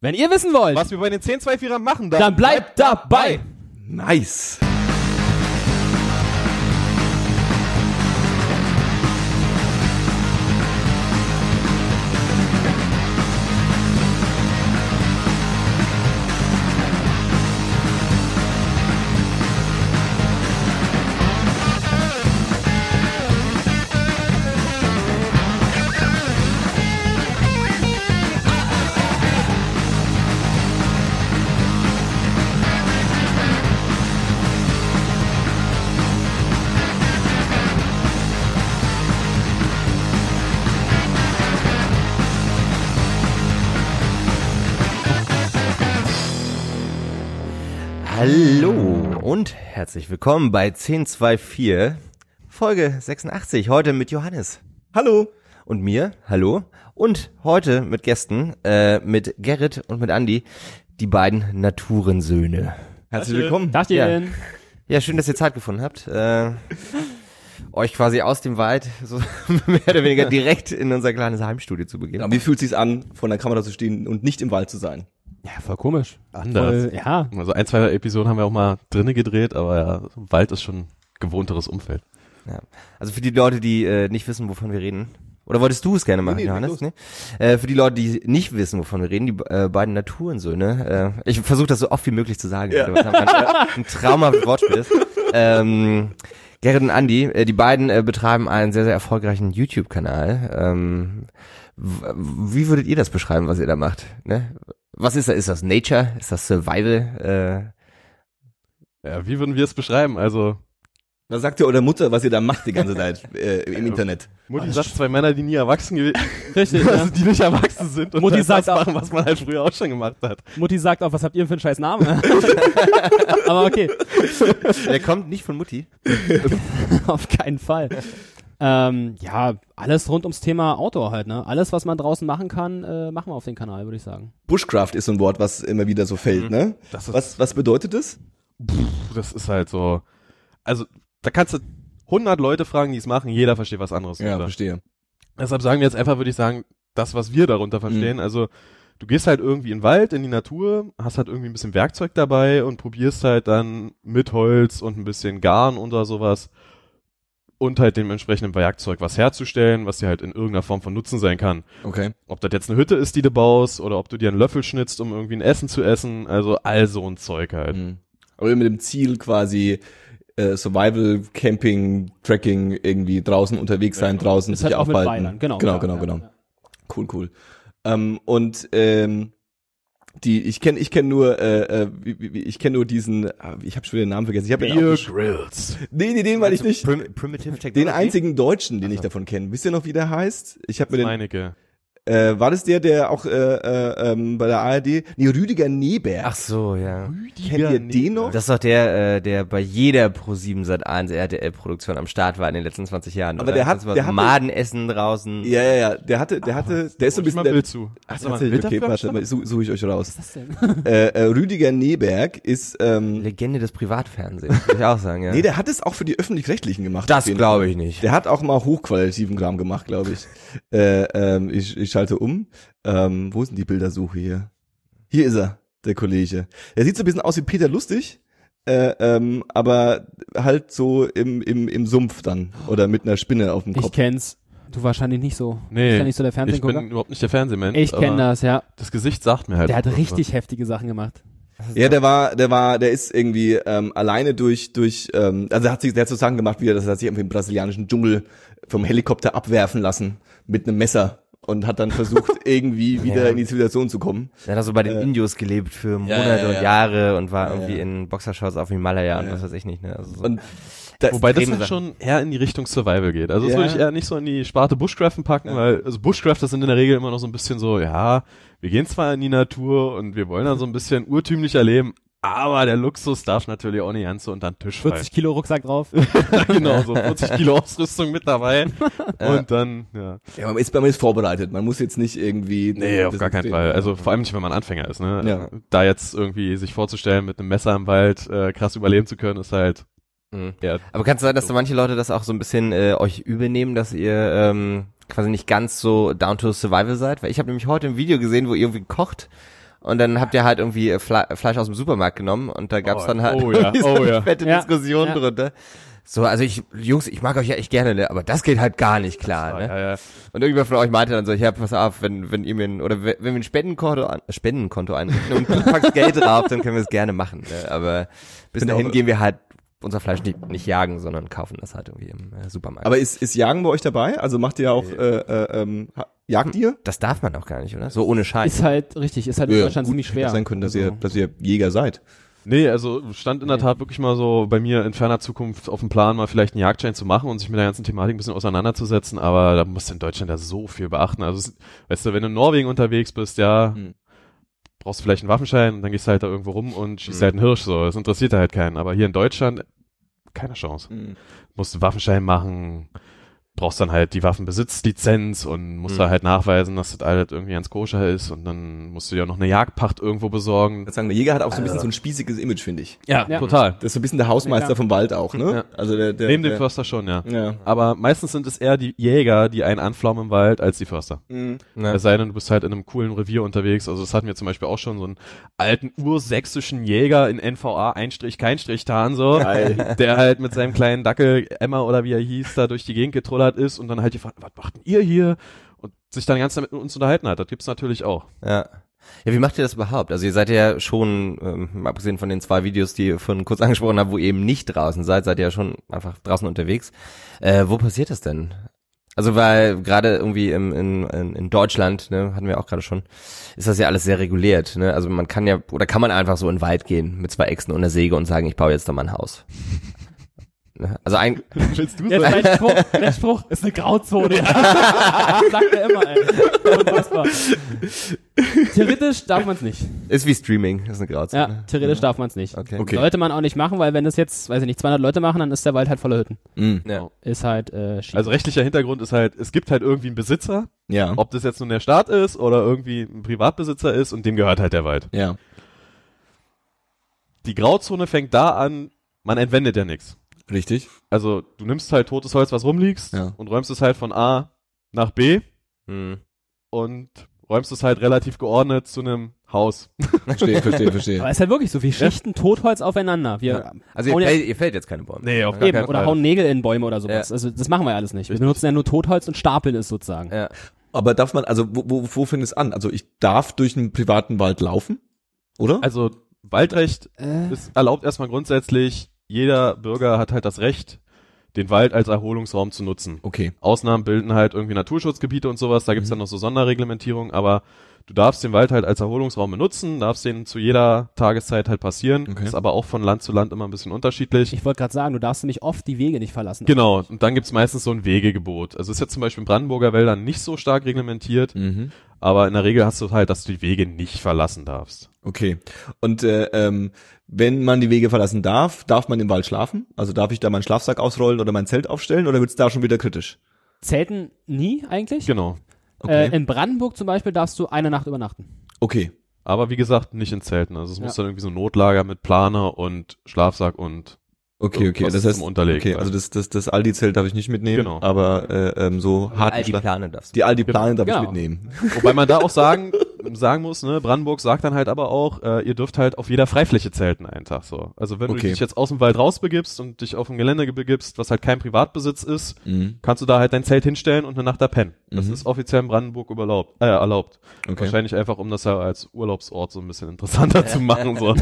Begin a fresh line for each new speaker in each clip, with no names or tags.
Wenn ihr wissen wollt,
Was wir bei den 10-2-4ern machen,
dann bleibt dabei.
Nice.
Hallo und herzlich willkommen bei 1024 Folge 86. Heute mit Johannes
Hallo.
und mir. Hallo. Und heute mit Gästen, äh, mit Gerrit und mit Andy, die beiden Naturensöhne.
Herzlich willkommen.
Dacht ihr
Ja.
denn?
Ja, schön, dass ihr Zeit gefunden habt. Äh, euch quasi aus dem Wald so mehr oder weniger direkt in unser kleines Heimstudio zu begeben.
Genau. Wie fühlt sich's an, vor der Kamera zu stehen und nicht im Wald zu sein?
Ja, voll komisch.
Anders.
Voll, ja.
Also ein, zwei Episoden haben wir auch mal drinnen gedreht, aber ja, Wald ist schon gewohnteres Umfeld.
Ja. Also für die Leute, die äh, nicht wissen, wovon wir reden. Oder wolltest du es gerne machen,
Nee, nee,
Johannes? Nee? Äh, für die Leute, die nicht wissen, wovon wir reden, die äh, beiden Naturensöhne. Äh, ich versuche das so oft wie möglich zu sagen. Ja. Was ein, ein traumhaftes Wortspiel ist. Ähm, Gerrit und Andi, äh, die beiden äh, betreiben einen sehr, sehr erfolgreichen YouTube-Kanal. Ähm, w- wie würdet ihr das beschreiben, was ihr da macht? Ne? Was ist das? Ist das Nature? Ist das Survival?
Ja, wie würden wir es beschreiben? Also,
Was sagt ihr eurer Mutter, was ihr da macht die ganze Zeit äh, im Internet?
Mutti sagt zwei Männer, die nie erwachsen gewesen
Richtig, ja.
also die nicht erwachsen sind und
Mutti
halt
sagt
das
auch-
machen, was man halt früher auch schon gemacht hat.
Mutti sagt auch, was habt ihr für einen scheiß Namen? Aber okay,
Äh, der kommt nicht von Mutti.
auf keinen Fall. Ähm, ja, alles rund ums Thema Outdoor halt, ne? Alles, was man draußen machen kann, äh, machen wir auf den Kanal, würde ich sagen.
Bushcraft ist so ein Wort, was immer wieder so fällt,
Mhm.
ne?
Das ist-
Was, was bedeutet das?
Das ist halt so, also da kannst du 100 Leute fragen, die es machen, jeder versteht was anderes. drunter.
verstehe.
Deshalb sagen wir jetzt einfach, würde ich sagen, das, was wir darunter verstehen.
Mhm.
Also du gehst halt irgendwie in den Wald, in die Natur, hast halt irgendwie ein bisschen Werkzeug dabei und probierst halt dann mit Holz und ein bisschen Garn oder sowas und halt dem entsprechenden Werkzeug was herzustellen, was dir halt in irgendeiner Form von Nutzen sein kann.
Okay.
Ob das jetzt eine Hütte ist, die du baust oder ob du dir einen Löffel schnitzt, um irgendwie ein Essen zu essen. Also all so ein Zeug halt.
Mhm. Aber mit dem Ziel quasi äh, Survival, Camping, Trekking, irgendwie draußen unterwegs sein, draußen
Ist
sich
halt auch mit
aufhalten.
Weilern, genau.
Genau,
ja,
genau,
ja,
genau.
ja.
Cool, cool. Ähm, und ähm, die, ich kenne, ich kenne nur, äh, äh, wie, wie, wie- ich kenne nur diesen, ah, ich habe schon den Namen vergessen. Ich habe
Beer Grills.
Nee, nee, den meine ich nicht.
Prim Primitive Technology.
Den einzigen Deutschen, den ich davon kenne. Wisst ihr noch, wie der heißt? Ich habe mir den.
Meinecke.
Äh, war das der, der auch äh, äh, ähm, bei der ARD? Nee, Rüdiger Neberg.
Ach so, ja.
kennt ihr den noch?
Das ist doch der, äh, der bei jeder ProSieben 7 seit 1 RTL-Produktion am Start war in den letzten 20 Jahren.
Aber
oder?
der hat-
Das war
der hatte-
Madenessen draußen.
ja, ja, ja. Der hatte, der hatte, der ist so ein
Ich
bisschen.
mal ein
Der,
Bild zu.
Ach,
Sag mal,
tatsächlich,
Bild
okay,
dafür?
warte, mal, suche such ich euch raus.
Was denn?
äh, äh, Rüdiger Neberg ist, ähm,
Legende des Privatfernsehens, würde ich auch sagen, ja.
nee, der hat es auch für die öffentlich-rechtlichen gemacht.
das
auf jeden
glaube ich nicht.
Der hat auch mal hochqualitativen Kram gemacht, glaube ich. äh, ähm, ich. Ich schalte um. Ähm, wo ist denn die Bildersuche hier? Hier ist er, der Kollege. Er sieht so ein bisschen aus wie Peter Lustig, äh, ähm, aber halt so im, im, im Sumpf dann oder mit einer Spinne auf dem
Ich
Kopf.
kenn's. Du wahrscheinlich nicht so.
Nee.
Ist ja nicht so der
Ich
Fernsehgucker.
bin überhaupt nicht der Fernsehmensch.
Ich
aber
kenne das, ja.
Das Gesicht sagt mir halt.
Der hat
irgendwas.
richtig heftige Sachen gemacht.
Ja, der war, der war, der ist irgendwie ähm, alleine durch, durch, ähm, also er hat sich, der hat so Sachen gemacht, wie er das hat sich irgendwie im brasilianischen Dschungel vom Helikopter abwerfen lassen mit einem Messer und hat dann versucht, irgendwie wieder
Ja.
in die Zivilisation zu kommen.
Der hat auch so bei den
Äh,
Indios gelebt für
ja,
Monate
ja, ja.
und Jahre und war
Ja,
irgendwie
ja.
in Boxershorts auf Himalaya und
Ja.
was weiß ich nicht, ne. Also so.
Und da,
Wobei das
Extreme
halt schon eher in die Richtung Survival geht. Also das
Ja.
würde ich eher nicht so in die Sparte Bushcraften packen, weil also Bushcraft, das sind in der Regel immer noch so ein bisschen so, ja, wir gehen zwar in die Natur und wir wollen dann so ein bisschen urtümlicher leben, aber der Luxus darf natürlich auch nicht ganz so unter den Tisch fallen.
40 Kilo Rucksack drauf.
genau, so 40 Kilo Ausrüstung mit dabei und dann, ja.
Ja, man ist, man ist vorbereitet. Man muss jetzt nicht irgendwie.
Nee, auf
das-
gar keinen Fall. Also vor allem nicht, wenn man Anfänger ist. Ne?
Ja.
Da jetzt irgendwie sich vorzustellen, mit einem Messer im Wald äh, krass überleben zu können, ist halt
Mhm.
eher
Aber kann es sein, dass da manche Leute das auch so ein bisschen äh, euch übernehmen, dass ihr ähm, quasi nicht ganz so down to survival seid? Weil ich habe nämlich heute ein Video gesehen, wo ihr irgendwie kocht und dann habt ihr halt irgendwie äh, Fle Fleisch aus dem Supermarkt genommen und da gab's
Oh,
dann halt
oh ja,
diese
oh ja.
fette
Ja,
Diskussion
ja.
drunter. So, also ich, Jungs, ich mag euch ja echt gerne, ne? aber das geht halt gar nicht klar.
Ah,
ne?
ja, ja.
Und irgendwer von euch meinte dann so, ja, pass auf, wenn, wenn ihr mir ein, oder we- wenn wir ein Spendenkonto, an, Spendenkonto einrichten und du packst Geld drauf, dann können wir es gerne machen. Ne? Aber bis
Bin
dahin
auch-
gehen wir halt unser Fleisch nicht, nicht jagen, sondern kaufen das halt irgendwie im äh, Supermarkt.
Aber ist, ist Jagen bei euch dabei? Also macht ihr auch, äh, äh, ähm, ha- jagt
Hm.
ihr?
das darf man auch gar nicht, oder? So ohne Scheiß.
Ist halt richtig, ist halt in Deutschland
gut,
ziemlich
hätte
schwer.
sein können, dass,
Also-
ihr, dass ihr Jäger seid.
Nee, also stand in der Tat wirklich mal so bei mir in ferner Zukunft auf dem Plan, mal vielleicht einen Jagdschein zu machen und sich mit der ganzen Thematik ein bisschen auseinanderzusetzen, aber da musst du in Deutschland ja so viel beachten. Also, es- weißt du, wenn du in Norwegen unterwegs bist, ja,
Mhm.
brauchst du vielleicht einen Waffenschein und dann gehst du halt da irgendwo rum und schießt halt einen Hirsch, so. Das interessiert halt keinen. Aber hier in Deutschland, keine Chance.
Hm.
Musst einen Waffenschein machen, brauchst dann halt die Waffenbesitzlizenz und musst
Mhm.
da halt nachweisen, dass das alles irgendwie ganz koscher ist und dann musst du dir auch noch eine Jagdpacht irgendwo besorgen.
Ich sagen, der Jäger hat auch so ein bisschen so ein spießiges Image, finde ich.
Ja.
total.
Das ist so ein bisschen der Hausmeister
Also- Ja.
vom Wald auch, ne? Also der, der,
Neben
der,
dem Förster schon, ja.
Ja.
Aber meistens sind es eher die Jäger, die einen anflaumen im Wald, als die Förster.
Hm.
Ne?
Es sei denn, du bist halt in einem coolen Revier unterwegs. Also das hatten wir zum Beispiel auch schon, so einen alten ursächsischen Jäger in NVA, ein Strich, kein Strich tarn, so, der halt mit seinem kleinen Dackel, Emma oder wie er hieß, da durch die Gegend getrollert ist und dann halt gefragt, was macht denn ihr hier? Und sich dann ganz damit mit uns unterhalten hat. Das gibt's natürlich auch.
Ja. Ja, wie macht ihr das überhaupt? Also ihr seid ja schon, ähm, abgesehen von den zwei Videos, die ihr von kurz angesprochen habt, wo ihr eben nicht draußen seid, seid ihr ja schon einfach draußen unterwegs. Äh, wo passiert das denn? Also weil gerade irgendwie im, in, in, in Deutschland, ne, hatten wir auch gerade schon, ist das ja alles sehr reguliert. Ne? Also man kann ja, oder kann man einfach so in den Wald gehen mit zwei Äxten und einer Säge und sagen, ich baue jetzt da mal ein Haus. Ne? Also ein,
Willst du
Jetzt mein Spruch, der Spruch ist eine Grauzone. Sagt er immer, ey. Unfassbar. Theoretisch darf man es nicht.
ist wie Streaming, ist eine
Ja,
Grauzone.
theoretisch darf man es nicht.
Okay.
Okay.
Sollte man auch nicht machen, weil wenn das jetzt, weiß ich nicht, 200 Leute machen, dann ist der Wald halt voller Hütten.
Mhm.
Ja.
Ist halt äh, schief.
Also rechtlicher Hintergrund ist halt, es gibt halt irgendwie einen Besitzer,
Ja.
ob das jetzt nun der Staat ist oder irgendwie ein Privatbesitzer ist und dem gehört halt der Wald.
Ja.
die Grauzone fängt da an, man entwendet ja nichts.
Richtig.
Also du nimmst halt totes Holz, was rumliegst
Ja.
und räumst es halt von A nach B
Hm.
und räumst es halt relativ geordnet zu einem Haus.
Verstehe, verstehe,
Aber
verstehe.
es ist halt wirklich so, wir schichten Totholz aufeinander. Wir
Ja. Also ihr,
hauen ja-
fällt, ihr fällt jetzt keine Bäume.
Nee, auf
Ja.
gar
eben,
keinen
oder
Fall.
hauen Nägel in Bäume oder sowas. Also das machen wir ja alles nicht. Wir benutzen ja nur Totholz und stapeln es sozusagen.
Ja.
Aber darf man, also wo, wo, wo fängt es an? Also ich darf durch einen privaten Wald laufen, oder?
Also Waldrecht
Äh,
ist erlaubt erstmal grundsätzlich, jeder Bürger hat halt das Recht, den Wald als Erholungsraum zu nutzen.
Okay.
Ausnahmen bilden halt irgendwie Naturschutzgebiete und sowas, da gibt's dann noch so Sonderreglementierung, aber du darfst den Wald halt als Erholungsraum benutzen, darfst den zu jeder Tageszeit halt passieren,
Okay.
ist aber auch von Land zu Land immer ein bisschen unterschiedlich.
ich wollte gerade sagen, du darfst nämlich oft die Wege nicht verlassen.
Genau, und dann gibt's meistens so ein Wegegebot. Also ist jetzt zum Beispiel in Brandenburger Wäldern nicht so stark reglementiert,
Mhm.
aber in der Regel hast du halt, dass du die Wege nicht verlassen darfst.
Okay. Und äh, ähm, wenn man die Wege verlassen darf, darf man im Wald schlafen? Also darf ich da meinen Schlafsack ausrollen oder mein Zelt aufstellen oder wird's da schon wieder kritisch?
Zelten nie eigentlich.
Genau.
Äh, in Brandenburg zum Beispiel darfst du eine Nacht übernachten.
okay.
Aber wie gesagt, nicht in Zelten. Also es muss
Ja.
dann irgendwie so ein Notlager mit Plane und Schlafsack und
Okay, okay.
Irgendwas
Das heißt,
zum Unterlegen.
okay, also das, das, das Aldi-Zelt darf ich nicht mitnehmen,
Genau.
aber äh, ähm, so hart
All die Plane darfst du.
die Aldi-Plane darf ich
Genau.
mitnehmen.
wobei man da auch sagen sagen muss, ne, Brandenburg sagt dann halt aber auch, äh, ihr dürft halt auf jeder Freifläche zelten einen Tag so. Also wenn
Okay.
du dich jetzt aus dem Wald rausbegibst und dich auf ein Gelände begibst, was halt kein Privatbesitz ist,
Mhm.
kannst du da halt dein Zelt hinstellen und eine Nacht da pennen. Das
Mhm.
ist offiziell in Brandenburg überlaubt, äh, erlaubt.
Okay.
Wahrscheinlich einfach, um das ja als Urlaubsort so ein bisschen interessanter zu machen. So.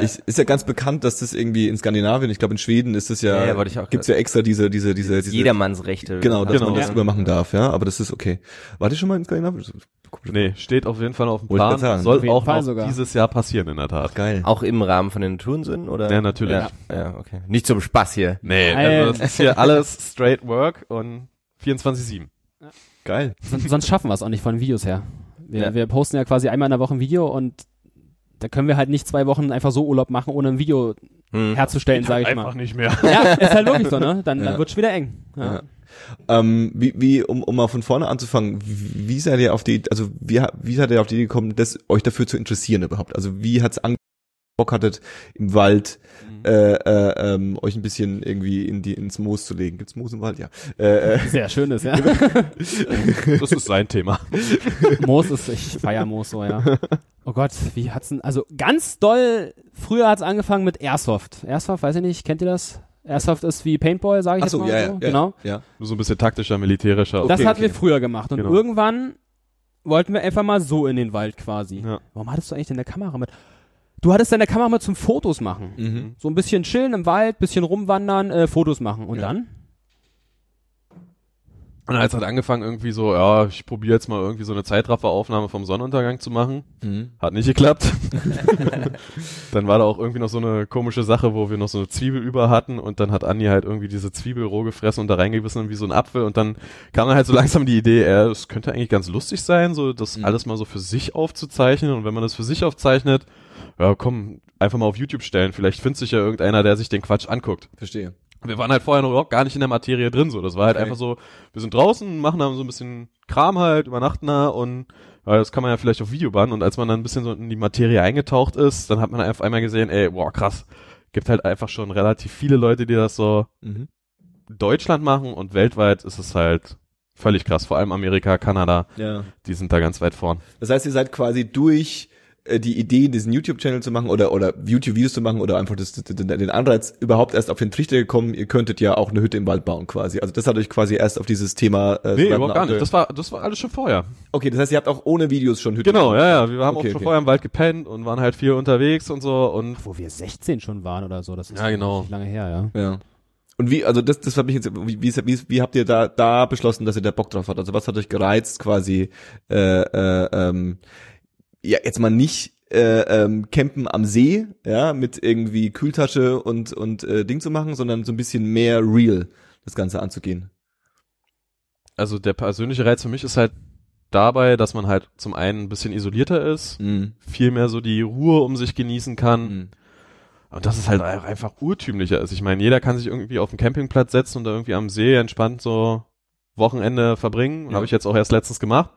Ich, ist ja ganz bekannt, dass das irgendwie in Skandinavien, ich glaube in Schweden ist das ja,
Ja, ja, wollte ich auch
gibt's ja extra diese, diese, diese, diese
Jedermannsrechte.
genau, dass
Genau,
man das
ja.
übermachen darf, ja, aber das ist okay. War das schon mal in Skandinavien?
Nee, steht auf jeden Fall auf dem
Wollte ich grad
Plan.
sagen.
Auf
Soll
jeden
auch
Fall
noch
sogar.
dieses Jahr passieren, in der Tat.
Geil.
Auch im Rahmen von den Turnsünden, oder?
Ja, natürlich.
Ja, ja, okay. Nicht zum Spaß hier.
Nee,
Nein.
also das ist hier alles straight work und 24-7.
Geil.
Sonst, sonst schaffen wir es auch nicht von den Videos her. Wir,
Ja.
wir posten ja quasi einmal in der Woche ein Video und da können wir halt nicht zwei Wochen einfach so Urlaub machen, ohne ein Video
Mhm.
Hm.
herzustellen, sage ich
halt Einfach
mal.
nicht mehr.
Ja, ist halt wirklich so, ne? Dann,
Ja.
dann wird's wieder eng. Ja.
Ja. Ähm, wie, wie, um, um mal von vorne anzufangen, wie seid ihr auf die, also wie, ha- wie seid ihr auf die Idee gekommen, das euch dafür zu interessieren überhaupt? Also wie hat's angefangen? Bock hattet, im Wald
Mhm.
äh, äh, ähm, euch ein bisschen irgendwie in die, ins Moos zu legen. Gibt's Moos im Wald? Ja. Äh, äh,
Sehr schönes, ja.
Das ist sein Thema.
Moos ist, ich feier Moos so, ja. Oh Gott, wie hat's denn, also ganz doll, früher hat's angefangen mit Airsoft. Airsoft, weiß ich nicht, kennt ihr das? Airsoft ist wie Paintball, sage ich
ach so,
jetzt mal
ja,
so.
ja,
genau.
ja, ja.
So ein bisschen taktischer, militärischer.
das
Okay,
hatten
okay.
wir früher gemacht und
Genau.
irgendwann wollten wir einfach mal so in den Wald quasi.
Ja.
Warum hattest du eigentlich deine Kamera mit? Du hattest deine Kamera mit zum Fotos machen.
Mhm.
So ein bisschen chillen im Wald, bisschen rumwandern, äh, Fotos machen. Und
Ja.
dann?
Und als hat angefangen irgendwie so, ja, ich probiere jetzt mal irgendwie so eine Zeitrafferaufnahme vom Sonnenuntergang zu machen.
Mhm.
Hat nicht geklappt. dann war da auch irgendwie noch so eine komische Sache, wo wir noch so eine Zwiebel über hatten und dann hat Andi halt irgendwie diese Zwiebel roh gefressen und da reingebissen wie so ein Apfel und dann kam dann halt so langsam die Idee, äh, es könnte eigentlich ganz lustig sein, so das
Mhm.
alles mal so für sich aufzuzeichnen und wenn man das für sich aufzeichnet, ja komm, einfach mal auf YouTube stellen, vielleicht findet sich ja irgendeiner, der sich den Quatsch anguckt.
Verstehe.
Wir waren halt vorher noch überhaupt gar nicht in der Materie drin, so. Das war halt
Okay.
einfach so, wir sind draußen, machen da so ein bisschen Kram halt, übernachten da und ja, das kann man ja vielleicht auf Video bannen. Und als man dann ein bisschen so in die Materie eingetaucht ist, dann hat man auf einmal gesehen, ey, wow, krass. Gibt halt einfach schon relativ viele Leute, die das so
Mhm.
in Deutschland machen und weltweit ist es halt völlig krass. Vor allem Amerika, Kanada,
Ja.
die sind da ganz weit vorn.
Das heißt, ihr seid quasi durch äh, die Idee, diesen YouTube-Channel zu machen oder, oder YouTube-Videos zu machen oder einfach das, das, den den Anreiz überhaupt erst auf den Trichter gekommen, ihr könntet ja auch eine Hütte im Wald bauen quasi. Also das hat euch quasi erst auf dieses Thema... Äh,
Nee,
Survival
überhaupt gar nicht.
Outdoor-
Das war, das war alles schon vorher.
okay, das heißt, ihr habt auch ohne Videos schon Hütte
Genau, ja, ja. Wir haben
Okay,
auch schon
okay.
vorher im Wald gepennt und waren halt viel unterwegs und so und
Wo wir 16 schon waren oder so, das ist
Ja, genau.
nicht lange her, ja.
Ja. Und wie, also das, das hat mich jetzt, wie, wie, ist- wie, ist- wie habt ihr da, da beschlossen, dass ihr da Bock drauf habt? Also was hat euch gereizt, quasi, äh, äh, ähm, ja, jetzt mal nicht äh, ähm, campen am See, ja, mit irgendwie Kühltasche und, und äh, Ding zu machen, sondern so ein bisschen mehr real das Ganze anzugehen.
also der persönliche Reiz für mich ist halt dabei, dass man halt zum einen ein bisschen isolierter ist,
Mhm.
viel mehr so die Ruhe um sich genießen kann
Mhm.
und dass es halt auch einfach urtümlicher ist. Ich meine, jeder kann sich irgendwie auf den Campingplatz setzen und da irgendwie am See entspannt so Wochenende verbringen. Und
Ja.
Habe ich jetzt auch erst letztens gemacht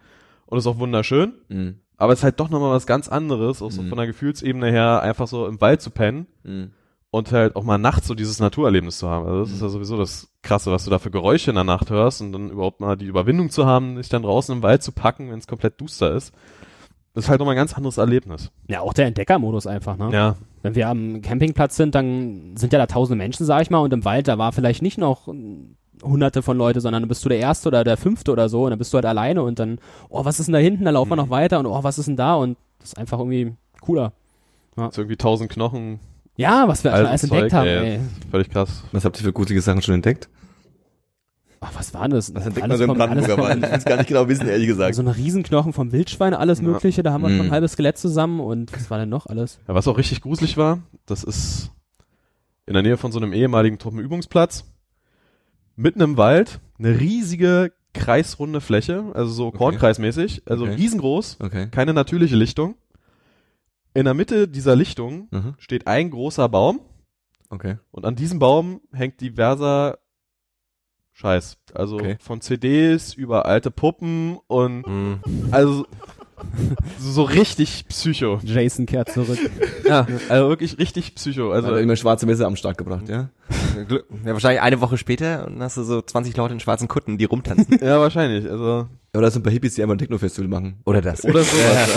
und ist auch wunderschön.
Mhm.
Aber es ist halt doch nochmal was ganz anderes, auch so
Mhm.
von der Gefühlsebene her, einfach so im Wald zu pennen
Mhm.
und halt auch mal nachts so dieses Naturerlebnis zu haben. Also das ist ja sowieso das Krasse, was du da für Geräusche in der Nacht hörst und dann überhaupt mal die Überwindung zu haben, dich dann draußen im Wald zu packen, wenn es komplett duster ist. Das ist halt nochmal ein ganz anderes Erlebnis.
Ja, auch der Entdeckermodus einfach, ne?
Ja.
Wenn wir am Campingplatz sind, dann sind ja da tausende Menschen, sag ich mal, und im Wald, da war vielleicht nicht noch mm, hunderte von Leute, sondern dann bist du der Erste oder der Fünfte oder so und dann bist du halt alleine und dann, oh, was ist denn da hinten, da laufen wir noch weiter und oh, was ist denn da und das ist einfach irgendwie cooler.
Jetzt irgendwie tausend Knochen,
Ja, was wir schon
Altes
alles
Zeug,
entdeckt haben,
ey.
ey.
völlig krass.
Was habt ihr für gruselige Sachen schon entdeckt?
Ach, was war denn das?
Was entdeckt
Alles
man so im
vom- alles Also
Brandenburger
vom-
Wald? Ich will's gar nicht genau wissen, ehrlich gesagt.
So eine Riesenknochen vom Wildschwein, alles
Ja.
mögliche, da haben wir schon
Mm.
ein halbes Skelett zusammen und was war denn noch alles?
Ja, was auch richtig gruselig war, das ist in der Nähe von so einem ehemaligen Truppenübungsplatz, mitten im Wald, eine riesige kreisrunde Fläche, also so
Okay.
kornkreismäßig, also
Okay.
riesengroß,
Okay.
keine natürliche Lichtung. In der Mitte dieser Lichtung
Mhm.
steht ein großer Baum
Okay.
und an diesem Baum hängt diverser Scheiß. Also
Okay.
von CDs über alte Puppen und
Mhm.
also so richtig Psycho.
Jason kehrt zurück.
Ja, also wirklich richtig Psycho.
Also
Also
immer schwarze Messer am Start gebracht, ja?
Glück- Ja, wahrscheinlich eine Woche später und dann hast du so 20 Leute in schwarzen Kutten, die rumtanzen.
ja, wahrscheinlich. Also
Oder so ein paar Hippies, die einfach ein Techno-Festival machen.
Oder das.
oder sowas.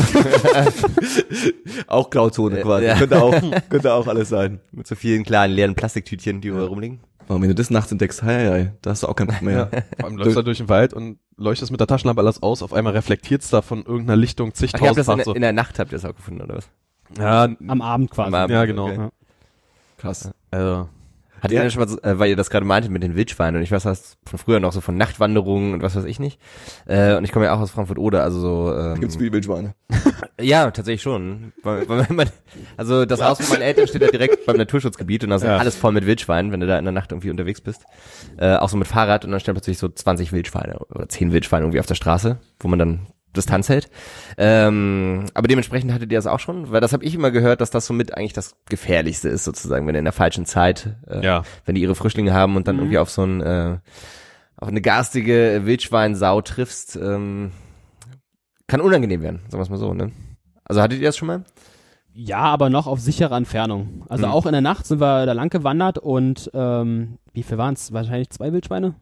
Auch Grauzone
Äh,
quasi.
ja.
Könnte, auch, könnte auch alles sein.
Mit so vielen kleinen leeren Plastiktütchen, die überall rumliegen.
Oh, wenn du das nachts entdeckst, hei, hei, hei, da hast du auch keinen Bock mehr.
Vor allem läufst du da durch den Wald und leuchtest mit der Taschenlampe alles aus, auf einmal reflektiert's da von irgendeiner Lichtung
Ach, ihr habt das in,
zigtausendfach
der-
so.
in der Nacht habt ihr das auch gefunden, oder was?
Ja,
Am Abend quasi.
Am Abend.
ja, genau.
Okay.
Krass.
Also,
Hat
Ja.
ihr denn schon mal, so, äh, weil ihr das gerade meintet mit den Wildschweinen und ich weiß das von früher noch so von Nachtwanderungen und was weiß ich nicht. Äh, und ich komme ja auch aus Frankfurt Oder, also so. Ähm,
Gibt's viele Wildschweine.
Ja, tatsächlich schon. Weil, weil man, also das Haus von meinen Eltern steht ja direkt beim Naturschutzgebiet und da ist
Ja.
alles voll mit Wildschweinen, wenn du da in der Nacht irgendwie unterwegs bist. Äh, auch so mit Fahrrad und dann stehen plötzlich so 20 Wildschweine oder 10 Wildschweine irgendwie auf der Straße, wo man dann Distanz hält. Ähm, aber dementsprechend hattet ihr das auch schon, weil das habe ich immer gehört, dass das somit eigentlich das Gefährlichste ist sozusagen, wenn in der falschen Zeit, äh,
ja.
wenn die ihre Frischlinge haben und dann irgendwie auf so ein äh, auf eine garstige Wildschweinsau triffst, ähm, kann unangenehm werden, sagen wir es mal so, ne? Also hattet ihr das schon mal?
Ja, aber noch auf sichere Entfernung.
Mhm.
Also auch in der Nacht sind wir da lang gewandert und ähm, wie viel waren es? Wahrscheinlich zwei Wildschweine?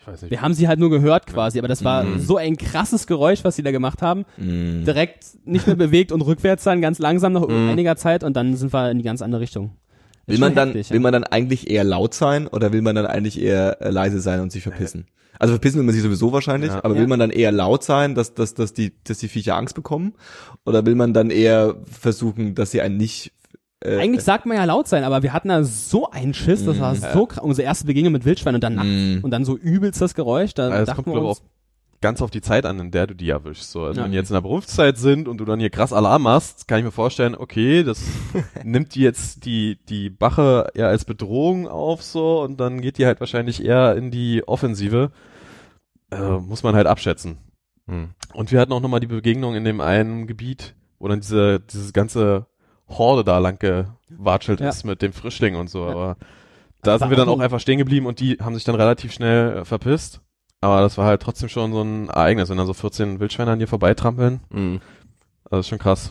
Ich weiß nicht.
Wir haben sie halt nur gehört quasi, aber das
Mhm.
war so ein krasses Geräusch, was sie da gemacht haben. Direkt nicht mehr bewegt und rückwärts dann ganz langsam nach einiger Zeit und dann sind wir in die ganz andere Richtung. Ist
Mhm. Will man
schon
dann,
heftig, ja.
will man dann eigentlich eher laut sein oder will man dann eigentlich eher äh, leise sein und sich verpissen? Also verpissen will man sich sowieso wahrscheinlich,
Ja.
aber
Ja.
will man dann eher laut sein, dass, dass, dass die, dass die Viecher Angst bekommen? Oder will man dann eher versuchen, dass sie einen nicht, äh,
Eigentlich sagt man ja laut sein, aber wir hatten da so einen Schiss, das
Mhm.
war so krass. Unsere erste Begegnung mit Wildschwein und dann nachts und dann so übelst das Geräusch, da
Also es
dachten
Mhm. kommt,
wir
glaube ich,
uns,
auch ganz auf die Zeit an, in der du die erwischst. So, also
Ja.
wenn die jetzt in der Berufszeit sind und du dann hier krass Alarm machst, kann ich mir vorstellen, okay, das nimmt die jetzt die, die Bache eher als Bedrohung auf so und dann geht die halt wahrscheinlich eher in die Offensive. Äh, muss man halt abschätzen.
Hm.
Und wir hatten auch nochmal die Begegnung in dem einen Gebiet, wo dann diese, dieses ganze Horde da lang gewatschelt
Ja.
ist mit dem Frischling und so, aber da
War
sind wir dann
auch
auch einfach stehen geblieben und die haben sich dann relativ schnell äh, verpisst. Aber das war halt trotzdem schon so ein Ereignis, wenn dann so 14 Wildschweine an dir vorbeitrampeln.
Mhm.
Das ist schon krass.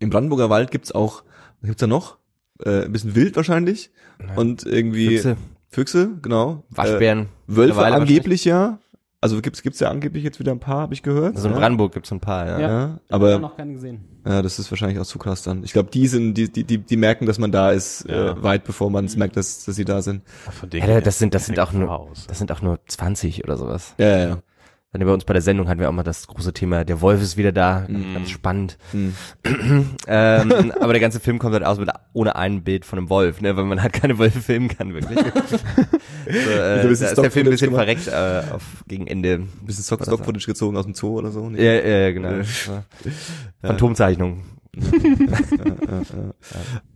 im Brandenburger Wald gibt's auch, was gibt's da noch? Äh, ein bisschen wild wahrscheinlich und irgendwie
Füchse,
Füchse, genau.
Waschbären.
Äh, Wölfe
mittlerweile
angeblich ja. Also gibt's, gibt's ja angeblich jetzt wieder ein paar, habe ich gehört.
Also in
ja.
Brandenburg gibt's ein paar, ja.
Ja.
Ja,
aber
aber
noch keinen gesehen.
Ja, das ist wahrscheinlich auch zu krass dann. Ich glaube, die sind, die, die, die, die merken, dass man da ist,
Ja.
äh, weit bevor man es merkt, dass, dass sie da sind.
Von denen
ja das sind, das sind
Ja,
auch nur,
Chaos.
das sind auch nur 20 oder sowas.
Ja, ja, ja.
Dann bei uns bei der Sendung hatten wir auch mal das große Thema, der Wolf ist wieder da, ganz spannend.
Hm.
ähm, aber der ganze Film kommt halt aus mit, ohne ein Bild von einem Wolf, ne, weil man halt keine Wölfe filmen kann, wirklich. so, äh, da
bisschen
ist der Film ein
Stock-Footage
bisschen
gemacht.
verreckt äh, auf, gegen Ende.
Ein bisschen Stock- Stock-Footage gezogen aus dem Zoo oder so.
Ja, ja, genau. Phantomzeichnung.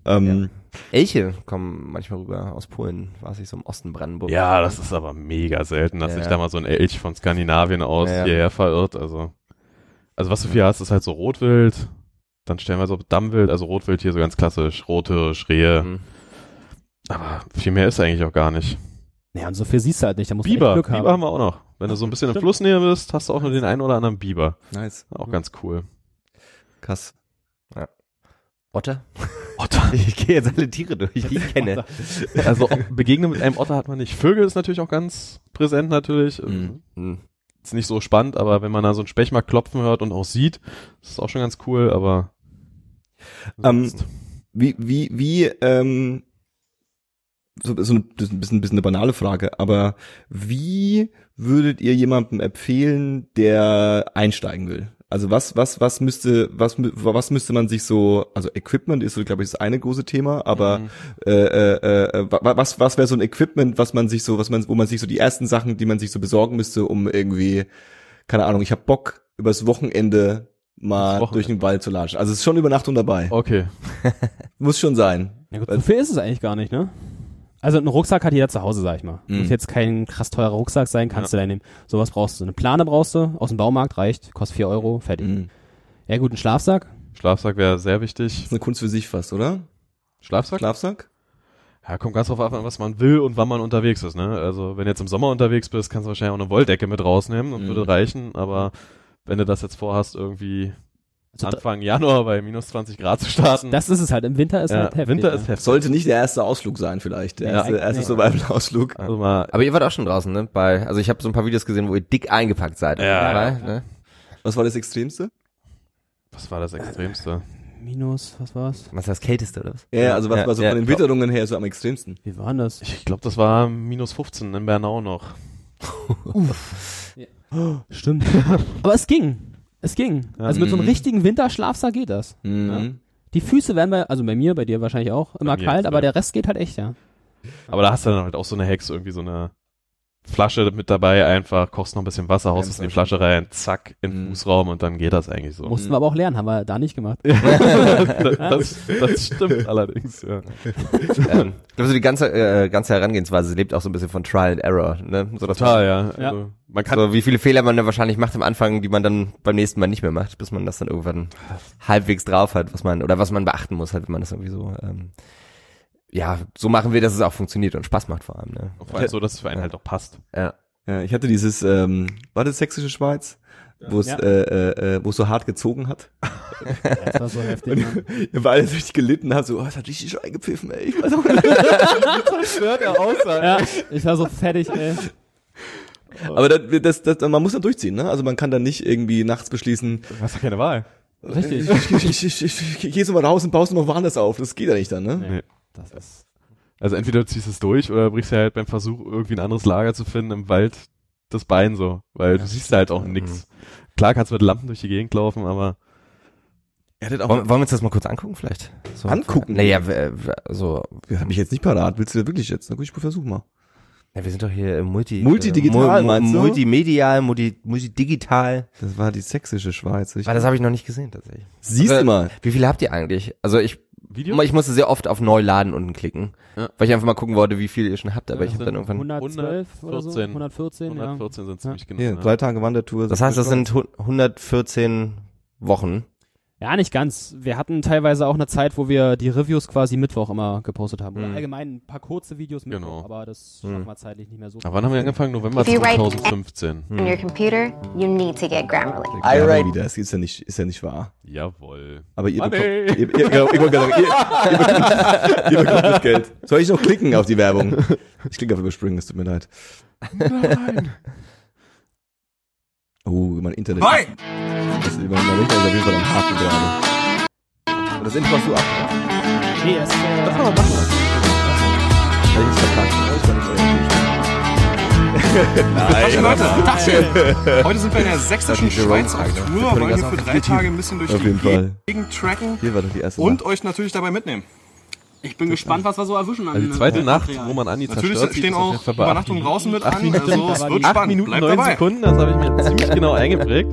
Ähm,
Elche kommen manchmal rüber aus Polen, weiß ich, so im Osten Brandenburg.
Ja, das ist aber mega selten, dass
Ja,
sich
ja.
da mal so ein Elch von Skandinavien aus
Ja, ja.
hierher verirrt. Also, also was du viel hast, ist halt so Rotwild, dann stellen wir so Dammwild, also Rotwild hier so ganz klassisch, Rothirsch, Rehe.
Mhm.
Aber viel mehr ist eigentlich auch gar nicht.
Ja, und so viel siehst du halt nicht, da musst
Biber,
du echt Glück
Biber
haben.
haben. wir auch noch. Wenn du so ein bisschen im Flussnähe bist, hast du auch nur den einen oder anderen Biber.
nice.
Auch ganz cool.
Krass.
Otter?
Otter.
Ich gehe jetzt alle Tiere durch, die ich kenne.
Also auch Begegnung mit einem Otter hat man nicht. Vögel ist natürlich auch ganz präsent natürlich.
Mhm.
Mhm.
Ist nicht so spannend, aber wenn man da so einen Spech mal klopfen hört und auch sieht, ist es auch schon ganz cool, aber
Ähm,
sonst-
Wie, wie, wie, ähm, so, so eine, das ist ein bisschen, ein bisschen eine banale Frage, aber wie würdet ihr jemandem empfehlen, der einsteigen will? Also was, was, was müsste, was, mü- was müsste man sich so, also Equipment ist so, glaube ich, das eine große Thema, aber
Mhm.
äh, äh, äh, wa- wa- was, was wäre so ein Equipment, was man sich so, was man, wo man sich so die ersten Sachen, die man sich so besorgen müsste, um irgendwie, keine Ahnung, ich habe Bock, übers Wochenende mal
Das Wochenende.
durch den Wald zu latschen. Also es ist schon Übernachtung dabei.
okay.
Muss schon sein.
Ja, gut, so viel ist es eigentlich gar nicht, ne? Also einen Rucksack hat jeder zu Hause, sag ich mal.
Mhm.
Muss jetzt kein krass teurer Rucksack sein, kannst du da nehmen. Sowas brauchst du. Eine Plane brauchst du, aus dem Baumarkt reicht, kostet 4 Euro, fertig.
Mhm.
Ja gut, ein Schlafsack.
Schlafsack wäre sehr wichtig.
Das ist eine Kunst für sich fast, oder?
Schlafsack?
Schlafsack?
Ja, kommt ganz drauf an, was man will und wann man unterwegs ist, ne? Also, wenn du jetzt im Sommer unterwegs bist, kannst du wahrscheinlich auch eine Wolldecke mit rausnehmen und
Mhm.
würde reichen, aber wenn du das jetzt vorhast, irgendwie
Also da-
Anfang Januar bei minus 20 Grad zu starten.
Das ist es halt. Im Winter ist
ja,
halt heftig.
Winter
ja.
ist heftig.
Sollte nicht der erste Ausflug sein, vielleicht. Der
Ja,
erste, erste
nee.
Survival-Ausflug.
äh,
Also mal,
Aber ihr wart auch schon draußen, ne? Bei, also ich habe so ein paar Videos gesehen, wo ihr dick eingepackt seid.
Ja,
Dabei,
ja.
Ne?
Was war das Extremste?
was war das Extremste?
Minus, was war's?
Was ist das Kälteste oder was?
Ja, ja, also was
Ja,
war so
ja,
von den
glaub-
Witterungen her so am extremsten?
Wie war denn das?
Ich glaube, das war minus 15 in Bernau noch.
Stimmt. Aber es ging. Es ging. Also mit so einem richtigen Winterschlafsack geht das.
Mhm.
Die Füße werden bei, also bei mir, bei dir wahrscheinlich auch, immer
mir,
kalt, aber
ja.
der Rest geht halt echt, ja.
Aber da hast du dann halt auch so eine Hex, irgendwie so eine Flasche mit dabei, einfach kochst noch ein bisschen Wasser, haust es in die Flasche rein, zack, in den
Mhm.
Fußraum und dann geht das eigentlich so.
Mussten wir aber auch lernen, haben wir da nicht gemacht.
das, das stimmt allerdings, ja.
ähm, ich glaube, so die ganze, äh, ganze Herangehensweise lebt auch so ein bisschen von Trial and Error. Ne? So, dass
Total, ja.
Ja.
Also, man kann,
So, wie viele Fehler man da wahrscheinlich macht am Anfang, die man dann beim nächsten Mal nicht mehr macht, bis man das dann irgendwann halbwegs drauf hat, was man, oder was man beachten muss, halt, wenn man das irgendwie so, ähm, ja, so machen will, dass es auch funktioniert und Spaß macht vor allem, ne?
vor allem so, dass es für einen halt auch passt.
Ja.
Ja, ich hatte dieses, ähm, war das Sächsische Schweiz? wo es
Ja.
äh, äh, wo es so hart gezogen hat.
Das war so heftig. ne? Mann.
Weil ich richtig gelitten habe, so, oh, es hat richtig eingepfiffen, ey. Ich weiß auch nicht.
Stört der Aussage.
Ja, ich war so fertig, ey.
Aber das, das, das, man muss dann durchziehen, ne? Also man kann dann nicht irgendwie nachts beschließen,
Du hast ja keine Wahl.
Richtig.
ich, ich, ich, ich, ich, ich geh jetzt mal raus und baust noch woanders auf. Das geht ja nicht dann, ne?
Nee. Das ist.
Also entweder du ziehst es durch oder brichst ja halt beim Versuch, irgendwie ein anderes Lager zu finden im Wald das Bein so. Weil du siehst da halt auch nix. Klar kannst du mit Lampen durch die Gegend laufen, aber
Er hat
Wollen, wollen wir uns das mal kurz angucken vielleicht? So,
Angucken?
Naja, w- w- so,
Das hab ich jetzt nicht parat. Willst du das wirklich jetzt? Na gut, ich versuch mal.
ja, wir sind doch hier im Multi...
Multidigital,
äh, mu-
meinst du?
Multimedial, multi, multidigital.
Das war die sächsische Schweiz. Ich,
Weil das habe ich noch nicht gesehen tatsächlich.
siehst
äh,
du mal.
Wie viele habt ihr eigentlich? Also ich
Video?
ich musste sehr oft auf Neuladen unten klicken,
Ja.
weil ich einfach mal gucken wollte, wie viel ihr schon habt, aber
Ja,
ich
das
habe dann
sind
irgendwann
112 oder so? 114,
114. 114 sind ziemlich genau.
Hier,
ja.
drei Tage Wandertour.
Das heißt, das sind hu- 114 Wochen.
ja. Ja, nicht ganz. Wir hatten teilweise auch eine Zeit, wo wir die Reviews quasi Mittwoch immer gepostet haben. Oder
Mhm.
allgemein ein paar kurze Videos Mittwoch,
Genau.
aber das
Mhm.
schaffen wir zeitlich nicht mehr so.
Aber wann haben wir angefangen? November
If you write-
2015.
Hm.
on your computer, you need to get Grammarly.
I write. wieder. Das ist ja nicht, ist ja nicht wahr.
Jawohl.
Aber ihr
Money.
bekommt, ihr, ihr, genau, ich wollte gerade sagen, ihr, ihr, bekommt, ihr bekommt das Geld. Soll ich noch klicken auf die Werbung? Ich klicke auf Überspringen, es tut mir leid. Nein. Oh, mein Internet. Nein! Das, mein, mein Internet ist auf jeden Fall am Haken gerade. Und Das Intro hast du ab.
Nee, das, äh,
Welches verpackt? Ich war nicht
Hey Leute, Tagchen. heute sind wir in der sächsischen Schweiz auf Tour, wollen hier für drei Tage ein bisschen durch
Auf
die
jeden Fall.
Gegend tracken
Hier war doch die erste.
und
Nacht.
euch natürlich dabei mitnehmen.
Ich bin gespannt, was wir so erwischen. An
Also die zweite
äh,
Nacht,
Material.
wo man Anni
Natürlich
zerstört, sieht,
stehen
ist auf
auch
jeden Fall bei acht
Übernachtungen
Minuten.
draußen mit
Acht
an,
Minuten,
also es
aber
wird
die-
Acht
spannend,
Minuten,
bleibt
neun
dabei.
Sekunden, das habe ich mir ziemlich genau eingeprägt.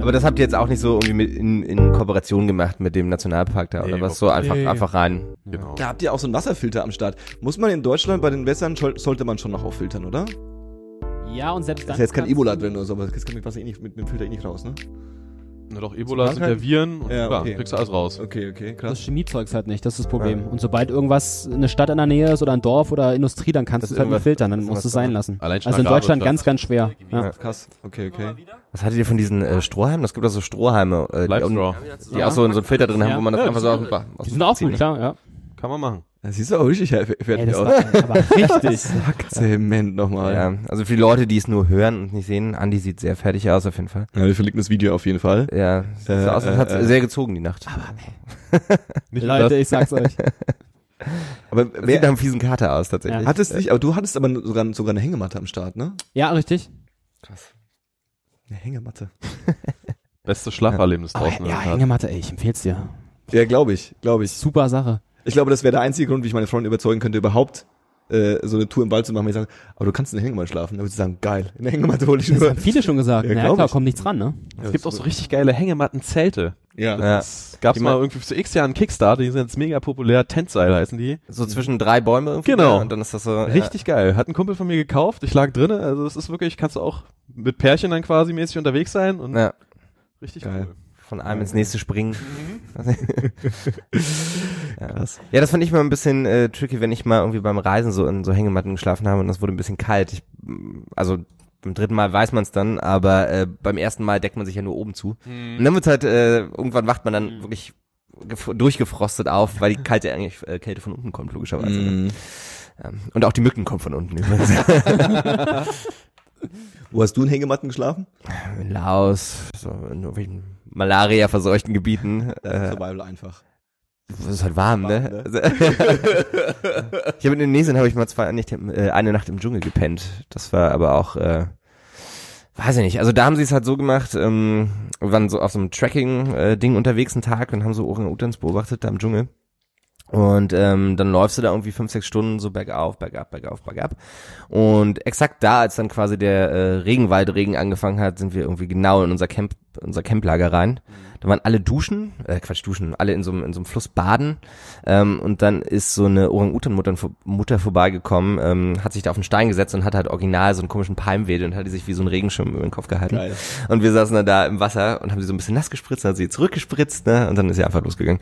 Aber das habt ihr jetzt auch nicht so irgendwie mit in, in Kooperation gemacht mit dem Nationalpark da oder
Nee,
was? So einfach, einfach rein.
Genau.
Da habt ihr auch so einen Wasserfilter am Start. Muss man in Deutschland bei den Wässern, soll- sollte man schon noch auffiltern, oder?
ja, und selbst dann.
Das ist ja jetzt kein
kannst
Ebola
du-
drin oder so, aber das kann mit Wasser eh nicht, mit dem Filter eh nicht raus, ne?
Nur doch Ebola
Zum
sind ja Viren und
Ja,
ja,
okay.
kriegst du alles raus.
Okay, okay, krass.
Das Chemiezeugs halt nicht, das ist das Problem. Und sobald irgendwas eine Stadt in der Nähe ist oder ein Dorf oder Industrie, dann kannst
Das
du es halt nicht
irgendwas-
filtern, dann
das
musst du es
irgendwas
sein lassen.
Allein schon
Also in
Agrarwirtschaft.
Deutschland ganz, ganz schwer. Ja.
Krass, okay, okay.
Was hattet ihr von diesen äh, Strohhalmen? Das gibt auch so Strohhalme, äh, die,
Live
unten-
Draw.
die auch so, so einen Filter drin haben,
Ja.
wo man das einfach so aus, aus,
Die sind auch gut, klar, ja.
Kann man machen.
Das siehst du auch richtig her-
Ey,
fertig
das
aus.
war aber richtig.
Zement nochmal. Ja.
Ja, also für die Leute, die es nur hören und nicht sehen, Andi sieht sehr fertig aus auf jeden Fall.
ja, wir verlinken das Video auf jeden Fall.
Ja, sieht so
Äh,
aus, als
äh,
hat
äh.
sehr gezogen die Nacht.
Nicht nur
Leute, ich sag's euch.
Aber
Das sieht nach
wer
einem fiesen Kater aus tatsächlich.
Ja.
hat es nicht, aber du hattest aber sogar, sogar eine Hängematte am Start, ne?
Ja, richtig.
Eine Hängematte.
das beste Schlaferlebnis draußen. in
ja,
der Tat.
Hängematte, ey, ich empfehl's dir.
Ja, glaube ich, glaube ich.
Super Sache.
Ich glaube, das wäre der einzige Grund, wie ich meine Freundin überzeugen könnte, überhaupt äh, so eine Tour im Wald zu machen, wenn ich sage, aber du kannst in der Hängematte schlafen. Dann würde sie sagen, geil, in der Hängematte hole ich
Das
nur.
haben viele schon gesagt.
Ja,
Ja,
glaub
klar,
ich.
kommt nichts ran, ne?
Es gibt auch so richtig geile Hängematten-Zelte.
Ja.
Ja.
Das gab's
Die
mal
mal-
irgendwie zu x Jahren Kickstarter, die sind jetzt mega populär. Tentseil heißen die.
So zwischen drei Bäume irgendwie.
Genau.
ja, Und dann ist das so.
Richtig geil. Hat ein Kumpel von mir gekauft. Ich lag drinne. Also es ist wirklich, kannst du auch mit Pärchen dann quasi mäßig unterwegs sein und
Ja, ja,
richtig
Geil.
cool.
von einem ins nächste springen. ja.
Mhm. Krass.
ja, das fand ich mal ein bisschen äh, tricky, wenn ich mal irgendwie beim Reisen so in so Hängematten geschlafen habe und das wurde ein bisschen kalt. Ich, mm, also beim dritten Mal weiß man es dann, aber äh, beim ersten Mal deckt man sich ja nur oben zu. Und dann wird's halt, äh, irgendwann wacht man dann wirklich gef- durchgefrostet auf, weil die kalte eigentlich äh, Kälte von unten kommt, logischerweise.
Mhm.
Ähm, und auch die Mücken kommen von unten übrigens.
Wo hast du in Hängematten geschlafen?
in Laos, so in irgendwelchen malaria-verseuchten Gebieten. Äh,
Survival einfach.
es ist halt warm, ne?
Warm,
Also, ich habe in Indonesien habe ich mal zwei nicht, äh, eine Nacht im Dschungel gepennt. Das war aber auch äh, weiß ich nicht. Also da haben sie es halt so gemacht, ähm, wir waren so auf so einem Tracking äh, Ding unterwegs einen Tag und haben so Orang-Utans beobachtet da im Dschungel. Und ähm, dann läufst du da irgendwie fünf, sechs Stunden so bergauf, bergab, bergauf, bergab. Und exakt da, als dann quasi der äh, Regenwaldregen angefangen hat, sind wir irgendwie genau in unser Camp unser Camplager rein.
Mhm.
Da waren alle duschen, äh, Quatsch, duschen, alle in so einem, in so einem Fluss baden. Ähm, und dann ist so eine Orang-Utan-Mutter vor- Mutter vorbeigekommen, ähm, hat sich da auf den Stein gesetzt und hat halt original so einen komischen Palmwedel und hat die sich wie so einen Regenschirm über den Kopf gehalten.
Geil.
Und wir saßen dann da im Wasser und haben sie so ein bisschen nass gespritzt, dann hat sie zurückgespritzt, ne? Und dann ist sie einfach losgegangen.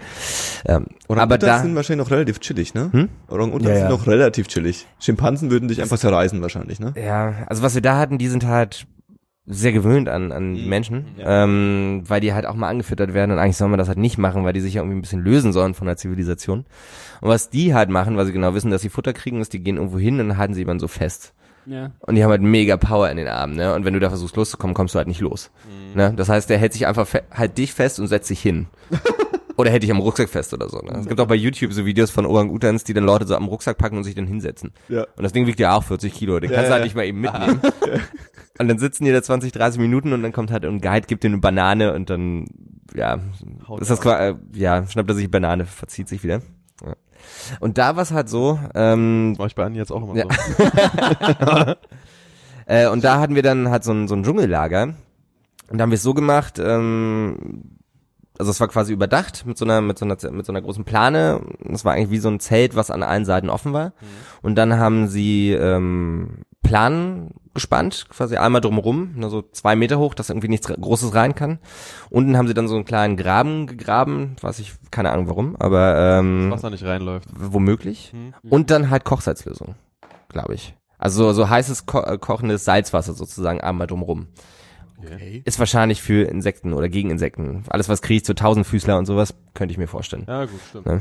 Ähm, aber
Orang-Utans
da,
sind wahrscheinlich noch relativ chillig, ne? Hm? Orang-Utans
Ja, ja.
sind noch relativ chillig. Schimpansen würden dich einfach zerreißen wahrscheinlich, ne?
ja, also was wir da hatten, die sind halt sehr gewöhnt an, an Menschen, ähm, weil die halt auch mal angefüttert werden und eigentlich soll man das halt nicht machen, weil die sich ja irgendwie ein bisschen lösen sollen von der Zivilisation. Und was die halt machen, weil sie genau wissen, dass sie Futter kriegen, ist, die gehen irgendwo hin und halten sie jemanden so fest.
Ja.
Und die haben halt mega Power in den Armen, ne? Und wenn du da versuchst loszukommen, kommst du halt nicht los. Ne? Das heißt, der hält sich einfach fe- halt dich fest und setzt sich hin. oder hält dich am Rucksack fest oder so. Ne? Es gibt auch bei YouTube so Videos von Orang-Utans, die dann Leute so am Rucksack packen und sich dann hinsetzen.
Ja.
Und das Ding wiegt ja auch 40 Kilo, den kannst du halt nicht mal eben mitnehmen. und dann sitzen die da 20, 30 Minuten und dann kommt halt ein Guide, gibt dir eine Banane und dann, ja, ist das qua- äh, ja, schnappt er sich die Banane, verzieht sich wieder. Ja. Und da war es halt so, ähm,
Das mache ich bei Andi jetzt auch immer
Ja.
so.
Äh, und da hatten wir dann halt so ein, so ein Dschungellager. Und da haben wir es so gemacht, ähm, also es war quasi überdacht mit so einer, mit so einer, mit so einer großen Plane. Es war eigentlich wie so ein Zelt, was an allen Seiten offen war. Und dann haben sie ähm, Planen gespannt, quasi einmal drumherum, nur so zwei Meter hoch, dass irgendwie nichts Großes rein kann. Unten haben sie dann so einen kleinen Graben gegraben, weiß ich, keine Ahnung warum, aber ähm,
Was da nicht reinläuft.
womöglich.
Mhm.
Und dann halt Kochsalzlösung, glaube ich. Also so, so heißes ko äh, kochendes Salzwasser sozusagen einmal drumrum.
Okay.
Ist wahrscheinlich für Insekten oder gegen Insekten. Alles, was kriecht, so Tausendfüßler und sowas, könnte ich mir vorstellen.
Ja, Oh. gut, stimmt.
Ne?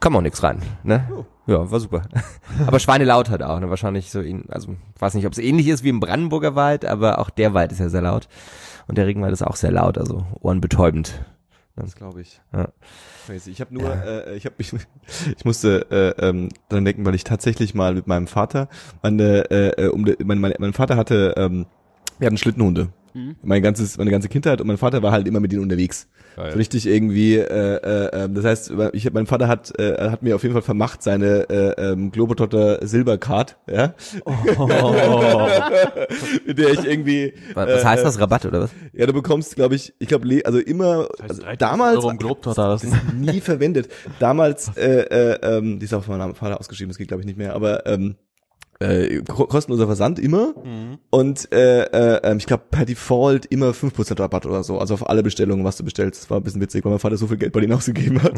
Kam auch nix rein, ne? Ja, war super. aber Schweinelaut hat auch, ne? Wahrscheinlich so, ähn- also weiß nicht, ob es ähnlich ist wie im Brandenburger Wald, aber auch der Wald ist ja sehr laut. Und der Regenwald ist auch sehr laut, also ohrenbetäubend.
Das glaube ich.
Ja.
Crazy. Ich habe nur, äh, ich habe mich, ich musste äh, ähm, dran denken, weil ich tatsächlich mal mit meinem Vater, meine, äh, äh, um, de- mein, mein, mein Vater hatte, ähm, wir hatten Schlittenhunde.
Mhm.
Mein ganzes, meine ganze Kindheit und mein Vater war halt immer mit denen unterwegs.
Ah,
So richtig irgendwie, äh, äh, ähm, das heißt, ich, hab- mein Vater hat, äh, hat mir auf jeden Fall vermacht seine äh, ähm, Globetrotter Silbercard, ja,
Oh.
mit der ich irgendwie, äh,
Was,
Äh,
was heißt das? Rabatt oder was?
ja, du bekommst, glaube ich, ich glaube, also immer, also damals,
Euro im Globetrotter, das ist
nie verwendet. Damals, äh, äh, ähm, die ist auf meinem Namen- Vater ausgeschrieben, das geht glaube ich nicht mehr, aber ähm, äh, ko- kostenloser Versand immer und äh, äh, ähm, ich glaube per Default immer 5% Rabatt oder so, also auf alle Bestellungen, was du bestellst. Das war ein bisschen witzig, weil mein Vater so viel Geld bei denen ausgegeben hat.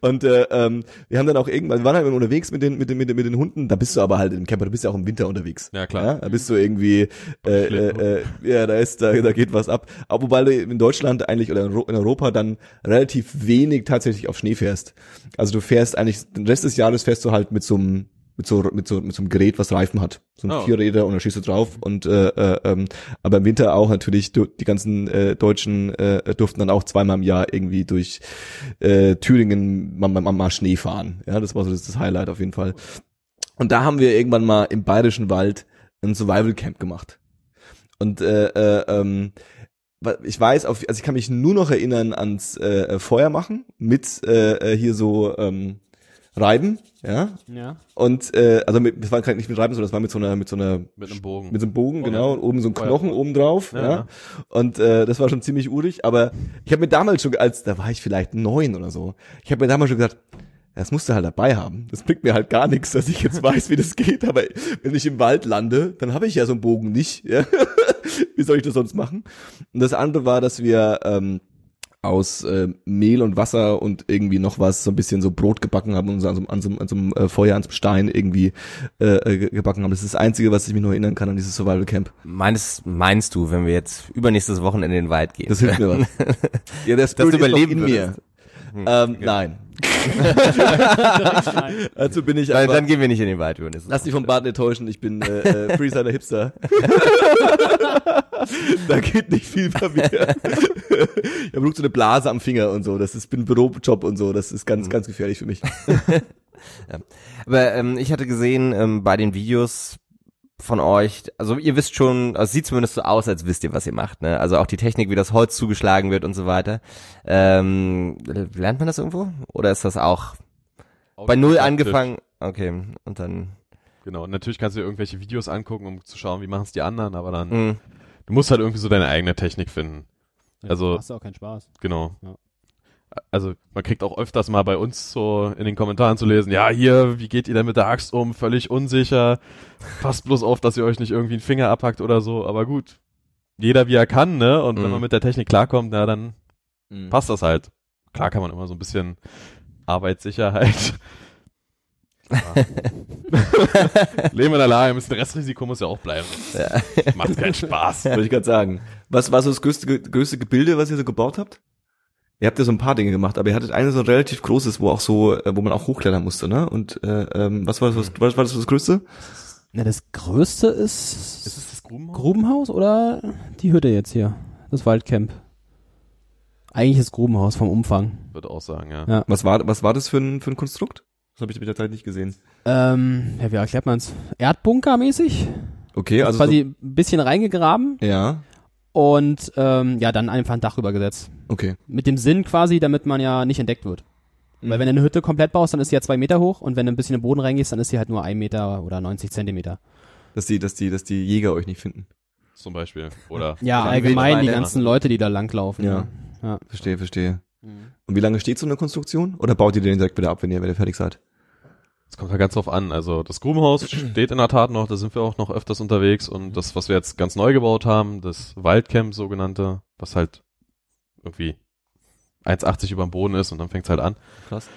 und äh, ähm, wir haben dann auch irgendwann, wir waren halt immer unterwegs mit den, mit den, mit den, mit den Hunden, da bist du aber halt im Camper, du bist ja auch im Winter unterwegs.
Ja, klar.
da bist du irgendwie, äh, äh, äh, ja, da ist, da, da geht was ab. Aber wobei du in Deutschland eigentlich oder in Ro- in Europa dann relativ wenig tatsächlich auf Schnee fährst. Also du fährst eigentlich, den Rest des Jahres fährst du halt mit so einem mit so, mit, so, mit so einem Gerät, was Reifen hat. So ein
Oh.
Vierräder und dann schießt du drauf. Und äh, äh, ähm, aber im Winter auch natürlich, du, die ganzen äh, Deutschen äh, durften dann auch zweimal im Jahr irgendwie durch äh, Thüringen mal, mal, mal- mal Schnee fahren. Ja, das war so das, das Highlight auf jeden Fall. Und da haben wir irgendwann mal im Bayerischen Wald ein Survival Camp gemacht. Und äh, äh, ähm, wa- ich weiß, auf, also ich kann mich nur noch erinnern ans äh, äh, Feuer machen mit äh, äh, hier so ähm, Reiben, ja.
Ja.
Und äh, also mit, das war kein- nicht mit Reiben, sondern das war mit so einer mit so einer
mit einem Bogen.
mit so einem Bogen, genau, und oben so ein
Feuer.
Knochen oben drauf, ja.
Ja, ja.
Und äh, das war schon ziemlich urig, aber ich habe mir damals schon, als da war ich vielleicht neun oder so, ich habe mir damals schon gesagt, das musst du halt dabei haben. Das bringt mir halt gar nichts, dass ich jetzt weiß, wie das geht, aber wenn ich im Wald lande, dann habe ich ja so einen Bogen nicht. Ja. wie soll ich das sonst machen? Und das andere war, dass wir ähm, aus äh, Mehl und Wasser und irgendwie noch was, so ein bisschen so Brot gebacken haben und so an so, einem- an so, einem- an so einem äh, Feuer, an so einem Stein irgendwie äh, äh, ge- gebacken haben. Das ist das Einzige, was ich mich nur erinnern kann an dieses Survival Camp.
Meinst, meinst du, wenn wir jetzt übernächstes Wochenende in den Wald gehen?
Das hilft mir was. ja, der Spirit
du
ist noch
überleben
in mir.
würdest.
ähm, Nein. Dazu Also bin ich
Nein,
aber...
Äh, dann gehen wir nicht in den Wald, Jonas.
Lass dich vom Bart nicht täuschen, ich bin äh, äh, Freestyler Hipster. da geht nicht viel bei mir. ich habe so eine Blase am Finger und so. Das ist bin Bürojob und so. Das ist
Hm.
ganz, ganz gefährlich für mich.
Aber ähm, ich hatte gesehen ähm, bei den Videos von euch, also ihr wisst schon, also es sieht zumindest so aus, als wisst ihr, was ihr macht. Ne? Also auch die Technik, wie das Holz zugeschlagen wird und so weiter. Ähm, lernt man das irgendwo? Oder ist das auch bei Null angefangen? Okay, und dann... Mhm.
Genau, und natürlich kannst du dir irgendwelche Videos angucken, um zu schauen, wie machen es die anderen, aber dann
Mh.
Du musst halt irgendwie so deine eigene Technik finden.
Ja,
Also-
Hast du auch keinen Spaß.
Genau.
Ja.
Also man kriegt auch öfters mal bei uns so in den Kommentaren zu lesen, ja hier, wie geht ihr denn mit der Axt um? Völlig unsicher. Passt bloß auf, dass ihr euch nicht irgendwie einen Finger abhackt oder so. Aber gut, jeder wie er kann, ne? Und wenn
Mhm.
man mit der Technik klarkommt, na dann
Mhm.
passt das halt. Klar kann man immer so ein bisschen Arbeitssicherheit. Ja. Leben in der Lage, ein bisschen Restrisiko muss ja auch bleiben. Macht keinen Spaß.
Wollte ich gerade sagen. Was war so das größte, größte Gebilde, was ihr so gebaut habt? Ihr habt ja so ein paar Dinge gemacht, aber ihr hattet eine so ein relativ großes, wo auch so, äh, wo man auch hochklettern musste, ne? Und äh, ähm, was war das, was, was war das das größte?
Na, das Größte ist,
Ist es das Grubenhaus?
Grubenhaus oder die Hütte jetzt hier? Das Waldcamp. Eigentlich ist Grubenhaus vom Umfang.
Würde auch sagen, ja.
Ja.
Was war, was war das für ein, für ein Konstrukt? Das habe ich mit der Zeit nicht gesehen.
Ähm, ja, wie erklärt man's? Erdbunkermäßig?
Okay, also
quasi ein bisschen reingegraben
so, ja,
und ähm, ja, dann einfach ein Dach rübergesetzt.
okay.
Mit dem Sinn quasi, damit man ja nicht entdeckt wird. Weil wenn du eine Hütte komplett baust, dann ist sie ja zwei Meter hoch und wenn du ein bisschen in den Boden reingehst, dann ist sie halt nur ein Meter oder 90 Zentimeter.
Dass die, dass die, dass die Jäger euch nicht finden.
Zum Beispiel. Oder
Ja,
Ja,
allgemein die
Wildschweine.
ganzen Leute, die da langlaufen.
Ja.
Ja. Mhm.
Verstehe, verstehe. Und wie lange steht so eine Konstruktion? Oder baut ihr den direkt wieder ab, wenn ihr, wenn ihr fertig seid?
Es kommt ja ganz drauf an. Also das Grubenhaus steht in der Tat noch, da sind wir auch noch öfters unterwegs und das, was wir jetzt ganz neu gebaut haben, das Waldcamp sogenannte, was halt irgendwie 1,80 über dem Boden ist und dann fängt's halt an.
Krass.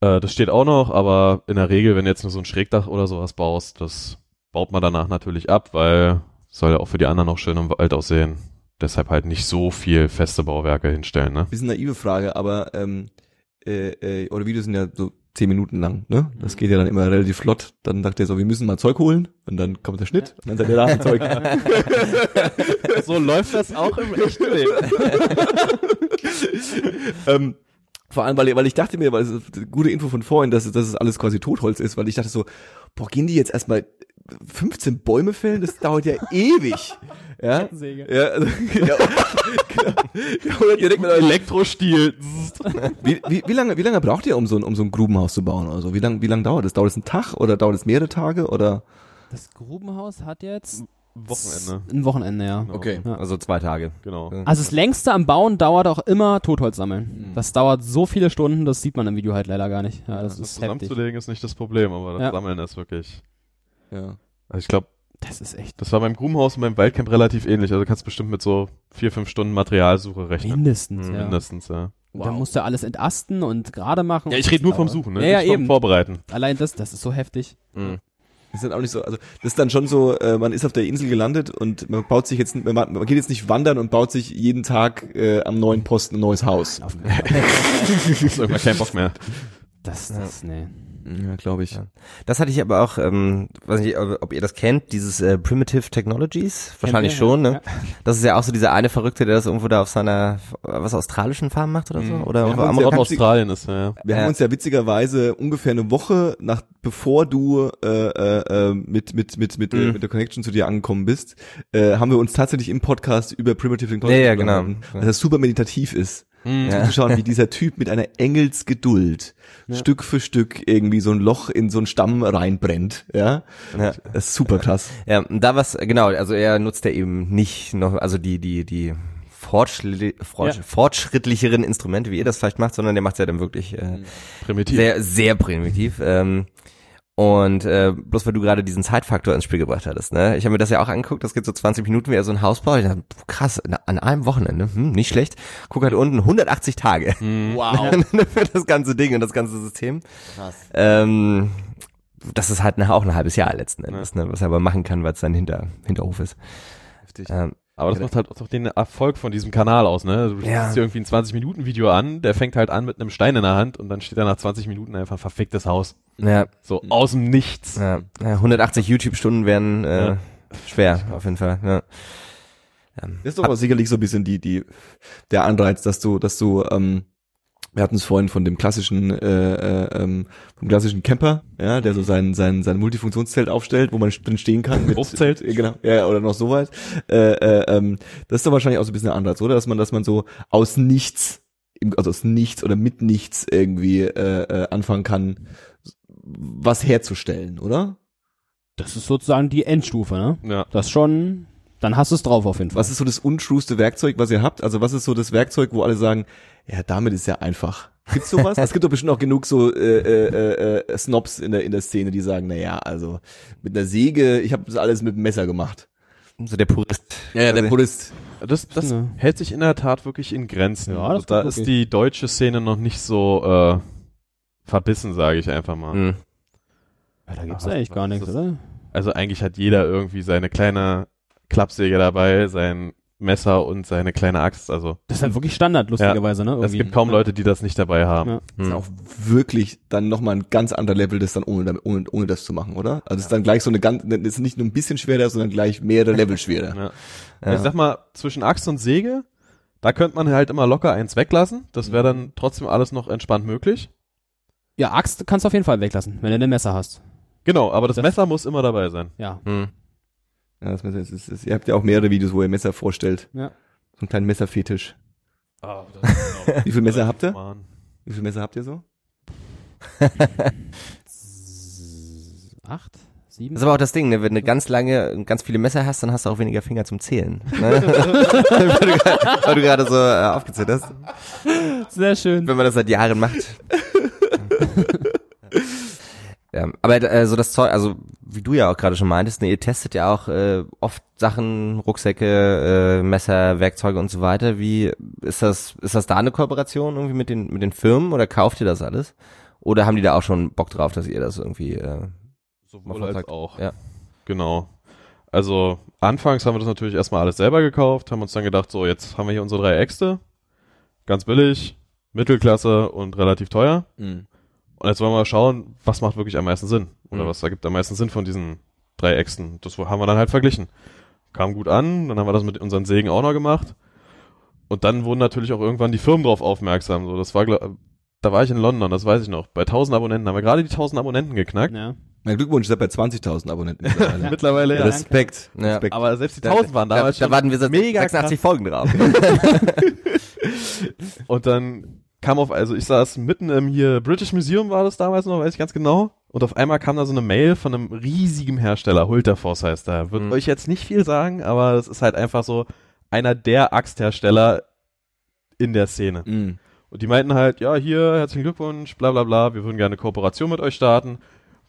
Äh, das steht auch noch, aber in der Regel, wenn du jetzt nur so ein Schrägdach oder sowas baust, das baut man danach natürlich ab, weil soll ja auch für die anderen noch schön im Wald aussehen. Deshalb halt nicht so viel feste Bauwerke hinstellen, ne?
bisschen naive Frage, aber ähm, äh, äh, eure Videos sind ja so zehn Minuten lang, ne? Das geht ja dann immer relativ flott. Dann sagt ihr so, wir müssen mal Zeug holen und dann kommt der Schnitt und dann seid ihr da mit Zeug.
So läuft das auch im echten Leben.
ähm, vor allem, weil, weil ich dachte mir, weil es ist eine gute Info von vorhin, dass, dass es alles quasi Totholz ist, weil ich dachte so, boah, gehen die jetzt erstmal 15 Bäume fällen? Das dauert ja ewig. Ja, ja, also, ja, genau. ja oder direkt mit euren
Elektrostiel.
Wie, wie, wie lange wie lange braucht ihr, um so ein um so ein Grubenhaus zu bauen oder so? Wie lange wie lange dauert das? Dauert es einen Tag oder dauert es mehrere Tage oder?
Das Grubenhaus hat jetzt
Wochenende.
ein Wochenende, ja.
Okay,
Ja.
also zwei Tage.
Genau.
Also das längste am Bauen dauert auch immer Totholz sammeln. Das dauert so viele Stunden, das sieht man im Video halt leider gar nicht. Mhm. Ja, das,
Das
ist heftig.
zusammenzulegen ist nicht das Problem, aber das
Ja.
Sammeln ist wirklich.
Ja.
Also ich glaube,
Das ist echt
das war beim Grubenhaus und beim Waldcamp relativ ähnlich. Also du kannst bestimmt mit so vier, fünf Stunden Materialsuche rechnen.
mindestens,
Mhm,
ja.
Mindestens, ja.
Und Dann musst du alles entasten und gerade machen.
Ja, ich rede nur vom
Aber-
Suchen, ne?
Ja, ja,
nicht vom
eben.
Vorbereiten. Mhm.
Allein das, das ist so heftig.
Das ist dann auch nicht so, also das ist dann schon so, äh, man ist auf der Insel gelandet und man baut sich jetzt, man, man geht jetzt nicht wandern und baut sich jeden Tag äh, am neuen Posten ein neues Haus.
Auf-
Ist irgendwann kein Bock mehr.
Das, das, nee.
Ja, glaube ich.
Das hatte ich aber auch, ähm, weiß nicht, ob ob ihr das kennt, dieses äh, Primitive Technologies, wahrscheinlich
wir,
schon,
ja.
ne? Das ist ja auch so dieser eine Verrückte, der das irgendwo da auf seiner, äh, was, australischen Farm macht oder so? Oder irgendwo
haben
am
uns ja
Auch
Taxi-
Australien ist, ja. ja.
Wir
Ja.
haben uns ja witzigerweise ungefähr eine Woche nach bevor du äh, äh, äh, mit mit mit mit,
Mhm.
äh, mit der Connection zu dir angekommen bist, äh, haben wir uns tatsächlich im Podcast über Primitive Technology
Ja, ja, genau.
unterhalten, dass das super meditativ ist.
Mhm.
Ja. Zu schauen, wie dieser Typ mit einer Engelsgeduld Stück für Stück irgendwie so ein Loch in so einen Stamm reinbrennt. Ja,
Ja.
das ist super krass.
Ja, und da was, genau, also er nutzt ja eben nicht noch, also die, die, die fortschli- fortsch
Ja.
fortschrittlicheren Instrumente, wie ihr das vielleicht macht, sondern der macht ja dann wirklich äh,
Primitiv.
sehr, sehr primitiv. Ähm, und äh, bloß weil du gerade diesen Zeitfaktor ins Spiel gebracht hattest, ne? Ich habe mir das ja auch angeguckt, das geht so 20 Minuten, wie er so ein Haus baut. Ich dachte, puh, krass, na, an einem Wochenende, hm, nicht schlecht. Guck halt unten, 180 Tage
Mhm.
Wow.
für das ganze Ding und das ganze System. Krass. Ähm, das ist halt nach, auch ein halbes Jahr letzten Endes, ne? was er aber machen kann, weil es sein Hinter, Hinterhof ist.
Heftig.
Ähm,
Aber das macht halt auch den Erfolg von diesem Kanal aus, ne? Du
Ja.
ja. dir irgendwie ein 20-Minuten-Video an, der fängt halt an mit einem Stein in der Hand und dann steht da nach 20 Minuten einfach ein verficktes Haus.
ja,
So
Mhm.
aus dem Nichts.
ja, ja, 180 YouTube-Stunden wären äh,
Ja.
schwer, auf jeden Fall. Ja.
Das ist doch aber sicherlich so ein bisschen die, die, der Anreiz, dass du, dass du, ähm, wir hatten es vorhin von dem klassischen, äh, äh, ähm, vom klassischen Camper, ja, der so sein, sein, sein Multifunktionszelt aufstellt, wo man drin stehen kann. mit-
Aufzelt.
Ja, Genau, ja, oder noch sowas. Äh, äh, ähm, das ist doch wahrscheinlich auch so ein bisschen der Anreiz, oder? Dass man, dass man so aus nichts, im- also aus nichts oder mit nichts irgendwie äh, äh, anfangen kann, was herzustellen, oder?
Das ist sozusagen die Endstufe, ne?
Ja.
Das ist schon Dann hast du es drauf auf jeden Fall.
Was ist so das untrueste Werkzeug, was ihr habt? Also was ist so das Werkzeug, wo alle sagen, ja, damit ist ja einfach. Gibt's sowas? es gibt doch bestimmt auch genug so äh, äh, äh, Snobs in der in der Szene, die sagen, naja, also mit einer Säge, ich habe das alles mit dem Messer gemacht. Also,
So der Purist.
Ja, ja der Purist.
Das, das
Ja.
hält sich in der Tat wirklich in Grenzen.
Ja, das
also, da
kommt
ist
wirklich.
die deutsche Szene noch nicht so äh, verbissen, sage ich einfach mal.
Mhm.
Ja, da gibt's
Ach,
eigentlich Ah, gar
was
nichts,
ist
oder?
Also eigentlich hat jeder irgendwie seine kleine Klappsäge dabei, sein Messer und seine kleine Axt. Also
Das ist dann wirklich Standard, lustigerweise, ne?
es gibt kaum Leute, die das nicht dabei haben. Hm.
Ja.
Das ist auch wirklich dann nochmal ein ganz anderer Level, das dann ohne, ohne, ohne das zu machen, oder? Also es ist dann gleich so eine ganz, das ist nicht nur ein bisschen schwerer, sondern gleich mehrere Level schwerer.
Ja. Ich sag mal, zwischen Axt und Säge, da könnte man halt immer locker eins weglassen. Das wäre dann trotzdem alles noch entspannt möglich.
Ja, Axt kannst du auf jeden Fall weglassen, wenn du ein Messer hast.
Genau, aber das,
Das-
Messer muss immer dabei sein.
Ja.
Hm. Ja, das Messer ist, ist, ist, ihr habt ja auch mehrere Videos, wo ihr Messer vorstellt.
Ja.
So einen kleinen Messerfetisch.
Ah, das genau.
Wie viel Messer habt ihr?
Mann.
Wie viel Messer habt ihr so?
Acht? Sieben?
Das ist aber auch das Ding, ne? wenn du ganz lange und ganz viele Messer hast, dann hast du auch weniger Finger zum Zählen. Ne? weil, du, gerade- weil du gerade so äh, aufgezählt hast.
Sehr schön.
Wenn man das seit Jahren macht. ja, aber äh, so das Zeug, also wie du ja auch gerade schon meintest, ne, ihr testet ja auch äh, oft Sachen, Rucksäcke, äh, Messer, Werkzeuge und so weiter. Wie ist das? Ist das da eine Kooperation irgendwie mit den mit den Firmen oder kauft ihr das alles? Oder haben die da auch schon Bock drauf, dass ihr das irgendwie? Äh,
Sowohl
Machen
als
sagt-
auch.
ja.
Genau. Also anfangs haben wir das natürlich erstmal alles selber gekauft, haben uns dann gedacht, so jetzt haben wir hier unsere drei Äxte. Ganz billig, Mittelklasse und relativ teuer. Und jetzt wollen wir mal schauen, was macht wirklich am meisten Sinn. Oder
Mhm.
was ergibt am meisten Sinn von diesen drei Äxten. Das haben wir dann halt verglichen. Kam gut an, dann haben wir das mit unseren Sägen auch noch gemacht. Und dann wurden natürlich auch irgendwann die Firmen drauf aufmerksam. So, das war, gla- da war ich in London, das weiß ich noch. Bei 1000 Abonnenten haben wir gerade die 1000 Abonnenten geknackt.
Ja.
Mein Glückwunsch, ihr seid bei 20.000 Abonnenten mittlerweile.
Mittlerweile,
Ja, danke.
Respekt.
Ja.
Respekt.
Aber selbst die 1000 waren damals
da,
schon
da warten wir seit
mega
86 Folgen drauf.
Und dann kam auf, also ich saß mitten im hier British Museum war das damals noch, weiß ich ganz genau. Und auf einmal kam da so eine Mail von einem riesigen Hersteller, Hulterforce heißt da. Wird
Mhm.
euch jetzt nicht viel sagen, aber das ist halt einfach so einer der Axthersteller in der Szene.
Mhm.
Und die meinten halt, ja, hier, herzlichen Glückwunsch, bla bla bla, wir würden gerne eine Kooperation mit euch starten.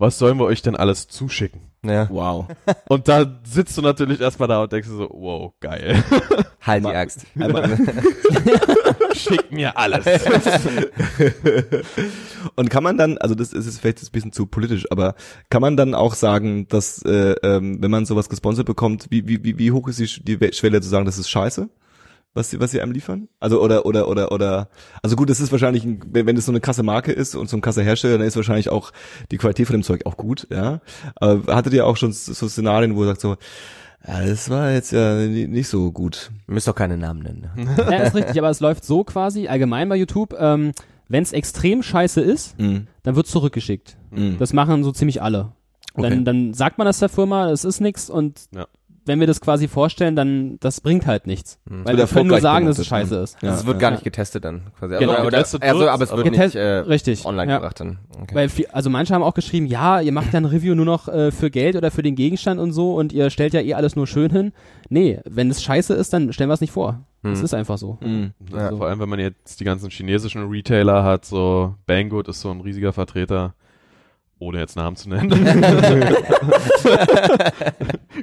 Was sollen wir euch denn alles zuschicken?
ja.
Wow.
Und da sitzt du natürlich erstmal da und denkst dir so, wow, geil.
Halt die Axt.
Schickt mir alles.
Und kann man dann, also das ist jetzt vielleicht ein bisschen zu politisch, aber kann man dann auch sagen, dass äh, ähm, wenn man sowas gesponsert bekommt, wie, wie, wie, wie hoch ist die, Sch- die We- Schwelle zu sagen, das ist scheiße? Was sie, was sie einem liefern? Also oder oder oder oder also gut, das ist wahrscheinlich ein, wenn wenn es so eine krasse Marke ist und so ein krasser Hersteller, dann ist wahrscheinlich auch die Qualität von dem Zeug auch gut, ja. Aber hattet ihr auch schon so so Szenarien, wo ihr sagt so, ja, das war jetzt ja ni- nicht so gut.
Ihr müsst doch keine Namen nennen. ne?
ja, ist richtig, aber es läuft so quasi allgemein bei YouTube. Ähm, wenn es extrem scheiße ist,
Mhm.
dann wird zurückgeschickt.
Mhm.
Das machen so ziemlich alle.
Okay.
Dann, dann sagt man das der Firma, es ist nichts und
Ja.
wenn wir das quasi vorstellen, dann das bringt halt nichts. Weil
Wird
wir können nur
erfolgreich
sagen, dass es
bewertet,
scheiße ist.
Ja,
Also es wird gar nicht getestet dann quasi.
Genau,
oder, oder,
getestet
also,
wird's,
aber es wird
aber-
nicht äh,
Richtig.
online
ja.
gebracht dann. Okay.
Weil viel, also manche haben auch geschrieben, ja, ihr macht ja ein Review nur noch äh, für Geld oder für den Gegenstand und so und ihr stellt ja eh alles nur schön hin. Nee, wenn es scheiße ist, dann stellen wir es nicht vor.
Hm. Mhm.
Es ist einfach so.
Ja, Also vor allem, wenn man jetzt die ganzen chinesischen Retailer hat, so Banggood ist so ein riesiger Vertreter, ohne jetzt Namen zu nennen.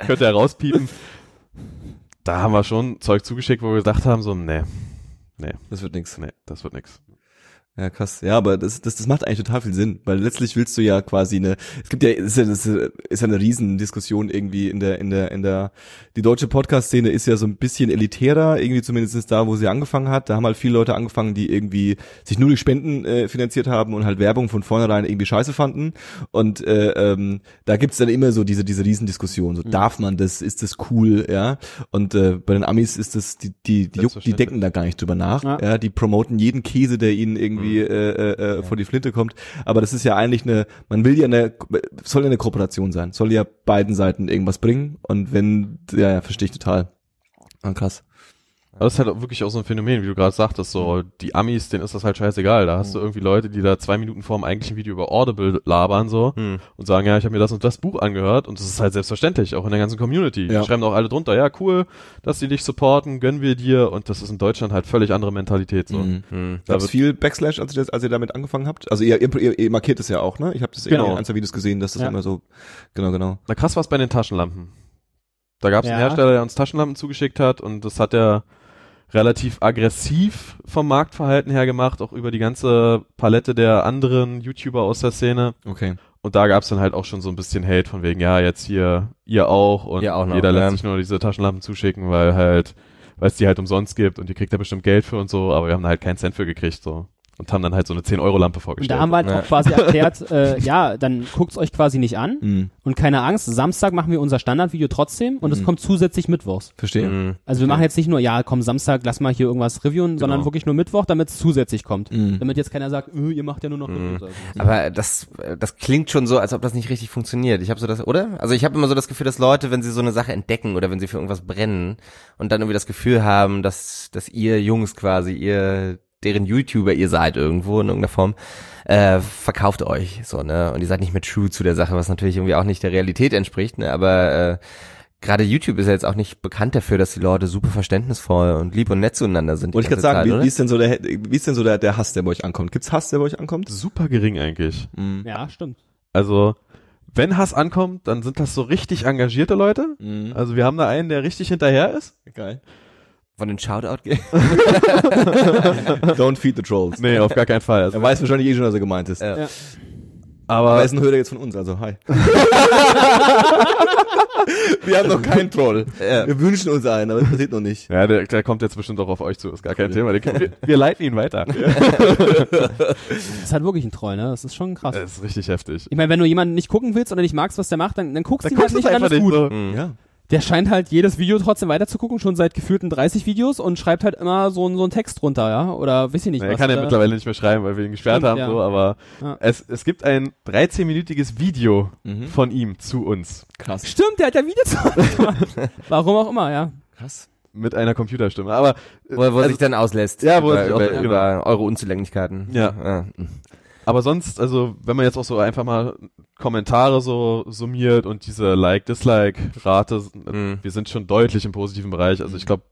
Könnte er rauspiepen. Da haben wir schon Zeug zugeschickt, wo wir gesagt haben, so, nee,
Das wird nichts.
nee, das wird nix.
Ja, krass. Ja, aber das, das, das macht eigentlich total viel Sinn, weil letztlich willst du ja quasi eine, es gibt ja, es ist ja, das ist ja eine Riesendiskussion irgendwie in der, in der, in der, die deutsche Podcast-Szene ist ja so ein bisschen elitärer, irgendwie zumindest da, wo sie angefangen hat. Da haben halt viele Leute angefangen, die irgendwie sich nur durch Spenden äh, finanziert haben und halt Werbung von vornherein irgendwie scheiße fanden. Und äh, ähm, da gibt's dann immer so diese, diese Riesendiskussion, so darf man das, ist das cool, ja. Und äh, bei den Amis ist das, die, die, die, juckt, die
Selbstverständlich.
denken da gar nicht drüber nach. Ja.
Ja.
die promoten jeden Käse, der ihnen irgendwie äh, äh, äh, vor die Flinte kommt. Aber das ist ja eigentlich eine, man will ja eine, soll ja eine Kooperation sein, soll ja beiden Seiten irgendwas bringen. Und wenn, ja, ja verstehe ich total. Ah, krass.
Aber das ist halt auch wirklich auch so ein Phänomen, wie du gerade sagtest, so die Amis, denen ist das halt scheißegal. Da hast du irgendwie Leute, die da zwei Minuten vor dem eigentlichen Video über Audible labern so
Hm.
und sagen, ja, ich habe mir das und das Buch angehört und das ist halt selbstverständlich, auch in der ganzen Community.
Ja.
Die schreiben auch alle drunter, ja, cool, dass die dich supporten, gönnen wir dir und das ist in Deutschland halt völlig andere Mentalität so.
Mhm.
Hm.
Gab es viel Backslash, als ihr, das, als ihr damit angefangen habt? Also ihr, ihr, ihr, ihr markiert es ja auch, ne? Ich habe das
Genau.
in ein, zwei Videos gesehen, dass das
Ja.
immer so, genau, genau.
Na krass war es bei den Taschenlampen. Da gab es einen
Ja.
Hersteller, der uns Taschenlampen zugeschickt hat und das hat er relativ aggressiv vom Marktverhalten her gemacht, auch über die ganze Palette der anderen YouTuber aus der Szene.
Okay.
Und da gab es dann halt auch schon so ein bisschen Hate von wegen, ja, jetzt hier, ihr auch ne? und
Ihr auch noch,
jeder
ja.
lässt sich nur diese Taschenlampen zuschicken, weil halt, weil es die halt umsonst gibt und ihr kriegt da bestimmt Geld für und so, aber wir haben da halt keinen Cent für gekriegt so. Und haben dann halt so eine 10-Euro-Lampe
Und
vorgestellt.
da haben wir halt
Ja.
auch quasi erklärt, äh, ja, dann guckt's euch quasi nicht an
Mhm.
und keine Angst, Samstag machen wir unser Standardvideo trotzdem und es
Mhm.
kommt zusätzlich mittwochs.
Verstehe.
Hm.
Also wir machen jetzt nicht nur, ja, komm, Samstag, lass mal hier irgendwas reviewen,
Genau.
sondern wirklich nur Mittwoch, damit es zusätzlich kommt.
Mhm.
Damit jetzt keiner sagt, öh, ihr macht ja nur noch
Mhm.
Reviews.
Aber das, äh, das klingt schon so, als ob das nicht richtig funktioniert. Ich habe so das, oder? Also ich habe immer so das Gefühl, dass Leute, wenn sie so eine Sache entdecken oder wenn sie für irgendwas brennen und dann irgendwie das Gefühl haben, dass, dass ihr Jungs quasi, ihr, deren YouTuber ihr seid irgendwo in irgendeiner Form, äh, verkauft euch so, ne? Und ihr seid nicht mehr true zu der Sache, was natürlich irgendwie auch nicht der Realität entspricht, ne? Aber äh, gerade YouTube ist ja jetzt auch nicht bekannt dafür, dass die Leute super verständnisvoll und lieb und nett zueinander sind. die
Wollte ich gerade
ganze
sagen,
Zeit,
wie,
oder?
wie ist denn so der, wie ist denn so der, der Hass, der bei euch ankommt? Gibt's Hass, der bei euch ankommt?
Super gering eigentlich.
Mhm.
Ja, stimmt.
Also, wenn Hass ankommt, dann sind das so richtig engagierte Leute.
Mhm.
Also, wir haben da einen, der richtig hinterher ist.
Geil.
Von den Shoutout geht.
Don't feed the trolls.
Nee, auf gar keinen Fall. Also,
Er weiß wahrscheinlich eh schon, was er gemeint ist.
Ja.
Aber er
aber
ist ein Hörer jetzt von uns, also hi. Also Wir haben noch keinen Troll. Wir wünschen uns einen, aber das passiert noch nicht.
ja, der, der kommt jetzt bestimmt auch auf euch zu. Ist gar kein Thema. Der, wir, wir leiten ihn weiter.
Das ist halt wirklich ein Troll, ne? Das ist schon krass.
Das ist richtig heftig.
Ich meine, wenn du jemanden nicht gucken willst oder nicht magst, was der macht, dann, dann guckst
Da
du ihn halt
guckst du
nicht,
es
dann
einfach
ist
nicht
gut.
so.
Ja.
Der scheint halt jedes Video trotzdem weiterzugucken, schon seit geführten 30 Videos und schreibt halt immer so, einen- so einen Text runter, ja? Oder weiß ich nicht
Na, Er
was.
kann ja
oder-
mittlerweile nicht mehr schreiben, weil wir ihn gesperrt
Stimmt,
haben,
ja.
so, aber
Ja.
es, es gibt ein 13-minütiges Video
Hm?
Mhm.
von ihm zu uns.
Krass.
Stimmt, der hat ja wieder zu Warum auch immer, ja.
Krass.
Mit einer Computerstimme. Aber äh,
Wo, wo er sich dann auslässt.
Also, Ja, wo er
über,
sich
über,
auch-
über eure Unzulänglichkeiten. Ah,
Ja. Aber sonst, also wenn man jetzt auch so einfach mal Kommentare so summiert und diese Like-Dislike-Rate,
Mhm.
wir sind schon deutlich im positiven Bereich. Also ich
Hm.
glaube,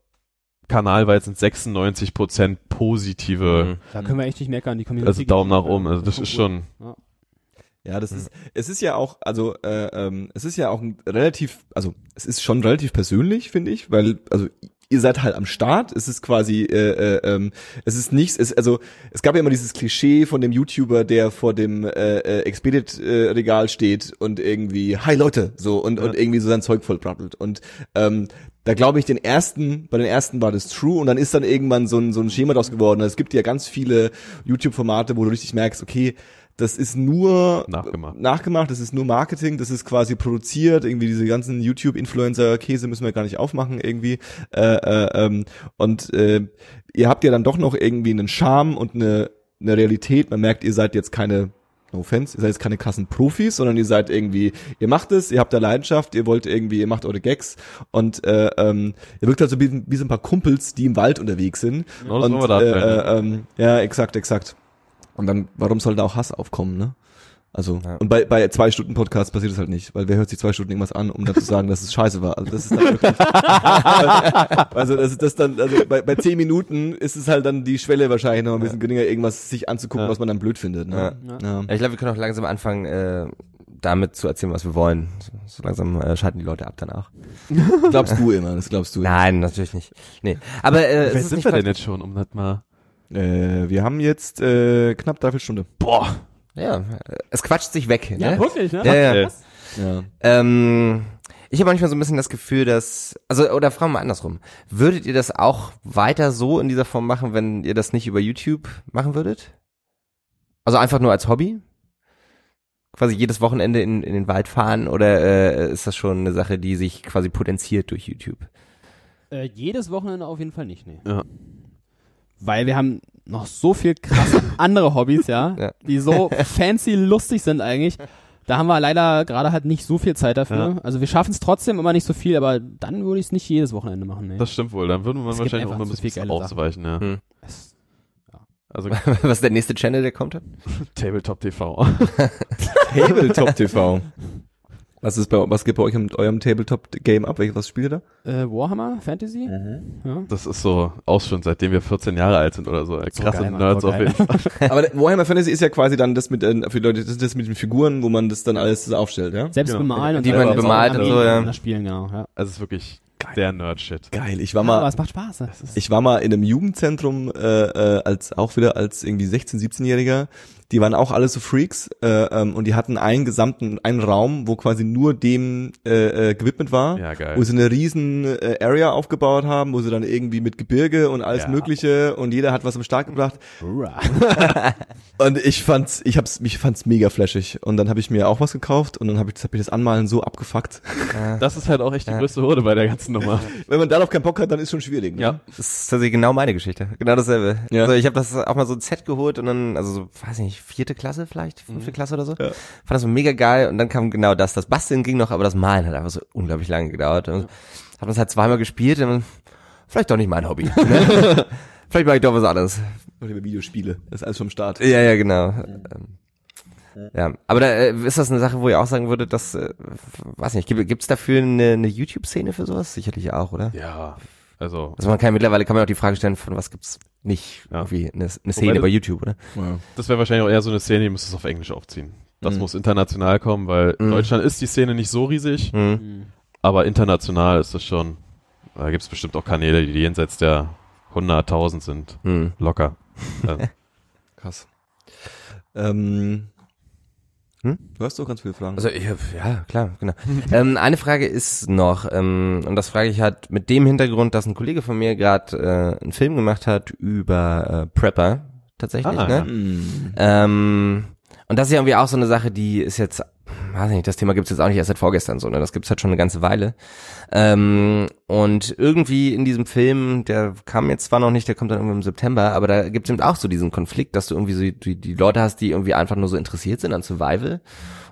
kanalweit sind 96%
Hm.
positive,
Da können wir echt nicht meckern, die Community.
also Daumen nach oben. Also das
Ja,
ist schon,
Ja, das ist, es ist ja auch, also, äh, ähm, es ist ja auch ein relativ, also, es ist schon relativ persönlich, finde ich, weil, also, ihr seid halt am Start, es ist quasi, äh, äh, ähm, es ist nichts, es, also, es gab ja immer dieses Klischee von dem YouTuber, der vor dem äh, äh, Expedit-Regal steht und irgendwie, hi Leute, so, und, und irgendwie so sein Zeug vollbrabbelt und, ähm, da glaube ich, den ersten, bei den ersten war das true und dann ist dann irgendwann so ein, so ein Schema draus geworden. Es gibt ja ganz viele YouTube-Formate, wo du richtig merkst, okay, das ist nur
Nachgemacht.
Äh,
nachgemacht, das ist nur Marketing, das ist quasi produziert, irgendwie diese ganzen YouTube-Influencer-Käse müssen wir gar nicht aufmachen irgendwie. Äh, äh, ähm, und äh, ihr habt ja dann doch noch irgendwie einen Charme und eine, eine Realität. Man merkt, ihr seid jetzt keine No offense, ihr seid jetzt keine krassen Profis, sondern ihr seid irgendwie, ihr macht es, ihr habt da Leidenschaft, ihr wollt irgendwie, ihr macht eure Gags und äh, ähm, ihr wirkt halt so wie, wie so ein paar Kumpels, die im Wald unterwegs sind.
Genau das
und,
wollen wir da
äh, äh, ähm, ja, exakt, exakt. Und dann, warum soll da auch Hass aufkommen, ne? Also,
Ja.
und bei, bei zwei Stunden Podcast passiert das halt nicht, weil wer hört sich zwei Stunden irgendwas an, um dann zu sagen, dass es scheiße war? Also das ist dann wirklich, also das ist das dann, also bei, bei zehn Minuten ist es halt dann die Schwelle wahrscheinlich noch ein bisschen geringer, irgendwas sich anzugucken,
Ja.
was man dann blöd findet. Ne?
Ja.
Ja.
Ich glaube, wir können auch langsam anfangen, äh, damit zu erzählen, was wir wollen. So, so langsam äh, schalten die Leute ab dann auch.
Glaubst du immer, das glaubst du.
Nein, natürlich nicht. Nee. Aber äh, es
wer
ist
sind
nicht
wir
falsch-
denn jetzt schon, um das mal,
Äh, wir haben jetzt äh, knapp dreiviertel Stunde.
boah,
Ja, äh, es quatscht sich weg.
Ja,
ne?
wirklich, ne?
Ja, ja.
ey,
Ja.
Ähm, ich habe manchmal so ein bisschen das Gefühl, dass, also, oder fragen wir mal andersrum. Würdet ihr das auch weiter so in dieser Form machen, wenn ihr das nicht über YouTube machen würdet? Also einfach nur als Hobby? Quasi jedes Wochenende in, in den Wald fahren oder äh, ist das schon eine Sache, die sich quasi potenziert durch YouTube?
Äh, jedes Wochenende auf jeden Fall nicht, nee.
Ja.
Äh, Weil wir haben noch so viel krasse andere Hobbys, ja,
Ja.
die so fancy lustig sind eigentlich. Da haben wir leider gerade halt nicht so viel Zeit dafür. Also wir schaffen es trotzdem immer nicht so viel, aber dann würde ich es nicht jedes Wochenende machen. Nee.
Das stimmt wohl. Dann würden wir
Es gibt
wahrscheinlich auch
einfach
mal ein
zu viel
bisschen
geile Sachen.
ausweichen, ja.
Hm.
Das-
Also
Was ist der nächste Channel, der kommt?
Tabletop TV.
Tabletop TV. Was ist bei, was geht bei euch mit eurem Tabletop Game ab? Welches- Was spielt ihr da?
Äh, Warhammer Fantasy? Ja.
Das ist so aus schon seitdem wir 14 Jahre alt sind oder so. Krasse
geil, Mann,
Nerds
so
auf jeden Fall.
Aber Warhammer Fantasy ist ja quasi dann das mit, äh, für die Leute, das ist das mit den Figuren, wo man das dann alles aufstellt, ja?
Selbst
Genau.
bemalen und
Die man
selber
bemalt
auch
und so, ja.
miteinander Spielen, genau. Ja.
Also es ist wirklich der Nerd-Shit.
Geil, ich war
Ja, aber
mal,
es macht Spaß. ne? Das ist
ich war mal in einem Jugendzentrum, äh, äh, als, auch wieder als irgendwie 16-, 17-Jähriger. Die waren auch alle so Freaks, äh, ähm, und die hatten einen gesamten, einen Raum, wo quasi nur dem, äh, äh, gewidmet war.
Ja, geil.
Wo sie eine riesen äh, Area aufgebaut haben, wo sie dann irgendwie mit Gebirge und alles
Ja.
Mögliche und jeder hat was am Start gebracht. Und ich fand's, ich hab's, mich fand's mega flashig. Und dann habe ich mir auch was gekauft und dann habe ich, hab ich das Anmalen so abgefuckt.
Das ist halt auch echt die größte Hürde bei der ganzen Nummer.
Wenn man darauf keinen Bock hat, dann ist schon schwierig. Ne?
Ja.
Das ist tatsächlich genau meine Geschichte. Genau dasselbe.
Ja.
Also ich habe das auch mal so ein Set geholt und dann, also so, weiß nicht, vierte Klasse vielleicht, fünfte Klasse oder so. Fand das so mega geil und dann kam genau das. Das Basteln ging noch, aber das Malen hat einfach so unglaublich lange gedauert. Und Hab das halt zweimal gespielt und dann, vielleicht doch nicht mein Hobby. Ne? vielleicht mache ich doch was anderes.
Oder über Videospiele. Das ist alles vom Start.
Ja, ja, genau. Ähm, Ja, aber da äh, ist das eine Sache, wo ihr auch sagen würdet, dass, äh, weiß nicht, gibt es dafür eine, eine YouTube-Szene für sowas? Sicherlich auch, oder?
Ja. Also,
Also man kann mittlerweile kann man auch die Frage stellen, von was gibt's nicht
Ja.
irgendwie eine, eine Szene
das-
bei YouTube, oder?
das wäre wahrscheinlich auch eher so eine Szene, die müsste es auf Englisch aufziehen.
Mhm.
Das muss international kommen, weil in Deutschland ist die Szene nicht so riesig, aber international ist das schon. Da gibt es bestimmt auch Kanäle, die jenseits der 100.000 sind. Ähm,
Hm.
Mhm. Locker.
Krass. Ähm,
Hm?
Du hast doch ganz viele Fragen.
Also ich, hab- ja, klar, genau. ähm, eine Frage ist noch, ähm, und das frage ich halt mit dem Hintergrund, dass ein Kollege von mir gerade äh, einen Film gemacht hat über äh, Prepper tatsächlich,
Ah,
ne?
ja.
Hm.
Ähm, und das ist ja irgendwie auch so eine Sache, die ist jetzt, weiß nicht, das Thema gibt's jetzt auch nicht erst seit vorgestern, sondern das gibt's halt schon eine ganze Weile. Ähm, und irgendwie in diesem Film, der kam jetzt zwar noch nicht, der kommt dann irgendwie im September, aber da gibt's eben auch so diesen Konflikt, dass du irgendwie so die, die Leute hast, die irgendwie einfach nur so interessiert sind an Survival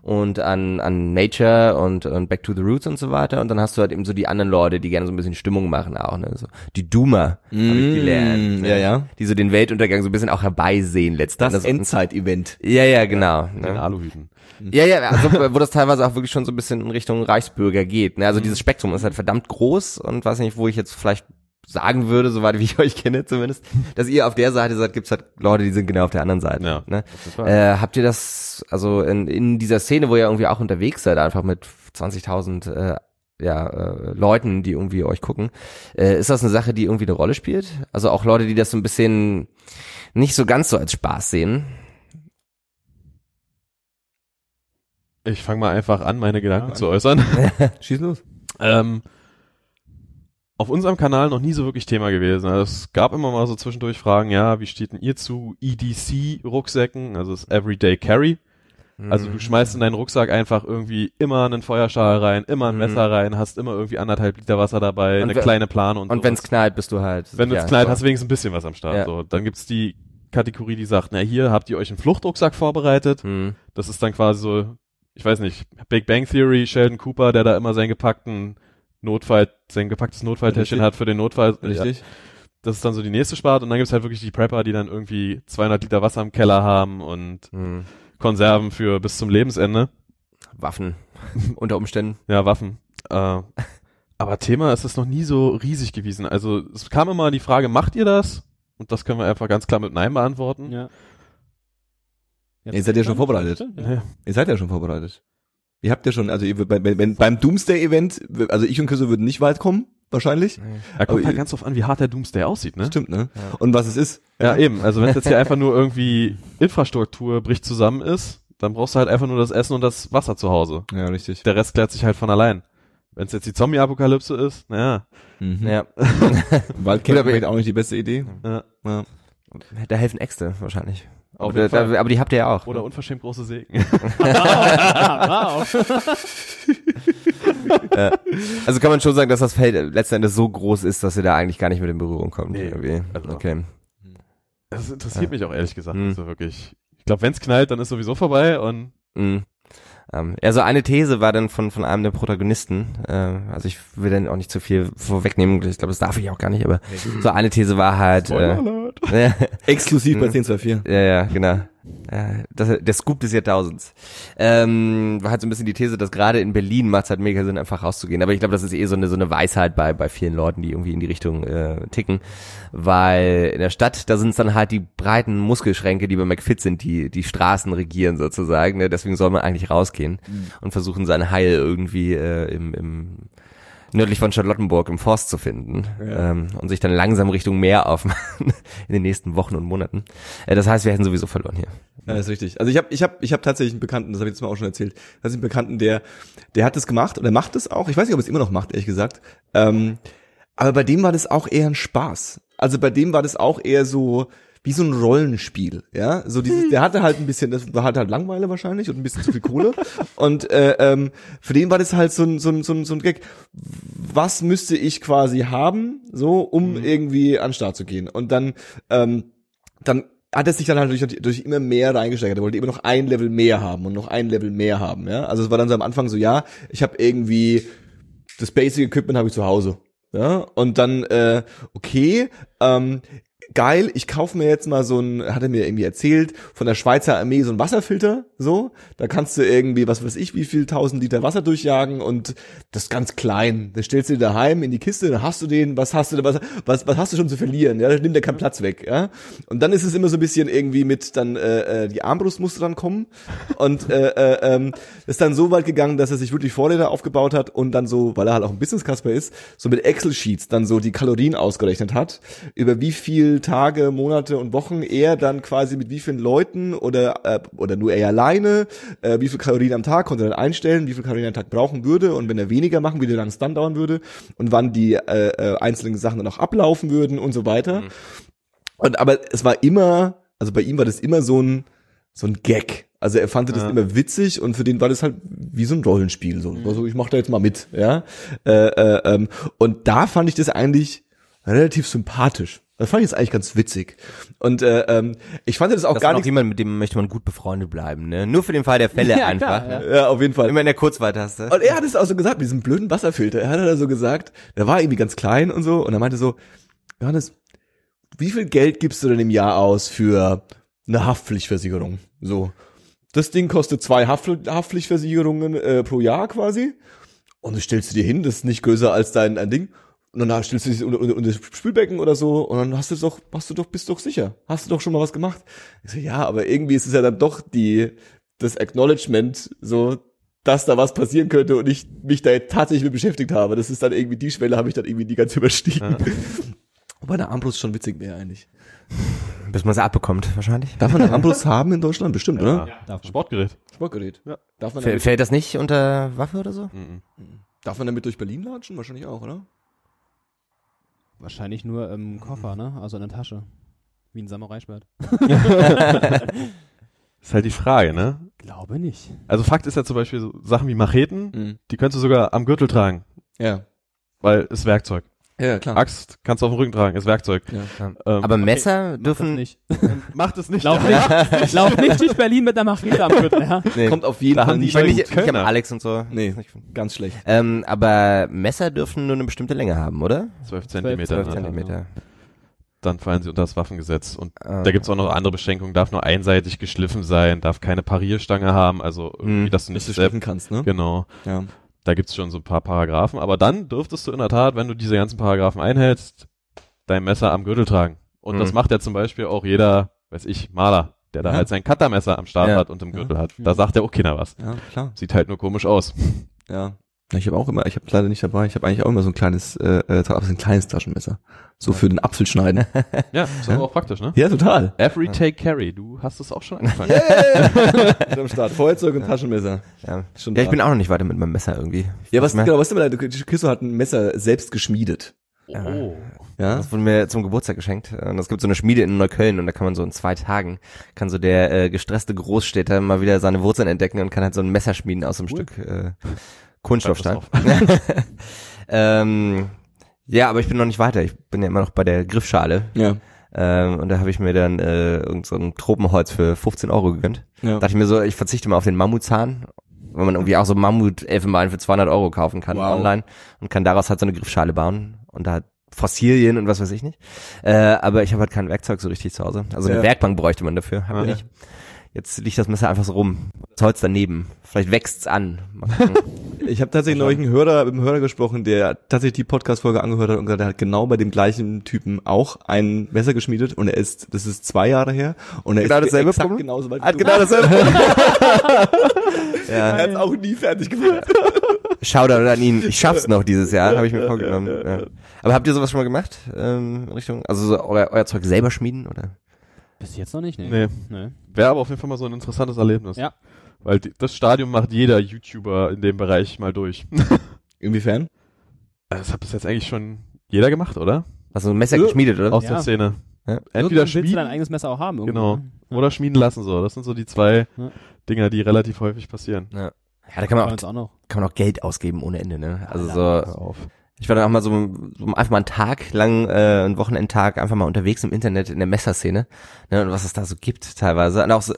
und an, an Nature und, und Back to the Roots und so weiter. Und dann hast du halt eben so die anderen Leute, die gerne so ein bisschen Stimmung machen auch, ne? So die Doomer, hab ich gelernt.
Mm,
ne?
ja, ja.
Die so den Weltuntergang so ein bisschen auch herbeisehen letztendlich.
Das Endzeit-Event.
Ja, ja, genau.
In
Ne?
Aluhüten.
Ja, ja, also, wo das teilweise auch wirklich schon so ein bisschen in Richtung Reichsbürger geht. Ne? Also dieses Spektrum ist halt verdammt groß und weiß nicht, wo ich jetzt vielleicht sagen würde, soweit wie ich euch kenne zumindest, dass ihr auf der Seite seid, gibt's halt Leute, die sind genau auf der anderen Seite.
Ja,
ne?
Fall.
äh, habt ihr das, also in, in dieser Szene, wo ihr irgendwie auch unterwegs seid, einfach mit 20.000 äh, ja, äh, Leuten, die irgendwie euch gucken, äh, ist das eine Sache, die irgendwie eine Rolle spielt? Also auch Leute, die das so ein bisschen nicht so ganz so als Spaß sehen.
Ich fange mal einfach an, meine Gedanken zu äußern.
Schieß los.
Ähm, auf unserem Kanal noch nie so wirklich Thema gewesen. Also es gab immer mal so zwischendurch Fragen, ja, wie steht denn ihr zu EDC-Rucksäcken? Also das Everyday Carry. Also
Mhm.
du schmeißt in deinen Rucksack einfach irgendwie immer einen Feuerschal rein, immer ein
Mhm.
Messer rein, hast immer irgendwie anderthalb Liter Wasser dabei,
Und
eine
we-
kleine Plane und
Und
sowas.
wenn's knallt, bist du halt.
Wenn du es
ja,
knallt,
so.
hast du wenigstens ein bisschen was am Start.
Ja.
So, dann gibt's die Kategorie, die sagt, na hier habt ihr euch einen Fluchtrucksack vorbereitet.
Hm.
Das ist dann quasi so, ich weiß nicht, Big Bang Theory, Sheldon Cooper, der da immer seinen gepackten Notfall, sein gepacktes Notfalltäschchen
Richtig.
hat für den Notfall. Ja,
Richtig?
das ist dann so die nächste Sparte. Und dann gibt's halt wirklich die Prepper, die dann irgendwie 200 Liter Wasser im Keller haben und
Hm.
Konserven für bis zum Lebensende.
Waffen. Unter Umständen.
Ja, Waffen. Äh, aber Thema ist es noch nie so riesig gewesen. Also es kam immer die Frage, macht ihr das? Und das können wir einfach ganz klar mit Nein beantworten.
Ja.
Ihr seid ja schon vorbereitet.
Ja.
Ihr seid ja schon vorbereitet. Ihr habt ja schon, also ihr, bei, bei, wenn, beim Doomsday-Event, also ich und Küsse würden nicht weit kommen, wahrscheinlich.
Da kommt
Aber
halt
ihr-
ganz drauf an, wie hart der Doomsday aussieht, ne?
Stimmt, ne? Und was es ist.
Ja, eben. Also wenn es jetzt hier einfach nur irgendwie Infrastruktur bricht zusammen ist, dann brauchst du halt einfach nur das Essen und das Wasser zu Hause.
Ja, richtig.
Der Rest klärt sich halt von allein. Wenn es jetzt die Zombie-Apokalypse ist, naja.
Mhm.
Ja.
Waldcamp
Oder wir-
wäre auch nicht die beste Idee.
Ja.
Ja.
Da helfen Äxte wahrscheinlich.
Auf
Aber,
jeden Fall.
da, aber die habt ihr ja auch. ne?
Oder unverschämt große Segen.
Also kann man schon sagen, dass das Feld äh, letzten Endes so groß ist, dass ihr da eigentlich gar nicht mit in Berührung kommt.
Nee.
irgendwie.
Also-
Okay.
Das interessiert mich auch ehrlich gesagt also
Hm.
nicht so wirklich. Ich glaube, wenn es knallt, dann ist sowieso vorbei und
Mhm. Ähm, also eine These war dann von, von einem der Protagonisten, äh, also ich will dann auch nicht zu viel vorwegnehmen, ich glaube, das darf ich auch gar nicht, aber so eine These war halt, äh, ja,
Exklusiv bei 1024.
ja, ja, genau. Äh, Das, der Scoop des Jahrtausends. Ähm, war halt so ein bisschen die These, dass gerade in Berlin macht es halt mega Sinn, einfach rauszugehen. Aber ich glaube, das ist eh so eine, so eine Weisheit bei, bei vielen Leuten, die irgendwie in die Richtung äh, ticken. Weil in der Stadt, da sind es dann halt die breiten Muskelschränke, die bei McFit sind, die die Straßen regieren sozusagen. Ne? Deswegen soll man eigentlich rausgehen und versuchen, sein Heil irgendwie äh, im, im nördlich von Charlottenburg im Forst zu finden ähm, und sich dann langsam Richtung Meer aufmachen in den nächsten Wochen und Monaten. Äh, das heißt, wir hätten sowieso verloren hier.
Ja, das ist richtig. Also ich habe ich hab, ich hab tatsächlich einen Bekannten, das habe ich jetzt mal auch schon erzählt, tatsächlich einen Bekannten, der, der hat das gemacht oder macht es auch. Ich weiß nicht, ob er es immer noch macht, ehrlich gesagt. Ähm, aber bei dem war das auch eher ein Spaß. Also bei dem war das auch eher so wie so ein Rollenspiel, ja. So dieses, der hatte halt ein bisschen, das war halt halt Langweile wahrscheinlich und ein bisschen zu viel Kohle. Und äh, ähm, für den war das halt so ein, so ein, so ein, so ein Gag. Was müsste ich quasi haben, so, um irgendwie an den Start zu gehen? Und dann, ähm, dann hat es sich dann halt durch, durch immer mehr reingesteigert. Er wollte immer noch ein Level mehr haben und noch ein Level mehr haben, ja. Also es war dann so am Anfang so, ja, ich habe irgendwie das Basic Equipment habe ich zu Hause, ja. Und dann äh, okay, ähm, geil, ich kaufe mir jetzt mal so ein, hat er mir irgendwie erzählt, von der Schweizer Armee so ein Wasserfilter, so. Da kannst du irgendwie, was weiß ich, wie viel tausend Liter Wasser durchjagen und das ist ganz klein. Das stellst du dir daheim in die Kiste, dann hast du den, was hast du, was, was, was hast du schon zu verlieren, ja, dann nimmt der keinen Platz weg, ja. Und dann ist es immer so ein bisschen irgendwie mit, dann, äh, äh, die Armbrust musste dann kommen und, äh, äh, ähm, ist dann so weit gegangen, dass er sich wirklich Vorräte aufgebaut hat und dann so, weil er halt auch ein Business-Kasper ist, so mit Excel-Sheets dann so die Kalorien ausgerechnet hat, über wie viel Tage, Monate und Wochen er dann quasi mit wie vielen Leuten oder, äh, oder nur er alleine, äh, wie viel Kalorien am Tag konnte er dann einstellen, wie viel Kalorien am Tag brauchen würde und wenn er weniger machen, wie lange es dann dauern würde und wann die äh, äh, einzelnen Sachen dann auch ablaufen würden und so weiter. Und aber es war immer, also bei ihm war das immer so ein, so ein Gag. Also er fand das immer witzig und für den war das halt wie so ein Rollenspiel. So, also ich mach da jetzt mal mit, ja. Äh, äh, ähm, und da fand ich das eigentlich relativ sympathisch. Das fand ich jetzt eigentlich ganz witzig. Und äh, ähm, ich fand das auch
Das
gar
ist auch
nicht.
jemand, mit dem möchte man gut befreundet bleiben, ne? Nur für den Fall der Fälle
Ja,
einfach.
klar, ja.
ne?
Ja, auf jeden Fall.
Immer in der Kurzwahltaste.
Und er hat es auch so gesagt, mit diesem blöden Wasserfilter. Er hat da so gesagt, der war irgendwie ganz klein und so. Und er meinte so, Johannes, wie viel Geld gibst du denn im Jahr aus für eine Haftpflichtversicherung? So, das Ding kostet zwei Haftpfl- Haftpflichtversicherungen äh, pro Jahr quasi. Und das stellst du dir hin, das ist nicht größer als dein ein Ding. Und dann stellst du dich unter, unter, unter das Spülbecken oder so und dann hast du doch, hast du doch, bist doch sicher. Hast du doch schon mal was gemacht. Ich so, ja, aber irgendwie ist es ja dann doch die, das Acknowledgement, so, dass da was passieren könnte und ich mich da tatsächlich mit beschäftigt habe. Das ist dann irgendwie die Schwelle, habe ich dann irgendwie nie ganz überstiegen. Wobei eine Armbrust schon witzig wäre eigentlich.
Bis man es abbekommt, wahrscheinlich.
Darf man eine Armbrust haben in Deutschland? Bestimmt, oder?
Darf man.
Sportgerät.
Sportgerät. Ja. Darf, man
F
damit,
fällt das nicht unter Waffe oder so?
darf man damit durch Berlin latschen? Wahrscheinlich auch, oder?
Wahrscheinlich nur im Koffer, ne? Also in der Tasche. Wie ein Samurai-Schwert.
Ist halt die Frage, ne?
Glaube nicht.
Also Fakt ist ja zum Beispiel so Sachen wie Macheten,
Mhm.
die kannst du sogar am Gürtel tragen,
Ja.
weil ist Werkzeug.
Ja, klar.
Axt kannst du auf dem Rücken tragen, ist Werkzeug.
Ja.
Ähm,
Ah. Aber Messer dürfen.
nicht.
macht es nicht.
Lauf nicht, lauf nicht durch Berlin mit einer Machete am Gürtel, ja?
Nee.
Kommt auf jeden
Da
Fall
haben die
nicht.
ich meine,
Weil
nicht,
Kölner.
nicht am Alex und so.
Nee,
Ich-
ganz schlecht.
Ähm, aber Messer dürfen nur eine bestimmte Länge haben, oder?
12 Zentimeter.
Zwölf
12
ne?
Zentimeter.
Zentimeter.
Dann fallen sie unter das Waffengesetz. Und
Ah.
da gibt's auch noch andere Beschränkungen. Darf nur einseitig geschliffen sein, darf keine Parierstange haben, also irgendwie,
Hm.
dass du
Dass
nicht
du
selbst...
schleppen kannst, ne?
Genau.
Ja.
Da gibt's schon so ein paar Paragraphen. Aber dann dürftest du in der Tat, wenn du diese ganzen Paragraphen einhältst, dein Messer am Gürtel tragen. Und
Hm.
das macht ja zum Beispiel auch jeder, weiß ich, Maler, der da
Mhm. Ja.
halt sein Cuttermesser am Start
Ja.
hat und im Gürtel hat. Da sagt ja auch keiner was.
Ja, klar.
Sieht halt nur komisch aus.
Ja. Ich habe auch immer, ich habe leider nicht dabei, ich habe eigentlich auch immer so ein kleines, äh, äh, Ta- aber es ist ein kleines Taschenmesser. So für den Apfelschneiden.
Ja, ist aber auch praktisch, ne?
ja, total.
Every take carry. Du hast es auch schon angefangen.
Am Start. Feuerzeug und Taschenmesser.
Ja.
Schon
Ah. ja, ich
dran.
bin auch noch nicht weiter mit meinem Messer irgendwie.
Ja, was,
Merk-
genau, was ist denn mit der Kisso hat ein Messer selbst geschmiedet.
Oh.
Ja?
Das wurde mir zum Geburtstag geschenkt. Und es gibt so eine Schmiede in Neukölln und da kann man so in zwei Tagen, kann so der äh, gestresste Großstädter mal wieder seine Wurzeln entdecken und kann halt so ein Messer schmieden aus einem Stück äh, Kunststoffstein. ähm, ja, aber ich bin noch nicht weiter. Ich bin ja immer noch bei der Griffschale.
Ja.
Ähm, und da habe ich mir dann äh, irgend so ein Tropenholz für 15 Euro gegönnt.
Ja.
Dachte ich mir so, ich verzichte mal auf den Mammutzahn weil man irgendwie auch so Mammut-Elfenbein für 200 Euro kaufen kann
Wow.
online und kann daraus halt so eine Griffschale bauen und da halt Fossilien und was weiß ich nicht. Äh, aber ich habe halt kein Werkzeug so richtig zu Hause. Also
Ja.
eine Werkbank bräuchte man dafür, habe
Ja.
ich nicht. Jetzt liegt das Messer einfach so rum. Das Holz daneben. Vielleicht wächst's an. Mal gucken.
Ich habe tatsächlich neulich einen Hörer, mit einem Hörer gesprochen, der tatsächlich die Podcast-Folge angehört hat und gesagt, er hat genau bei dem gleichen Typen auch ein Messer geschmiedet und er ist, das ist zwei Jahre her und er
Genau
ist
dasselbe
exakt
Problem?
genauso weit.
Hat
wie du.
genau dasselbe.
Er hat es auch nie fertig gemacht.
Shoutout an ihn. Ich schaff's noch dieses Jahr, habe ich mir vorgenommen. Ja. Aber habt ihr sowas schon mal gemacht? Ähm, in Richtung, also so euer, euer Zeug selber schmieden oder?
Bis jetzt noch nicht, ne?
Nee.
Nee.
Wäre aber auf jeden Fall mal so ein interessantes Erlebnis.
Ja.
Weil die, das Stadium macht jeder YouTuber in dem Bereich mal durch.
Inwiefern?
Das hat bis jetzt eigentlich schon jeder gemacht, oder?
Hast du ein Messer
Ja.
geschmiedet oder?
Aus
Ja.
der Szene.
Ja.
Entweder
Irgendwann willst du dein
schmieden
eigenes Messer auch haben. irgendwo,
Genau.
ne?
oder schmieden lassen so. Das sind so die zwei
Ja.
Dinger, die relativ häufig passieren.
Ja, da kann
Bei
man auch,
uns auch noch.
kann man auch Geld ausgeben ohne Ende, ne? Also
Hör
so,
auf.
ich war dann auch mal so, so einfach mal einen Tag lang, äh, einen Wochenendtag einfach mal unterwegs im Internet in der Messerszene, ne? Und was es da so gibt teilweise. Und auch so,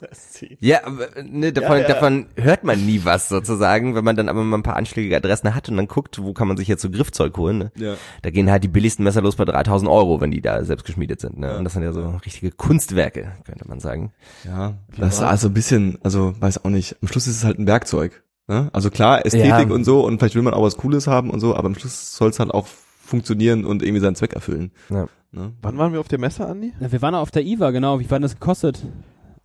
ja, aber, ne, davon, davon hört man nie was sozusagen, wenn man dann aber mal ein paar anschlägige Adressen hat und dann guckt, wo kann man sich jetzt so Griffzeug holen, ne?
Ja.
Da gehen halt die billigsten Messer los bei 3000 Euro, wenn die da selbst geschmiedet sind, ne?
Ja.
Und das sind ja so richtige Kunstwerke, könnte man sagen.
Ja, das ist also ein bisschen, also weiß auch nicht, am Schluss ist es halt ein Werkzeug. Ne? Also klar, Ästhetik
Ja.
und so und vielleicht will man auch was Cooles haben und so, aber am Schluss soll es halt auch funktionieren und irgendwie seinen Zweck erfüllen.
Ja.
Ne?
Wann waren wir auf der Messe, Andi?
Na, wir waren auch auf der IWA, genau. Wie war denn das gekostet?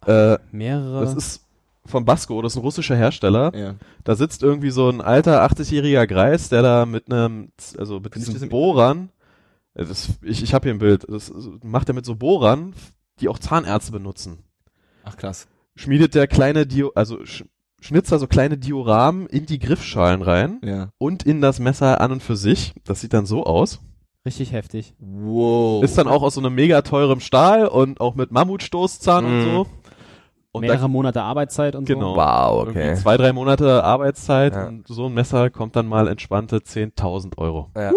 Äh,
Mehrere.
das ist von Basco, das ist ein russischer Hersteller.
Ja.
Da sitzt irgendwie so ein alter 80-jähriger Greis, der da mit einem, Z- also mit
Findest du das
diesen
im
Bohrern, äh, das, ich, ich habe hier ein Bild, das ist- macht er mit so Bohrern, die auch Zahnärzte benutzen.
Ach krass.
Schmiedet der kleine Dio, also sch, schnitzt da so kleine Dioramen in die Griffschalen rein
Ja.
und in das Messer an und für sich. Das sieht dann so aus.
Richtig heftig.
Oh.
Wow.
Ist dann auch aus so einem mega teurem Stahl und auch mit Mammutstoßzahn und
Mhm.
so. Und da
Mehrere Monate Arbeitszeit und
Genau.
Wow,
irgendwie
okay.
zwei, drei Monate Arbeitszeit
Ja.
und so ein Messer kommt dann mal entspannte 10.000 Euro.
Ja.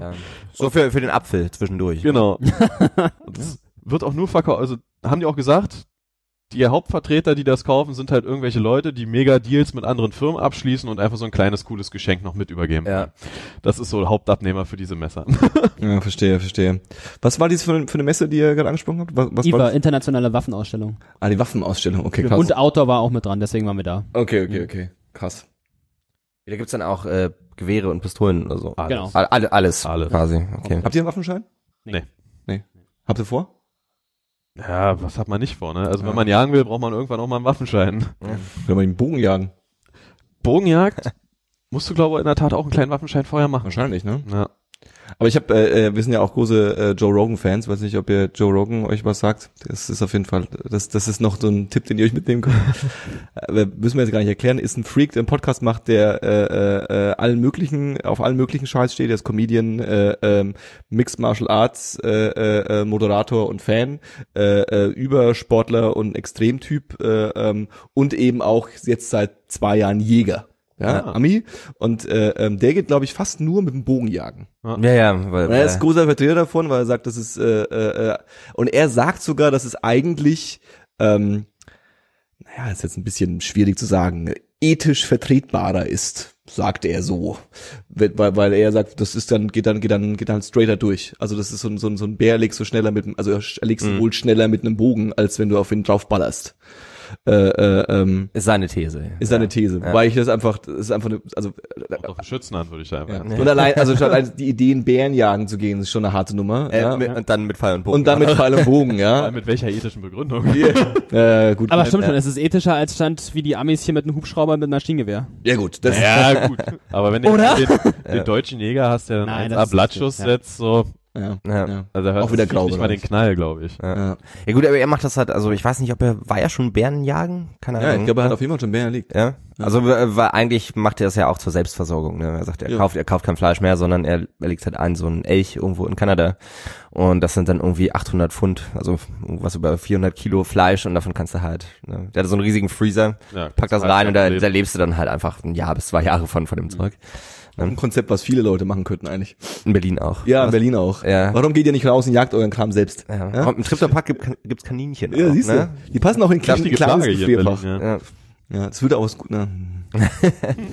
ja. So für, für den Apfel zwischendurch.
Genau. und das wird auch nur verkauft, also haben die auch gesagt, die Hauptvertreter, die das kaufen, sind halt irgendwelche Leute, die mega Deals mit anderen Firmen abschließen und einfach so ein kleines cooles Geschenk noch mit übergeben.
Ja.
Das ist so der Hauptabnehmer für diese Messer.
Ja, verstehe, verstehe. Was war dies für, eine- für eine Messe, die ihr gerade angesprochen habt? Was,
so. IWA,
was
Genau.
war das?
internationale Waffenausstellung.
Ah, die Waffenausstellung. Okay, krass.
Und Outdoor war auch mit dran, deswegen waren wir da.
okay, okay, okay. Krass.
Da gibt's dann auch äh, Gewehre und Pistolen oder so.
Alles.
Genau.
All, all, alles,
Alles.
quasi. Okay.
Habt ihr einen Waffenschein?
Nee.
Nee. Habt ihr vor?
Ja, was hat man nicht vor, ne? Also wenn man jagen will, braucht man irgendwann auch mal einen Waffenschein.
Will man den Bogen jagen?
Bogenjagd musst du, glaube ich, in der Tat auch einen kleinen Waffenschein vorher machen.
Wahrscheinlich, ne?
Ja.
Aber ich habe, äh, äh, wir sind ja auch große äh, Joe Rogan-Fans. Weiß nicht, ob ihr Joe Rogan euch was sagt. Das ist auf jeden Fall, das, das ist noch so ein Tipp, den ihr euch mitnehmen könnt. Aber müssen wir jetzt gar nicht erklären. Ist ein Freak, der einen Podcast macht, der äh, äh, äh, allen möglichen, auf allen möglichen Scheiß steht. Der ist Comedian, äh, ähm, Mixed Martial Arts, äh, äh, äh, Moderator und Fan, äh, äh, Übersportler und Extremtyp äh, ähm, und eben auch jetzt seit zwei Jahren Jäger. Ja,
Ah.
Ami. Und äh, ähm, der geht, glaube ich, fast nur mit dem Bogenjagen.
Ja, ja. Weil,
Er ist
äh,
großer Vertreter davon, weil er sagt, das ist äh, äh, äh, und er sagt sogar, dass es eigentlich, ähm, naja, ist jetzt ein bisschen schwierig zu sagen, ethisch vertretbarer ist, sagt er so, weil, weil- weil er sagt, das ist dann geht dann geht dann geht dann straighter durch. Also das ist so ein so ein, so ein Bär legst du schneller mit, dem- also er legst
Mhm.
du wohl schneller mit einem Bogen, als wenn du auf ihn draufballerst. Äh, äh, ähm,
ist seine These.
ist seine These,
Ja.
weil ich das einfach, das ist einfach eine, also
Kommt auf den Schützen an, würde ich sagen.
ja. und allein, also schon allein die Ideen Bären jagen zu gehen, ist schon eine harte Nummer.
Äh,
ja.
mit, und dann mit Pfeil und Bogen.
Und dann mit Pfeil und Bogen, ja.
Mit welcher ethischen Begründung?
äh, gut.
Aber stimmt schon, es ist ethischer als stand wie die Amis hier mit einem Hubschrauber mit Maschinengewehr.
ja gut, das
Ja, gut. Aber wenn du
Oder?
den, den deutschen Jäger hast, der dann
Nein,
einen
das ist
Blattschutz
richtig, ja.
setzt, so,
ja.
Ja.
Ja.
also da hört
Auch wieder
es
grau,
nicht mal
oder
den
was?
Knall, glaube ich.
Ja.
Ja gut, aber er macht das halt, also ich weiß nicht, ob er, war er schon Bären jagen? Keine Ahnung.
ich glaube, er hat auf jeden Fall schon mehr erlegt.
Ja. Also äh, weil eigentlich macht er das ja auch zur Selbstversorgung. Ne? Er sagt, er
Ja.
kauft, er kauft kein Fleisch mehr, sondern er, er legt halt ein so einen Elch irgendwo in Kanada und das sind dann irgendwie 800 Pfund, also was über 400 Kilo Fleisch und davon kannst du halt. Ne? Der hat so einen riesigen Freezer,
Ja,
packt das
kannst
rein
halt
und da,
leben.
da lebst du dann halt einfach ein Jahr bis zwei Jahre von
Mhm.
von dem Zeug.
Ein Konzept, was viele Leute machen könnten eigentlich.
In Berlin auch.
Ja, in
Was-
Berlin auch.
Ja.
Warum geht ihr nicht raus und jagt euren Kram selbst?
Ja.
Ja?
Und Im Tripterpark gibt, gibt's Kaninchen.
Ja,
auch,
siehst du.
ne?
Die passen auch in ein kleines
Richtige
kleines
Plage hier in
Gefrierfach.
Berlin, ja.
Ja.
Ja, das würde auch was gut, ne?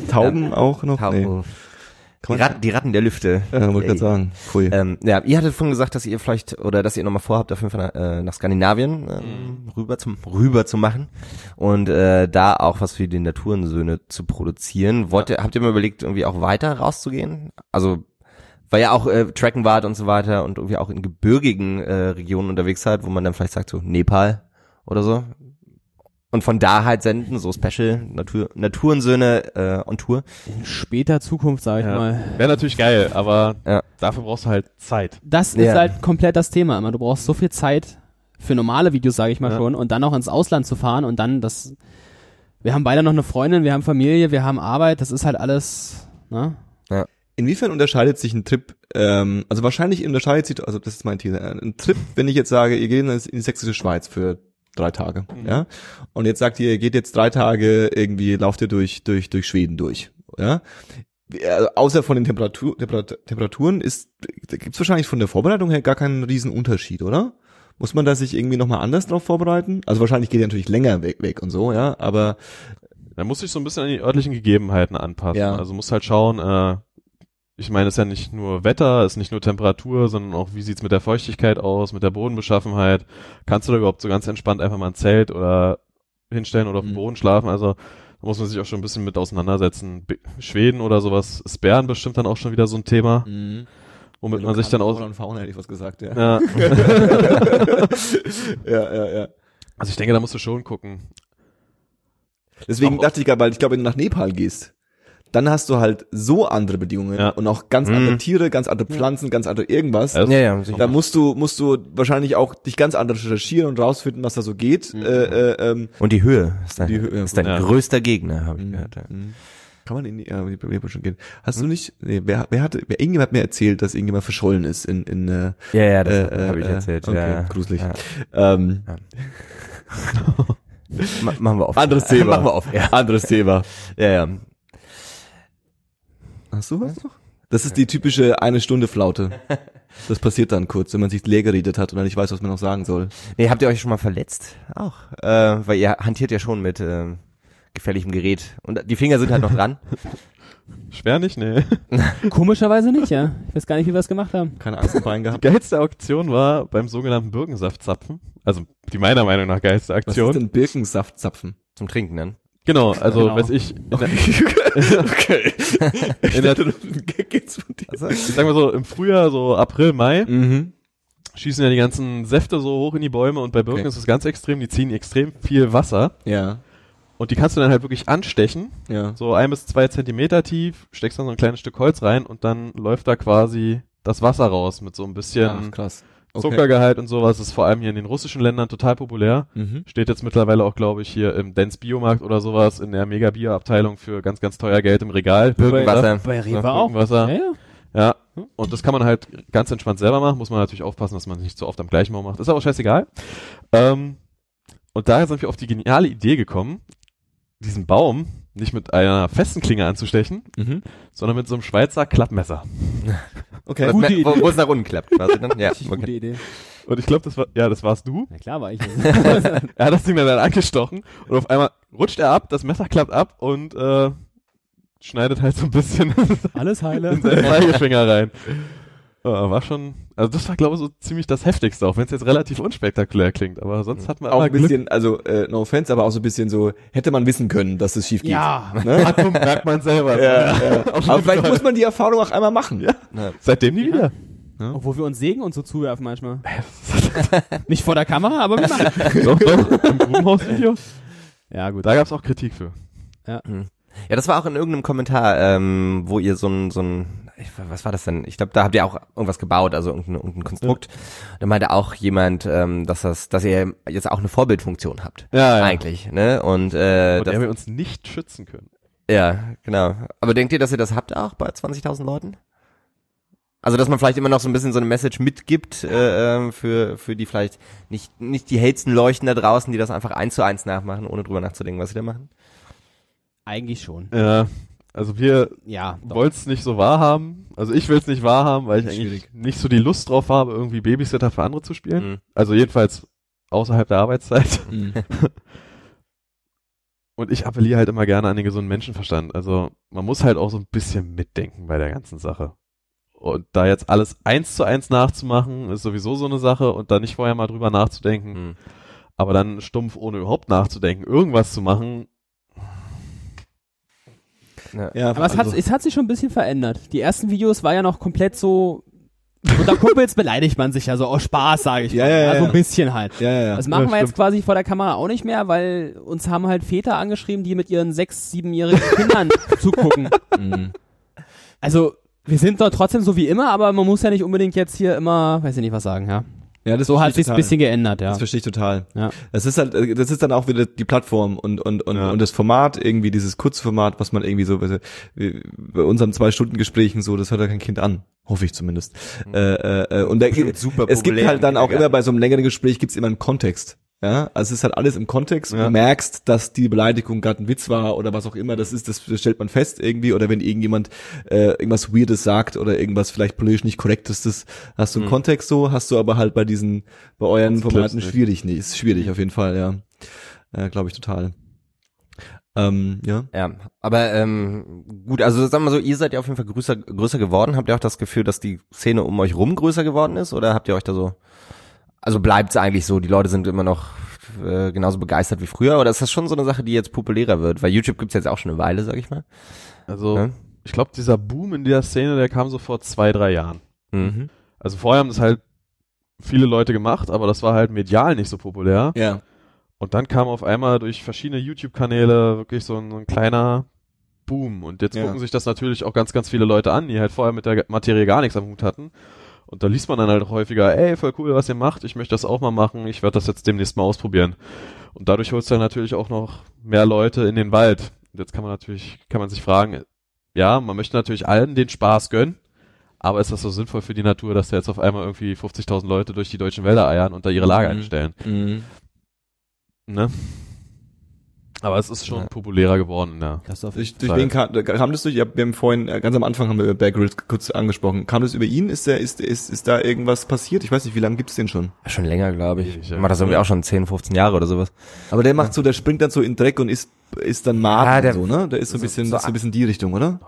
Tauben auch noch?
Tauben.
Nee.
Die,
Kann man,
Rat, die Ratten der Lüfte.
ja, wollte gerade sagen. Pfui.
Ähm, ja, ihr hattet vorhin gesagt, dass ihr vielleicht oder dass ihr nochmal vorhabt, auf jeden Fall nach, äh, nach Skandinavien ähm, rüber zum rüber zu machen und äh, da auch was für die Naturensöhne zu produzieren. Wollt ihr, habt ihr mal überlegt, irgendwie auch weiter rauszugehen? Also weil ja auch äh, Tracken wart und so weiter und irgendwie auch in gebirgigen äh, Regionen unterwegs seid, wo man dann vielleicht sagt so Nepal oder so. Und von da halt senden, so Special, Natur, Naturensöhne äh, on Tour.
In später Zukunft, sag ich mal.
Wäre natürlich geil, aber
Ja.
dafür brauchst du halt Zeit.
Das
Ja.
ist halt komplett das Thema immer. Du brauchst so viel Zeit für normale Videos, sage ich mal
Ja.
schon, und dann auch ins Ausland zu fahren und dann das. Wir haben beide noch eine Freundin, wir haben Familie, wir haben Arbeit, das ist halt alles. Ne?
Inwiefern unterscheidet sich ein Trip, ähm, also wahrscheinlich unterscheidet sich, also das ist mein These, äh, ein Trip, wenn ich jetzt sage, ihr geht in die sächsische Schweiz für drei Tage, ja, und jetzt sagt ihr, ihr geht jetzt drei Tage irgendwie, lauft ihr durch, durch, durch Schweden durch, ja, Wie- also außer von den Temperatur, Temperat- Temperaturen ist, gibt's wahrscheinlich von der Vorbereitung her gar keinen riesen Unterschied, oder? Muss man da sich irgendwie nochmal anders drauf vorbereiten? Also wahrscheinlich geht ihr natürlich länger weg, weg und so, ja, aber
Da muss ich so ein bisschen an die örtlichen Gegebenheiten anpassen.
Ja.
Also musst halt schauen, äh, ich meine, es ist ja nicht nur Wetter, es ist nicht nur Temperatur, sondern auch, wie sieht's mit der Feuchtigkeit aus, mit der Bodenbeschaffenheit. Kannst du da überhaupt so ganz entspannt einfach mal ein Zelt oder hinstellen oder auf dem
Mhm.
Boden schlafen? Also da muss man sich auch schon ein bisschen mit auseinandersetzen. B Schweden oder sowas ist Bern bestimmt dann auch schon wieder so ein Thema,
Mhm.
womit man sich dann aus...
Flora und Fauna hätte ich was gesagt, ja.
Ja.
ja, ja, ja.
Also ich denke, da musst du schon gucken.
Deswegen
Auch-
dachte ich gerade, weil ich glaube, wenn du nach Nepal gehst, dann hast du halt so andere Bedingungen
Ja.
und auch ganz
Mhm.
andere Tiere, ganz andere Pflanzen, ganz andere irgendwas.
Also,
Ja, ja, sicher.
da musst du musst du wahrscheinlich auch dich ganz anders recherchieren und rausfinden, was da so geht. Äh, äh, ähm,
Und die Höhe ist dein,
Die Höhe, ja,
ist dein
gut. Ja.
größter Gegner, habe ich gehört. Ja.
Mhm. Kann man in die, ja, in die Bewegung schon gehen. Hast du nicht, nee, wer, wer hatte, wer, irgendjemand hat mir erzählt, dass irgendjemand verschollen ist in, in, äh,
Ja, ja, das
Äh,
habe ich
äh,
erzählt.
okay,
ja.
gruselig.
Ja.
ähm,
Ma machen wir auf.
anderes Thema.
machen wir auf. Ja,
Anderes Thema.
ja. ja.
Hast du was noch? Das ist die typische eine Stunde Flaute. Das passiert dann kurz, wenn man sich leer geredet hat und dann nicht weiß, was man noch sagen soll.
Nee, habt ihr euch schon mal verletzt? Auch. Äh, weil ihr hantiert ja schon mit ähm, gefährlichem Gerät. Und die Finger sind halt noch dran.
schwer nicht, nee.
Komischerweise nicht, ja. Ich weiß gar nicht, wie wir es gemacht haben.
Keine Angst und Bein gehabt.
geilste Auktion war beim sogenannten Birkensaftzapfen. Also die meiner Meinung nach geilste
Was ist
Aktion.
denn Birkensaft zapfen?
Zum Trinken ne? dann.
Genau, also
Genau.
weiß ich, in der,
okay. Ich dachte, Gag geht's von dir.
ich sag mal so, im Frühjahr, so April, Mai,
Mhm.
schießen ja die ganzen Säfte so hoch in die Bäume und bei Birken
Okay.
ist es ganz extrem, die ziehen extrem viel Wasser
Ja,
und die kannst du dann halt wirklich anstechen,
ja.
so ein bis zwei Zentimeter tief, steckst dann so ein kleines Stück Holz rein und dann läuft da quasi das Wasser raus mit so ein
Ach,
bisschen
krass.
Zuckergehalt und sowas, ist vor allem hier in den russischen Ländern total populär.
Mhm.
Steht jetzt mittlerweile auch, glaube ich, hier im Dance Biomarkt oder sowas in der Mega Bier Abteilung für ganz, ganz teuer Geld im Regal.
Birkenwasser.
Bei Rewe
Birkenwasser.
auch.
Birkenwasser.
Ja, ja.
Ja. Und das kann man halt ganz entspannt selber machen. Muss man natürlich aufpassen, dass man es nicht so oft am gleichen Baum macht. Ist aber scheißegal. Ähm, und daher sind wir auf die geniale Idee gekommen, diesen Baum nicht mit einer festen Klinge anzustechen,
Mhm.
sondern mit so einem Schweizer Klappmesser.
Okay.
Wo- Wo wo es nach unten klappt quasi dann. Ja,
Richtig gute
okay.
Idee.
Und ich glaube, das war, ja, das warst du.
Na klar war ich.
Er hat das Ding dann halt angestochen und auf einmal rutscht er ab, das Messer klappt ab und äh, schneidet halt so ein bisschen
Alles heile.
in seinen Zeigefinger rein. Ja, war schon, also das war glaube ich so ziemlich das Heftigste, auch wenn es jetzt relativ unspektakulär klingt, aber sonst hat man
Auch
immer
ein
Glück.
bisschen, also äh, no offense, aber auch so ein bisschen so, hätte man wissen können, dass es schief geht.
Ja.
Ne?
Ach, so merkt man selber. Auf
Aber
jeden
vielleicht
Fall.
muss man die Erfahrung auch einmal machen. Ja.
Seitdem nie wieder.
Obwohl wir uns Segen und so zuwerfen manchmal. nicht vor der Kamera, aber wir machen.
doch, doch, im Grubenhaus-Video.
Ja, gut.
Da gab es auch Kritik für.
Ja, das war auch in irgendeinem Kommentar, ähm, wo ihr so ein, so ein, ich- was war das denn? Ich glaube, da habt ihr auch irgendwas gebaut, also irgendein, irgendein Konstrukt. Da meinte auch jemand, ähm, dass das, dass ihr jetzt auch eine Vorbildfunktion habt.
Ja,
Eigentlich, ne? Und, äh,
Und
das,
der wir uns nicht schützen können.
Ja, genau. Aber denkt ihr, dass ihr das habt auch bei 20.000 Leuten? Also, dass man vielleicht immer noch so ein bisschen so eine Message mitgibt äh, ähm, für, für die vielleicht nicht, nicht die hellsten Leuchten da draußen, die das einfach eins zu eins nachmachen, ohne drüber nachzudenken, was sie da machen.
Eigentlich schon.
Ja, also wir
Ja. doch.
wollt's nicht so wahrhaben. Also ich will's nicht wahrhaben, weil ich eigentlich
Schwierig.
nicht so die Lust drauf habe, irgendwie Babysitter für andere zu spielen.
Mhm.
Also jedenfalls außerhalb der Arbeitszeit. Und ich appelliere halt immer gerne an den gesunden Menschenverstand. Also man muss halt auch so ein bisschen mitdenken bei der ganzen Sache. Und da jetzt alles eins zu eins nachzumachen, ist sowieso so eine Sache und da nicht vorher mal drüber nachzudenken.
Hm.
Aber dann stumpf, ohne überhaupt nachzudenken, irgendwas zu machen.
Ja, also.
Aber es, hat, es hat sich schon ein bisschen verändert. Die ersten Videos war ja noch komplett so. Unter Kumpels beleidigt man sich ja so aus Spaß, sage ich
Ja,
mal.
ja, ja.
so ein bisschen halt.
ja, ja, ja.
Das machen
Ja,
wir jetzt quasi vor der Kamera auch nicht mehr, weil uns haben halt Väter angeschrieben, die mit ihren sechs, siebenjährigen Kindern zugucken.
Mhm.
Also, wir sind doch trotzdem so wie immer, aber man muss ja nicht unbedingt jetzt hier immer, weiß ich nicht, was sagen, ja.
ja das
So hat
verstehe ich
sich's ein bisschen geändert, ja.
Das verstehe ich total.
Ja.
Das ist halt, äh, das ist dann auch wieder die Plattform und und und,
Ja.
und das Format irgendwie dieses Kurzformat, was man irgendwie so weißt du, wie bei unseren zwei Stunden Gesprächen so, das hört ja kein Kind an, hoffe ich zumindest. Äh, äh, äh, und da,
Bestimmt super
es gibt
populär
halt dann
im
auch immer
Kindergarten.
bei so einem längeren Gespräch gibt's immer einen Kontext. Ja, also es ist halt alles im Kontext.
Ja.
Du merkst, dass die Beleidigung gerade ein Witz war oder was auch immer das ist, das stellt man fest irgendwie. Oder wenn irgendjemand äh, irgendwas Weirdes sagt oder irgendwas vielleicht politisch nicht korrektes, das hast du einen Kontext so, hast du aber halt bei diesen, bei euren Formaten
nicht.
schwierig. Nee, ist schwierig auf jeden Fall, ja. Äh, Glaube ich total. Ähm, ja.
Ja, aber ähm, gut, also sagen wir mal so, ihr seid ja auf jeden Fall größer, größer geworden. Habt ihr auch das Gefühl, dass die Szene um euch rum größer geworden ist? Oder habt ihr euch da so, also bleibt's eigentlich so, die Leute sind immer noch äh, genauso begeistert wie früher? Oder ist das schon so eine Sache, die jetzt populärer wird? Weil YouTube gibt's jetzt auch schon eine Weile, sag ich mal.
Also
Ja.
ich glaube, dieser Boom in der Szene, der kam so vor zwei, drei Jahren.
Mhm.
Also vorher haben das halt viele Leute gemacht, aber das war halt medial nicht so populär.
Ja.
Und dann kam auf einmal durch verschiedene YouTube-Kanäle wirklich so ein, so ein kleiner Boom. Und jetzt
Ja.
gucken sich das natürlich auch ganz, ganz viele Leute an, die halt vorher mit der Materie gar nichts am Hut hatten. Und da liest man dann halt häufiger, ey, voll cool, was ihr macht, ich möchte das auch mal machen, ich werde das jetzt demnächst mal ausprobieren. Und dadurch holst du dann natürlich auch noch mehr Leute in den Wald. Und jetzt kann man natürlich, kann man sich fragen, ja, man möchte natürlich allen den Spaß gönnen, aber ist das so sinnvoll für die Natur, dass da jetzt auf einmal irgendwie 50.000 Leute durch die deutschen Wälder eiern und da ihre Lager
Mhm.
einstellen?
Mhm.
Ne? Aber es ist schon
Ja.
populärer geworden, ja.
Christoph,
Durch, durch wen kam, kam das durch? Ja, wir haben vorhin, äh, ganz am Anfang haben wir über Bear Grylls kurz angesprochen. Kam das über ihn? Ist der, ist, ist, ist da irgendwas passiert? Ich weiß nicht, wie lange gibt's den schon?
Schon länger, glaube ich.
Ja.
Macht das irgendwie auch schon 10, 15 Jahre oder sowas.
Aber der macht so, der springt dann so in Dreck und ist, ist dann Maden
Ah, der-
und so, ne? Der ist so ein
so-
bisschen,
so
das ist so ein bisschen die Richtung, oder?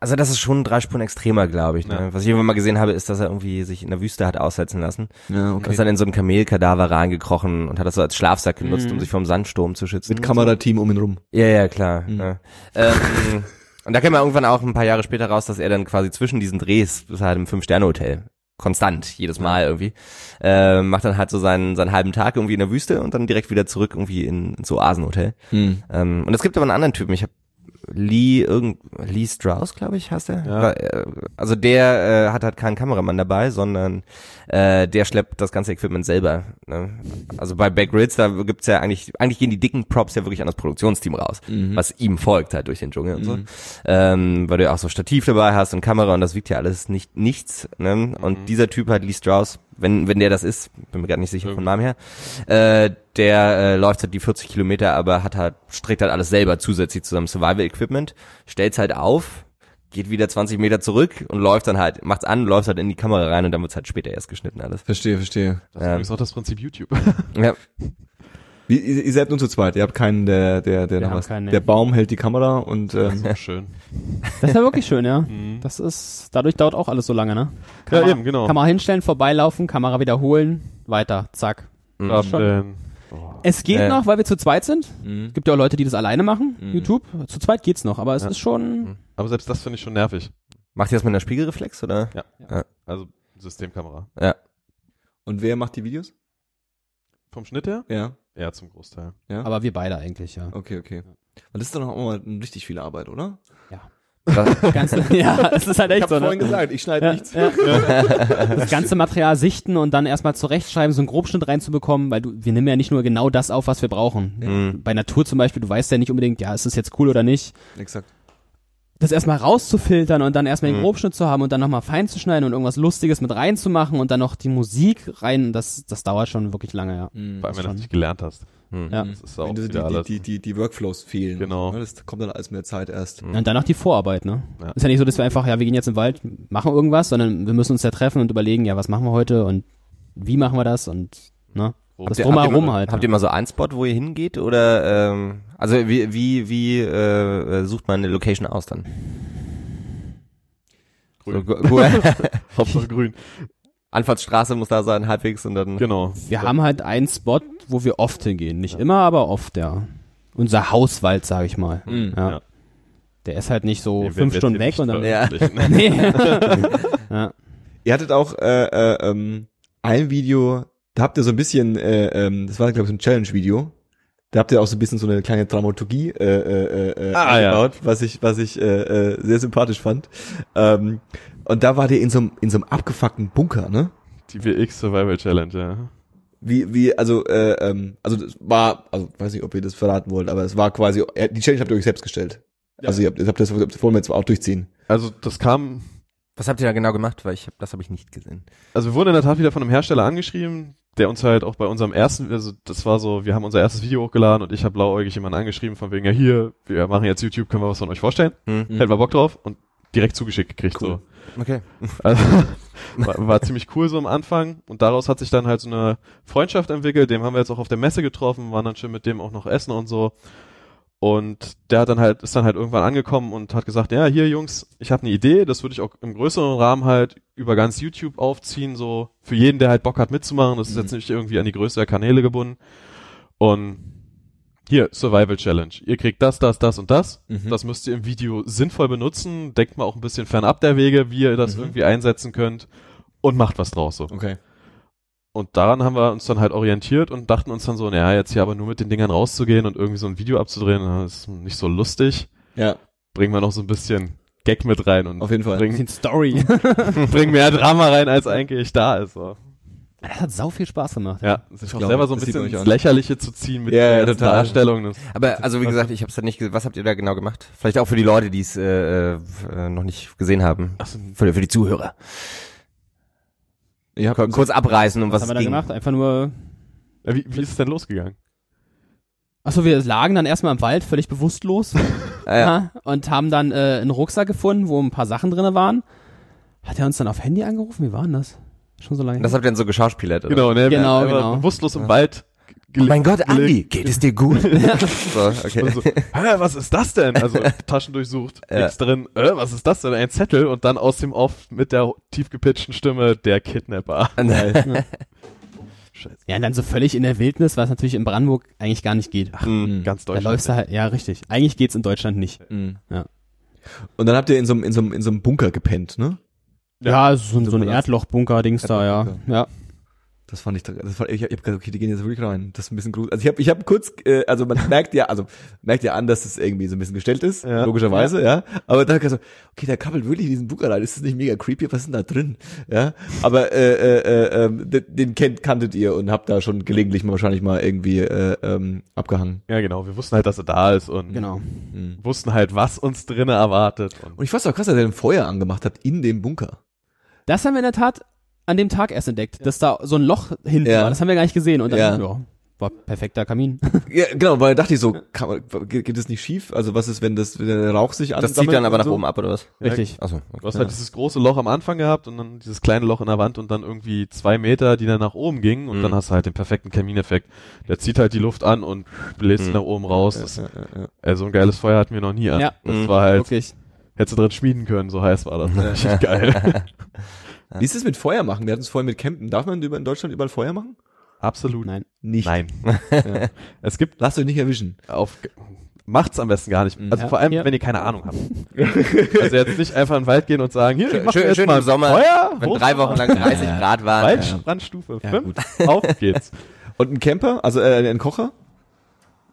Also das ist schon drei Spuren extremer, glaube ich. Ne?
Ja.
Was ich irgendwann mal gesehen habe, ist, dass er irgendwie sich in der Wüste hat aussetzen lassen.
Ja,
Und ist dann in so einen Kamelkadaver reingekrochen und hat das so als Schlafsack genutzt, um sich vom Sandsturm zu schützen.
Mit Kamerateam um ihn rum.
Ja, ja, klar. Ne? Ähm, und da kam ja irgendwann auch ein paar Jahre später raus, dass er dann quasi zwischen diesen Drehs, das war halt im Fünf-Sterne-Hotel, konstant, jedes Mal irgendwie, äh, macht dann halt so seinen, seinen halben Tag irgendwie in der Wüste und dann direkt wieder zurück irgendwie in, ins Oasenhotel.
Hm.
Ähm, und es gibt aber einen anderen Typen, ich habe Lee, irgend, Lee Strauss, glaube ich, heißt er.
Ja.
War, äh, Also der äh, hat halt keinen Kameramann dabei, sondern äh, der schleppt das ganze Equipment selber. Ne? Also bei Back Ritz, da gibt's ja eigentlich, eigentlich gehen die dicken Props ja wirklich an das Produktionsteam raus, was ihm folgt halt durch den Dschungel und so. Ähm, weil du ja auch so Stativ dabei hast und Kamera und das wiegt ja alles nicht nichts. Ne? Und dieser Typ hat Lee Strauss, wenn, wenn der das ist, bin mir gerade nicht sicher vom Namen her, äh, der äh, läuft halt die 40 Kilometer, aber hat halt, strickt halt alles selber zusätzlich zusammen Survival-Equipment, stellt's halt auf, geht wieder 20 Meter zurück und läuft dann halt, macht's an, läuft halt in die Kamera rein und dann wird's halt später erst geschnitten alles.
Verstehe, verstehe.
Das ist
Ähm.
übrigens auch das Prinzip YouTube.
Ja,
Wie, ihr, ihr seid nur zu zweit, ihr habt keinen, der, der, der
Wir
noch
haben
was.
keinen, nee.
Der Baum hält die Kamera und ähm,
So schön. Mhm.
das ist ja wirklich schön, ja. Das ist, dadurch dauert auch alles so lange, ne? Kamera-
eben,
Oh.
genau.
Kamera hinstellen, vorbeilaufen, Kamera wiederholen, weiter, zack.
Dann,
schon.
ähm,
Es geht
Ja.
noch, weil wir zu zweit sind.
Hm.
Es gibt ja auch Leute, die das alleine machen,
Mhm.
YouTube. Zu zweit geht's noch, aber es ist schon,
aber selbst das finde ich schon nervig.
macht ihr das mit einer Spiegelreflex oder?
Also Systemkamera.
und wer macht die Videos?
Vom Schnitt her?
Ja.
Ja, zum Großteil.
aber wir beide eigentlich, ja.
Okay, okay. Und das ist dann auch mal richtig viel Arbeit, oder?
Ganz, ja, es ist halt echt so, ne?
gesagt, ich schneide
Ja, ja. Das ganze Material sichten und dann erstmal zurechtschreiben, so einen Grobschnitt reinzubekommen, weil du, wir nehmen ja nicht nur genau das auf, was wir brauchen.
Mhm.
Bei Natur zum Beispiel, du weißt ja nicht unbedingt, ja, ist das jetzt cool oder nicht.
Exakt.
Das erstmal rauszufiltern und dann erstmal den
Mhm.
Grobschnitt zu haben und dann nochmal fein zu schneiden und irgendwas Lustiges mit reinzumachen und dann noch die Musik rein, das, das dauert schon wirklich lange, ja.
Vor allem, wenn du das
schon. Mhm.
nicht gelernt hast.
Hm.
Ja.
Das Hm. ist auch
Wenn du
wieder
die, die,
alles.
die, die, die Workflows fehlen.
Genau. Hm.
Ja, Das kommt dann alles mit der Zeit erst.
Ja, Und danach die Vorarbeit, ne?
Ja.
Ist ja nicht so, dass wir einfach, ja, wir gehen jetzt in den Wald, machen irgendwas, sondern wir müssen uns ja treffen und überlegen, ja, was machen wir heute und wie machen wir das und, ne? Das
Habt ihr- habt ihr
drumherum
mal-
halt.
Habt ihr mal so einen Spot, wo ihr hingeht? Oder ähm, also wie, wie, wie äh, sucht man eine Location aus dann? So,
Grün.
go, go,
Hauptsache grün.
Anfahrtsstraße muss da sein, halbwegs und dann.
Genau.
Wir haben halt einen Spot, wo wir oft hingehen. Nicht immer, aber oft, ja. Unser Hauswald, sag ich mal. ja.
ja.
Der ist halt nicht so
Wir werden
fünf
jetzt
Stunden
hier
weg und dann.
nicht veröffentlichen.
Nee.
Ihr hattet auch äh, äh, ähm, ein Video, da habt ihr so ein bisschen, äh, ähm, das war glaube ich so ein Challenge-Video, da habt ihr auch so ein bisschen so eine kleine Dramaturgie äh, äh, äh,
Ah,
eingebaut, was ich, was ich äh, äh, sehr sympathisch fand. Ähm, und da wart ihr in so einem in so einem abgefuckten Bunker, ne?
Die eh WX Survival Challenge, ja.
Wie, wie, also, äh, ähm, also das war, also weiß nicht, ob ihr das verraten wollt, aber es war quasi, äh, die Challenge habt ihr euch selbst gestellt. Also ihr habt, ihr habt das, wollen wir jetzt auch durchziehen.
Also das kam,
Was habt ihr da genau gemacht? Weil ich hab, das habe ich nicht gesehen.
also wir wurden in der Tat wieder von einem Hersteller angeschrieben, der uns halt auch bei unserem ersten, also das war so, wir haben unser erstes Video hochgeladen und ich habe blauäugig jemanden angeschrieben von wegen, ja hier, wir machen jetzt YouTube, können wir was von euch vorstellen?
Hm.
Hätten wir Bock drauf und direkt zugeschickt gekriegt so.
Okay.
Also, war, war ziemlich cool so am Anfang und daraus hat sich dann halt so eine Freundschaft entwickelt. Dem haben wir jetzt auch auf der Messe getroffen, waren dann schön mit dem auch noch essen und so. Und der hat dann halt ist dann halt irgendwann angekommen und hat gesagt, ja hier Jungs, ich habe eine Idee, das würde ich auch im größeren Rahmen halt über ganz YouTube aufziehen, so für jeden, der halt Bock hat mitzumachen. Das ist jetzt nicht irgendwie an die Größe der Kanäle gebunden. Und hier, Survival Challenge. Ihr kriegt das, das, das und das.
Mhm.
Das müsst ihr im Video sinnvoll benutzen. Denkt mal auch ein bisschen fernab der Wege, wie ihr das
Mhm.
irgendwie einsetzen könnt. Und macht was draus so.
Okay.
Und daran haben wir uns dann halt orientiert und dachten uns dann so, naja, jetzt hier aber nur mit den Dingern rauszugehen und irgendwie so ein Video abzudrehen, na, das ist nicht so lustig.
Ja,
Bringen wir noch so ein bisschen Gag mit rein und
auf jeden Fall.
bringen,
Bisschen Story.
bringen mehr Drama rein, als eigentlich da ist. So.
Das hat sau viel Spaß gemacht.
Ja, sich auch
glaube,
selber so ein
das sieht
bisschen
man nicht
ins
an.
Lächerliche zu ziehen mit
Ja, ja,
der ganzen
total.
Darstellung. Das
Aber also wie gesagt, ich habe es nicht gesehen. Was habt ihr da genau gemacht? Vielleicht auch für die Leute, die es äh, äh, noch nicht gesehen haben.
Ach so.
Für, für die Zuhörer.
Ihr habt
Kur- Kurz abreißen, um was,
Was haben
es
wir da
ging.
gemacht? Einfach nur.
Ja, wie, wie ist es denn losgegangen?
Achso, wir lagen dann erstmal im Wald, völlig bewusstlos.
Ah, ja.
Ja, und haben dann äh, einen Rucksack gefunden, wo ein paar Sachen drinne waren. Hat er uns dann auf Handy angerufen? Wie war denn das? Schon so lange.
Und Das habt ihr dann so geschauspielert, oder? Oh
Genau, ne?
Genau,
wir sind einfach
genau.
bewusstlos im Wald.
Oh
ge-
Mein Gott,
gelegt.
Andi, geht es dir gut? so, okay.
Und so, Hä, was ist das denn? Also Taschen durchsucht,
Ja.
nichts drin. Äh, was ist das denn? Ein Zettel und dann aus dem Off mit der tief gepitchten Stimme der Kidnapper. ne? Scheiße.
ja, und dann so völlig in der Wildnis, was natürlich in Brandenburg eigentlich gar nicht geht. Ach,
Hm.
Ganz
da
Deutschland.
läufst du halt, ja, richtig. Eigentlich geht's in Deutschland nicht.
Und dann habt ihr in so einem, in so einem, in so einem Bunker gepennt, ne?
Ja, so, so ein
Bunker.
Erdlochbunker-Dings da, ja. Ja.
Das fand ich, das fand, ich, ich habe gedacht, okay, die gehen jetzt wirklich rein. Das ist ein bisschen gruselig. Also ich habe ich hab kurz, äh, also man merkt ja, also merkt ja an, dass es irgendwie so ein bisschen gestellt ist,
Ja.
logischerweise, ja. Aber dann so, okay, da kabbelt wirklich in diesen Bunker rein. Ist das nicht mega creepy? Was ist denn da drin? Ja. Aber äh, äh, äh, ähm, de- den kennt, kanntet ihr und habt da schon gelegentlich mal wahrscheinlich mal irgendwie äh, ähm, abgehangen.
Ja, genau. Wir wussten halt, dass er da ist und
Genau.
wussten halt, was uns drinnen erwartet. Und
Und ich fand's auch krass, dass ihr ein Feuer angemacht habt in dem Bunker.
Das haben wir in der Tat an dem Tag erst entdeckt, dass da so ein Loch hinten
Ja.
war. Das haben wir gar nicht gesehen. Und dann,
Ja.
ja. war perfekter Kamin.
Ja, genau, weil da dachte ich so, kann, man- geht geht das nicht schief? Also was ist, wenn das wenn der Rauch sich
Das zieht
ansammelt
dann aber
und
nach
so?
oben ab, oder was?
Richtig.
Achso.
du hast halt dieses große Loch am Anfang gehabt und dann dieses kleine Loch in der Wand und dann irgendwie zwei Meter, die dann nach oben gingen und
Mhm.
dann hast du halt den perfekten Kamineffekt. Der zieht halt die Luft an und bläst sie nach oben raus. Das,
Mhm. Ja, ja, ja.
äh, so ein geiles Feuer hatten wir noch nie.
Ja.
Das
Mhm.
war halt,
Wirklich.
hättest du drin schmieden können, so heiß war das. Richtig geil.
Wie ist es mit Feuer machen? Wir hatten es vorhin mit Campen. Darf man über in Deutschland überall Feuer machen?
Absolut
Nein.
Nicht.
Nein. Es gibt
Lasst euch nicht erwischen.
auf macht's am besten gar nicht. Also
Ja,
vor allem,
ja.
wenn ihr keine Ahnung habt. also jetzt nicht einfach in den Wald gehen und sagen, hier, ich mach
Schön-
mir jetzt
schön
mal
im Sommer,
Feuer,
Wenn
hoch-
drei Wochen lang 30 Grad waren. ja.
Waldbrandstufe 5, auf geht's.
Und ein Camper, also äh, ein Kocher?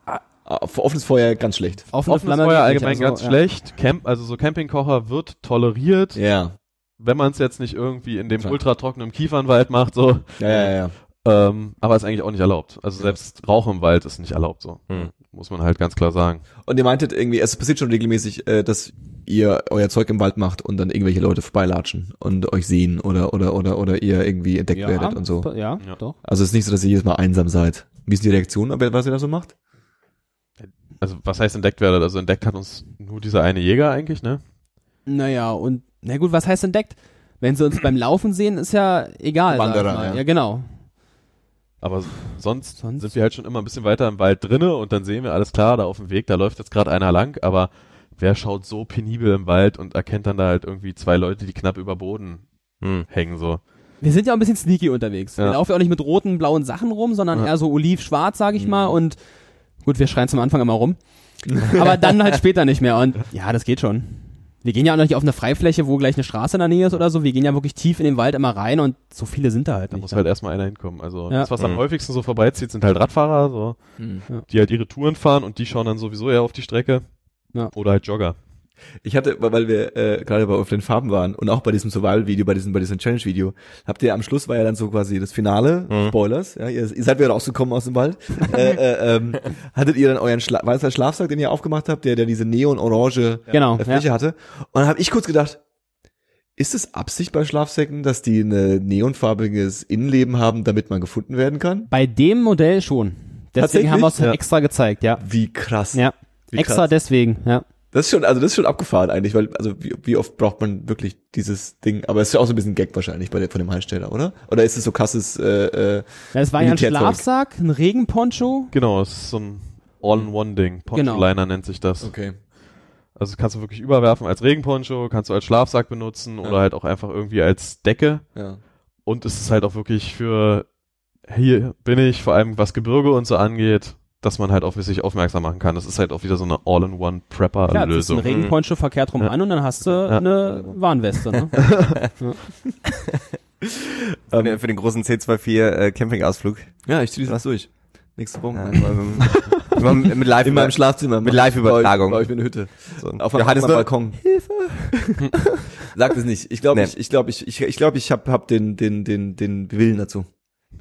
Ah, auf- Offenes Feuer ganz schlecht.
Offene
Offenes Feuer
geht nicht,
allgemein
also,
ganz
ja.
schlecht. Camp, also so Campingkocher wird toleriert,
Ja.
wenn man es jetzt nicht irgendwie in dem
Klar.
ultratrockenen Kiefernwald macht, so.
Ja, ja, ja.
Ähm, aber ist eigentlich auch nicht erlaubt. Also selbst Rauch im Wald ist nicht erlaubt, so.
Hm.
Muss man halt ganz klar sagen.
Und ihr meintet irgendwie, es passiert schon regelmäßig, äh, dass ihr euer Zeug im Wald macht und dann irgendwelche Leute vorbeilatschen und euch sehen oder oder oder oder ihr irgendwie entdeckt werdet und so.
Ja,
Ja.
doch.
Also es ist nicht so, dass ihr jedes Mal einsam seid. Wie ist die Reaktion, aber was ihr da so macht?
Also was heißt entdeckt werdet? Also entdeckt hat uns nur dieser eine Jäger eigentlich, ne?
Naja, und na gut, was heißt entdeckt? Wenn sie uns beim Laufen sehen, ist ja egal. sag ich
Wanderer,
mal.
ja.
ja. genau.
Aber s- sonst,
Sonst?
sind wir halt schon immer ein bisschen weiter im Wald drinne und dann sehen wir alles klar, da auf dem Weg, da läuft jetzt gerade einer lang, aber wer schaut so penibel im Wald und erkennt dann da halt irgendwie zwei Leute, die knapp über Boden
Hm.
hängen so.
Wir sind ja auch ein bisschen sneaky unterwegs. Wir
Ja.
laufen ja auch nicht mit roten, blauen Sachen rum, sondern
Ja.
eher so oliv-schwarz, sag ich mal. Und gut, wir schreien zum Anfang immer rum. Aber dann halt später nicht mehr. Und ja, das geht schon. Wir gehen ja auch nicht auf eine Freifläche, wo gleich eine Straße in der Nähe ist oder so. Wir gehen ja wirklich tief in den Wald immer rein und so viele sind da halt
Da
nicht.
muss halt erstmal einer hinkommen. Also
Ja. Hm.
das, was am
Mhm.
häufigsten so vorbeizieht, sind halt Radfahrer, so, die halt ihre Touren fahren und die schauen dann sowieso eher auf die Strecke.
Ja.
Oder halt Jogger.
Ich hatte, weil wir äh, gerade bei auf den Farben waren und auch bei diesem Survival-Video, bei diesem, bei diesem Challenge-Video, habt ihr am Schluss war ja dann so quasi das Finale,
Mhm.
Spoilers, ja, ihr, ihr seid wieder rausgekommen aus dem Wald. äh, äh, ähm, hattet ihr dann euren Schla war das der Schlafsack, den ihr aufgemacht habt, der, der diese neon-orange
Genau.
äh, Fläche
Ja.
hatte? Und dann habe ich kurz gedacht, ist es Absicht bei Schlafsäcken, dass die eine neonfarbiges Innenleben haben, damit man gefunden werden kann?
Bei dem Modell schon. Deswegen
Tatsächlich?
haben wir es
Ja.
extra gezeigt, ja.
Wie krass.
Ja.
Wie
extra
krass.
deswegen, ja.
Das ist schon, also das ist schon abgefahren eigentlich, weil, also wie, wie oft braucht man wirklich dieses Ding? Aber es ist ja auch so ein bisschen Gag wahrscheinlich bei der, von dem Hersteller, oder? Oder ist es so krasses, äh, äh,
Ja, Es war ja ein
Militärzeug.
Schlafsack, ein Regenponcho.
Genau, es ist so ein All-in-One-Ding.
Genau.
Poncho-Liner nennt sich das.
Okay.
Also kannst du wirklich überwerfen als Regenponcho, kannst du als Schlafsack benutzen oder halt auch einfach irgendwie als Decke.
Ja.
Und es ist halt auch wirklich für hier bin ich, vor allem was Gebirge und so angeht, dass man halt auf sich aufmerksam machen kann. Das ist halt auch wieder so eine
Klar, das ist ein
All-in-One-Prepper-Lösung.
Regenponcho verkehrt rum
Ja.
an und dann hast du
Ja.
eine Warnweste, ne?
Für den- für den großen C24 äh, Campingausflug.
Ja, ich ziehe das durch. Nächste Woche.
Ja, immer mit mit live
In meinem Schlafzimmer.
Mit Live-Übertragung.
Bei euch in der Hütte.
So.
Auf meinem
Johannes,
auf meinem Balkon. Hilfe. Sagt es nicht. Ich glaube,
Nee.
ich, ich glaube, ich, ich, ich glaube, ich hab, hab den, den, den, den Willen dazu.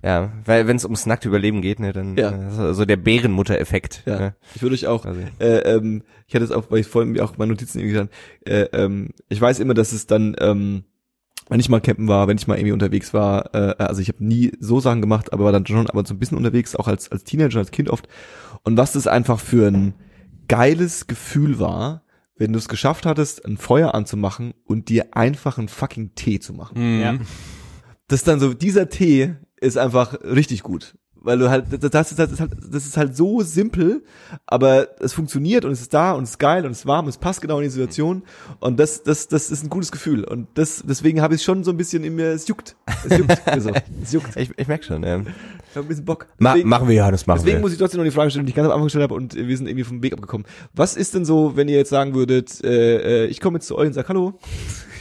Ja, weil wenn es ums nackte Überleben geht, ne, dann
Ja.
äh, so- so der Bärenmutter-Effekt.
Ja.
Ne?
Ich würde euch auch,
Quasi.
äh, ähm, ich hatte es auch, weil ich vorhin mir auch meine Notizen irgendwie getan, äh, ähm, ich weiß immer, dass es dann, ähm, wenn ich mal campen war, wenn ich mal irgendwie unterwegs war, äh, also ich habe nie so Sachen gemacht, aber war dann schon aber so ein bisschen unterwegs, auch als, als Teenager, als Kind oft. Und was das einfach für ein geiles Gefühl war, wenn du es geschafft hattest, ein Feuer anzumachen und dir einfach einen fucking Tee zu machen
Mhm.
Ja.
das ist dann so, dieser Tee ist einfach richtig gut. Weil du halt, das, das, ist, das, ist halt, das ist halt so simpel, aber es funktioniert und es ist da und es ist geil und es ist warm, es passt genau in die Situation und das, das, das ist ein gutes Gefühl und das, deswegen habe ich schon so ein bisschen in mir, es juckt, es juckt, also, es juckt,
Ich, ich merk schon. Ähm.
ich habe ein bisschen Bock.
Ma
Deswegen-
machen wir, Johannes, machen
Deswegen
wir.
muss ich trotzdem noch die Frage stellen, die ich ganz am Anfang gestellt habe und wir sind irgendwie vom Weg abgekommen. Was ist denn so, wenn ihr jetzt sagen würdet, äh, äh, ich komme jetzt zu euch und sag Hallo,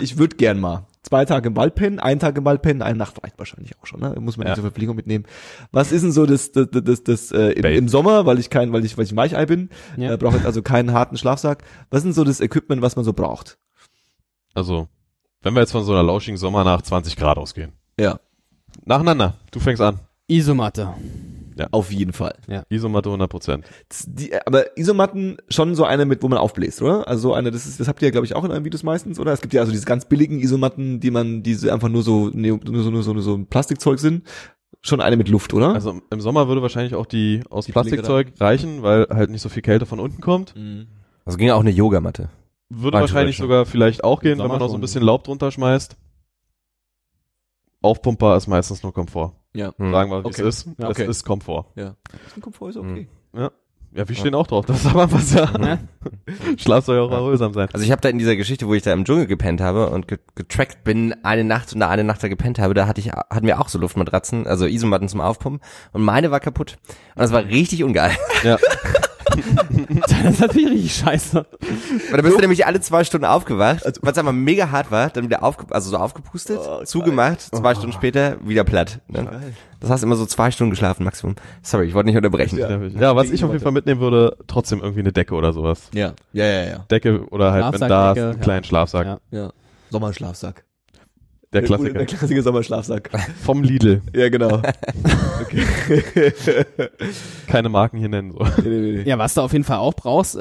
ich würde gern mal zwei Tage im Wald pennen, einen Tag im Wald pennen, eine Nacht reicht wahrscheinlich auch schon, ne? muss man
Ja.
nicht so Verpflegung mitnehmen. Was ist denn so das, das, das, das, das äh, im,
Babe.
im Sommer, weil ich kein, weil ich, weil ich ein Weichei bin,
Ja.
äh, brauche jetzt also keinen harten Schlafsack. Was ist denn so das Equipment, was man so braucht?
Also, wenn wir jetzt von so einer lauschigen Sommernacht 20 Grad ausgehen.
Ja.
Nacheinander, du fängst an.
Isomatte.
Auf jeden Fall.
Isomatte 100%.
Hm?
Z- Die, aber Isomatten schon so eine mit, wo man aufbläst, oder? Also so eine, das ist, das habt ihr ja, glaube ich, auch in euren Videos meistens, oder? Es gibt ja also diese ganz billigen Isomatten, die man, die so einfach nur so, ne- nur so, nur so, nur so ein Plastikzeug sind. Schon eine mit Luft, oder?
Also im Sommer würde wahrscheinlich auch die aus
Die
Plastikzeug reichen, weil halt nicht so viel Kälte von unten kommt.
mm,
Also ging auch eine Yogamatte.
Würde
Rein
wahrscheinlich
theoretisch,
sogar vielleicht auch gehen, wenn
Sommer
man noch so
schon.
ein bisschen Laub drunter schmeißt. Aufpumper ist meistens nur Komfort.
ja.
Hm.
Sagen wir, wie
Okay.
es ist.
Ja, okay.
Es ist Komfort.
Ein Komfort ist okay.
Hm. Ja, Hm. wir stehen auch drauf. Das ist aber was, ja. Schlaf soll ja auch
Ja.
erholsam sein.
Also ich habe da in dieser Geschichte, wo ich da im Dschungel gepennt habe und ge getrackt bin, eine Nacht und da eine Nacht da gepennt habe, da hatte ich, hatten wir auch so Luftmatratzen, also Isomatten zum Aufpumpen und meine war kaputt. Und das war richtig ungeil.
Ja.
Das ist natürlich richtig scheiße.
Weil da bist du nämlich alle zwei Stunden aufgewacht, was einmal mega hart war, dann wieder aufge also so aufgepustet, zugemacht, zwei Stunden später wieder platt. Ne? Das heißt immer so zwei Stunden geschlafen Maximum. Sorry, ich wollte nicht unterbrechen.
Ja, was ich auf jeden Fall mitnehmen würde, trotzdem irgendwie eine Decke oder sowas.
Ja. Ja, ja, ja.
Decke oder halt, wenn
Schlafsack,
da ist,
Decke,
einen
ja.
kleinen Schlafsack.
Ja.
ja. Sommerschlafsack.
Der
gute-
Klassiker.
Der klassische Sommerschlafsack.
Vom Lidl.
ja, genau.
Keine Marken hier nennen. So.
Nee, nee, nee.
Ja, was du auf jeden Fall auch brauchst, äh,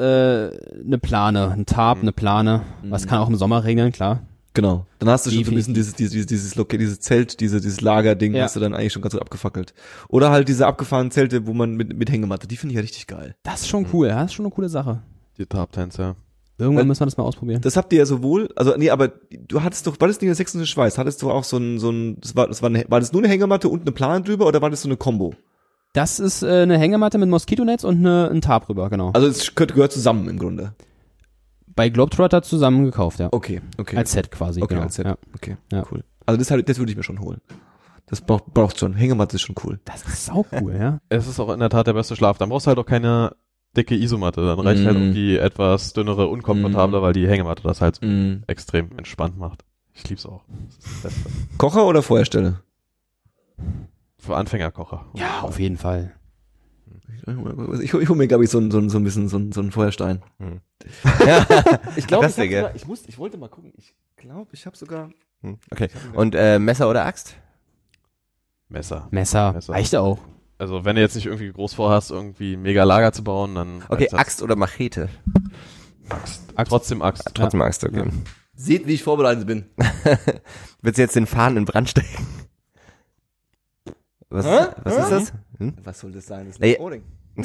eine Plane, ein Tarp,
Mhm.
eine Plane. Was kann auch im Sommer regnen, klar.
Genau. Dann hast du schon so ein
Definitiv.
bisschen dieses, dieses, dieses, dieses, Loca- dieses Zelt, diese, dieses Lagerding
Ja.
hast du dann eigentlich schon ganz gut abgefackelt. Oder halt diese abgefahrenen Zelte, wo man mit, mit Hängematte, die finde ich ja richtig geil.
Das ist schon cool, ja, das ist schon eine coole Sache.
Die Tarptents, ja.
Irgendwann
Weil-
müssen wir das mal ausprobieren.
Äh, Das habt ihr ja sowohl, also nee, aber du hattest doch, war das nicht in der sächsischen Schweiz, hattest du auch so ein, so ein, das war, das war, eine, war das nur eine Hängematte und eine Plan drüber oder war das so eine Combo?
Das ist äh, eine Hängematte mit Moskitonetz und eine, ein Tarp rüber, genau.
Also es gehört, gehört zusammen im Grunde.
Bei Globetrotter zusammen gekauft, ja.
Okay, okay.
Als Set quasi,
Okay,
genau.
als Set.
Ja.
okay,
Ja.
cool. Also das, halt- das würde ich mir schon holen. Das braucht, braucht schon. Hängematte ist schon cool.
Das ist sau cool, ja.
Es ist auch in der Tat der beste Schlaf. Dann brauchst du halt auch keine dicke Isomatte. Dann reicht halt auch
Mm.
die etwas dünnere, unkomfortable, weil die Hängematte das halt
Mhm.
extrem entspannt macht. Ich lieb's auch. Das ist das Beste.
Kocher oder Feuerstelle?
Für Anfängerkocher.
Ja, auf jeden Fall.
Ich, hol- ich hole mir, glaube ich, so ein, so, ein, so ein bisschen so ein, so ein Feuerstein.
ich glaube, das ich,
ich, muss, ich wollte mal gucken. Ich glaube, ich habe sogar...
Okay. Und äh, Messer oder Axt?
Messer.
Messer.
Messer.
Reicht auch.
Also wenn du jetzt nicht irgendwie groß vorhast, irgendwie ein mega Lager zu bauen, dann
Okay,
als-
Axt oder Machete?
Axt. Trotzdem Axt.
Trotzdem Axt, okay.
Seht, wie ich vorbereitet bin.
Willst du jetzt den Faden in Brand stecken? Was, was ist das? Hm?
Was soll das sein? Das ist
Nee.
ein Ohrring.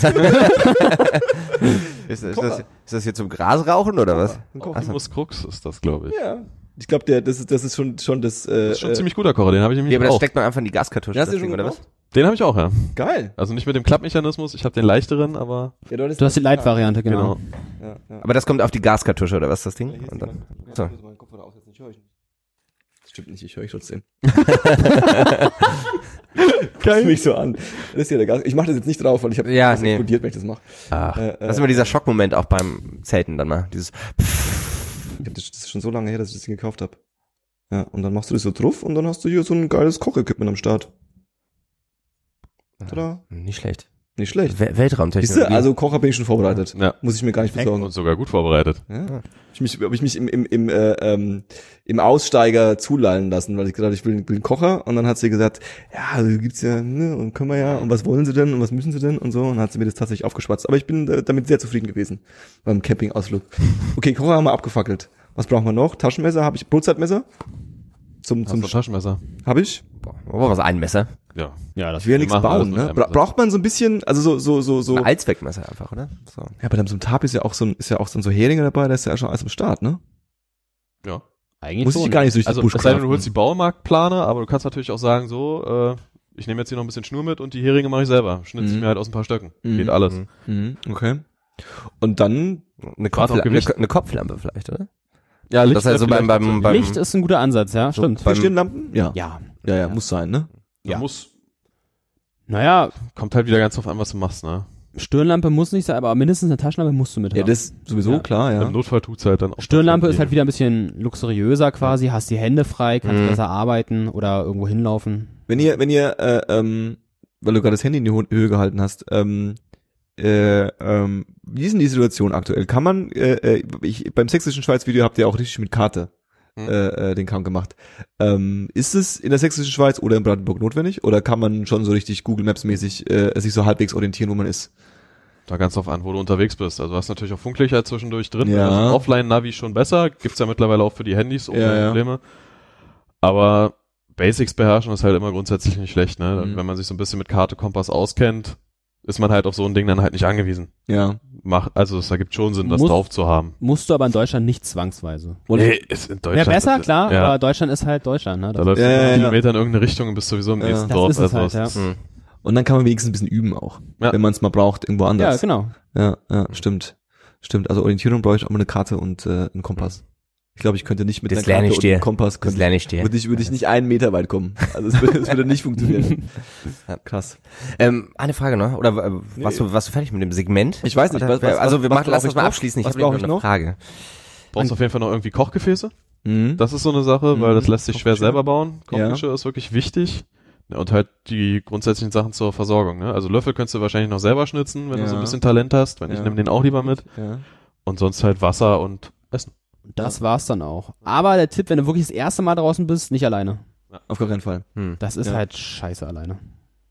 ist, ist,
Kocher.
das, ist das hier zum Gras rauchen oder was?
Ein Kocher.
Optimus Krux ist das, glaube ich.
Ja. Ich glaube, der, das ist, das ist schon, schon das, äh,
Das ist schon ein ziemlich guter Kocher, den habe ich nämlich
Ja, aber das
auch.
steckt man einfach in die Gaskartusche.
äh, hast du
Oh. das
den schon
Ding,
gebraucht?
Den habe ich auch, ja.
Geil.
Also nicht mit dem Klappmechanismus, ich habe den leichteren, aber
Ja,
Du hast die Light-Variante, genau.
genau.
Ja, ja.
Aber das kommt auf die Gaskartusche oder was ist das Ding? Und dann, so.
Das stimmt nicht, ich höre euch trotzdem. Geil. mich so an. Das ist ja der Gas. Ich mache das jetzt nicht drauf, weil ich habe
Ja,
das
nee. Also-
explodiert, wenn ich das mache.
Ach,
Äh, äh,
das ist immer dieser Schockmoment auch beim Zelten dann mal. Dieses
Ich hab das, das ist schon so lange her, dass ich das Ding gekauft habe. Ja, und dann machst du das so drauf und dann hast du hier so ein geiles Kochequipment am Start. Tada.
Nicht schlecht.
Nicht schlecht.
We
Siehst du,
Weltraumtechnologie.
also Kocher bin ich schon vorbereitet.
genau. Ja.
Muss ich mir gar nicht besorgen.
Und sogar gut vorbereitet.
Ja. Ich mich, hab ich mich im, im, im, äh, ähm, im Aussteiger zulallen lassen, weil ich gesagt hab, ich will, will einen Kocher und dann hat sie gesagt, ja, also gibt's ja, ne, und können wir ja, und was wollen sie denn und was müssen sie denn und so, und dann hat sie mir das tatsächlich aufgeschwatzt. Aber ich bin äh, damit sehr zufrieden gewesen beim Campingausflug. Okay, Kocher haben wir abgefackelt. Was brauchen wir noch? Taschenmesser habe ich, Brotzeitmesser zum,
Hast du
zum
ein Taschenmesser?
habe ich.
Aber was ein Messer?
Ja.
Ja, das
Ich will ja nichts
Also machen alles
bauen,
mit
ne?
einem
Bra
Messer.
braucht man so ein bisschen, also so so so so.
Ein Allzweckmesser einfach, oder? So.
Ja, aber dann so ein Tab ist ja auch so ein ist ja auch so ein so Heringe dabei, da ist ja schon alles am Start, ne?
Ja.
Eigentlich
Muss
so,
ich
ne?
gar nicht durch den
Also
Busch
es sei denn, du
kraften.
holst die Baumarktplane, aber du kannst natürlich auch sagen, so, äh, ich nehme jetzt hier noch ein bisschen Schnur mit und die Heringe mache ich selber. Schnitze ich
Mhm.
mir halt aus ein paar Stöcken.
Mhm.
Geht alles.
Mhm.
Mhm, okay. Und dann,
Eine, Kopfla
auch Gewicht.
eine, eine Kopflampe vielleicht, oder?
Ja,
Das ist also beim, beim, beim
Licht ist ein guter Ansatz, ja,
So,
stimmt.
beim-
Stirnlampen? Ja.
Ja.
ja, ja, muss sein, ne?
ja.
muss.
Naja,
Kommt halt wieder ganz drauf an, was du machst, ne?
Stirnlampe muss nicht sein, aber mindestens eine Taschenlampe musst du mit haben.
Ja, das sowieso,
Genau. Ja.
klar, ja.
Im Notfall tut's halt dann auch.
Stirnlampe ist halt
wieder.
wieder ein bisschen luxuriöser quasi, hast die Hände frei, kannst
Mhm.
besser arbeiten oder irgendwo hinlaufen.
Wenn ihr, wenn ihr, äh, ähm, weil du gerade das Handy in die Ho Höhe gehalten hast, ähm, äh, ähm, wie ist denn die Situation aktuell? Kann man, äh, äh, ich, beim sächsischen Schweiz-Video habt ihr auch richtig mit Karte
Hm.
äh, äh, den Kampf gemacht. Ähm, ist es in der sächsischen Schweiz oder in Brandenburg notwendig? Oder kann man schon so richtig Google Maps mäßig äh, sich so halbwegs orientieren, wo man ist?
Da ganz drauf an, wo du unterwegs bist. Also du hast natürlich auch Funklicher zwischendurch drin.
Ja.
Also Offline-Navi schon besser. Gibt's ja mittlerweile auch für die Handys ohne
Ja, ja.
Probleme. Aber Basics beherrschen ist halt immer grundsätzlich nicht schlecht, ne?
Mhm.
Wenn man sich so ein bisschen mit Karte, Kompass auskennt, ist man halt auf so ein Ding dann halt nicht angewiesen.
Ja.
Macht, also es ergibt schon Sinn, das
Muss-
drauf zu haben.
Musst du aber in Deutschland nicht zwangsweise.
Nee, ist in
Wäre
Deutschland.
besser, klar,
ja.
aber Deutschland ist halt Deutschland, ne?
Da
Das,
läufst
Ja,
du
ja, ja.
Kilometer in irgendeine Richtung und bist sowieso im
Ja.
nächsten
das
Dorf. Also,
ist es halt, ja.
es-
Und dann kann man wenigstens ein bisschen üben auch,
Ja.
wenn man es mal braucht, irgendwo anders.
Ja, genau.
Ja, ja, stimmt. Stimmt. Also Orientierung brauche ich auch mal eine Karte und äh, einen Kompass. Ich glaube, ich könnte nicht mit
Das
einer
lerne
Karte
ich
und
dir.
einem Kompass
Das
könnte,
lerne ich dir.
würde ich würde ich nicht einen Meter weit kommen. Also es würde, es würde nicht funktionieren. Krass.
Ähm, eine Frage noch, oder äh, warst, du, warst du fertig mit dem Segment?
Ich weiß nicht,
Oder,
was- was-
also wir
was
machen, lass
brauch
das mal
ich noch?
abschließen. Ich
Was
habe noch
brauch ich
eine
noch?
Frage.
Brauchst auf jeden Fall noch irgendwie Kochgefäße.
Mhm.
Das ist so eine Sache, weil
Mhm.
das lässt sich schwer
Kochgeschirr.
selber bauen.
Ja.
Kochgeschirr ist wirklich wichtig. Ja, Und halt die grundsätzlichen Sachen zur Versorgung. Ne? Also Löffel könntest du wahrscheinlich noch selber schnitzen, wenn du
Ja.
so ein bisschen Talent hast. Wenn ich
Ja.
nehme den auch lieber mit.
ja.
Und sonst halt Wasser und Essen.
Das war's dann auch. Aber der Tipp, wenn du wirklich das erste Mal draußen bist, nicht alleine.
Auf gar keinen Fall.
Das ist
Ja.
halt scheiße alleine.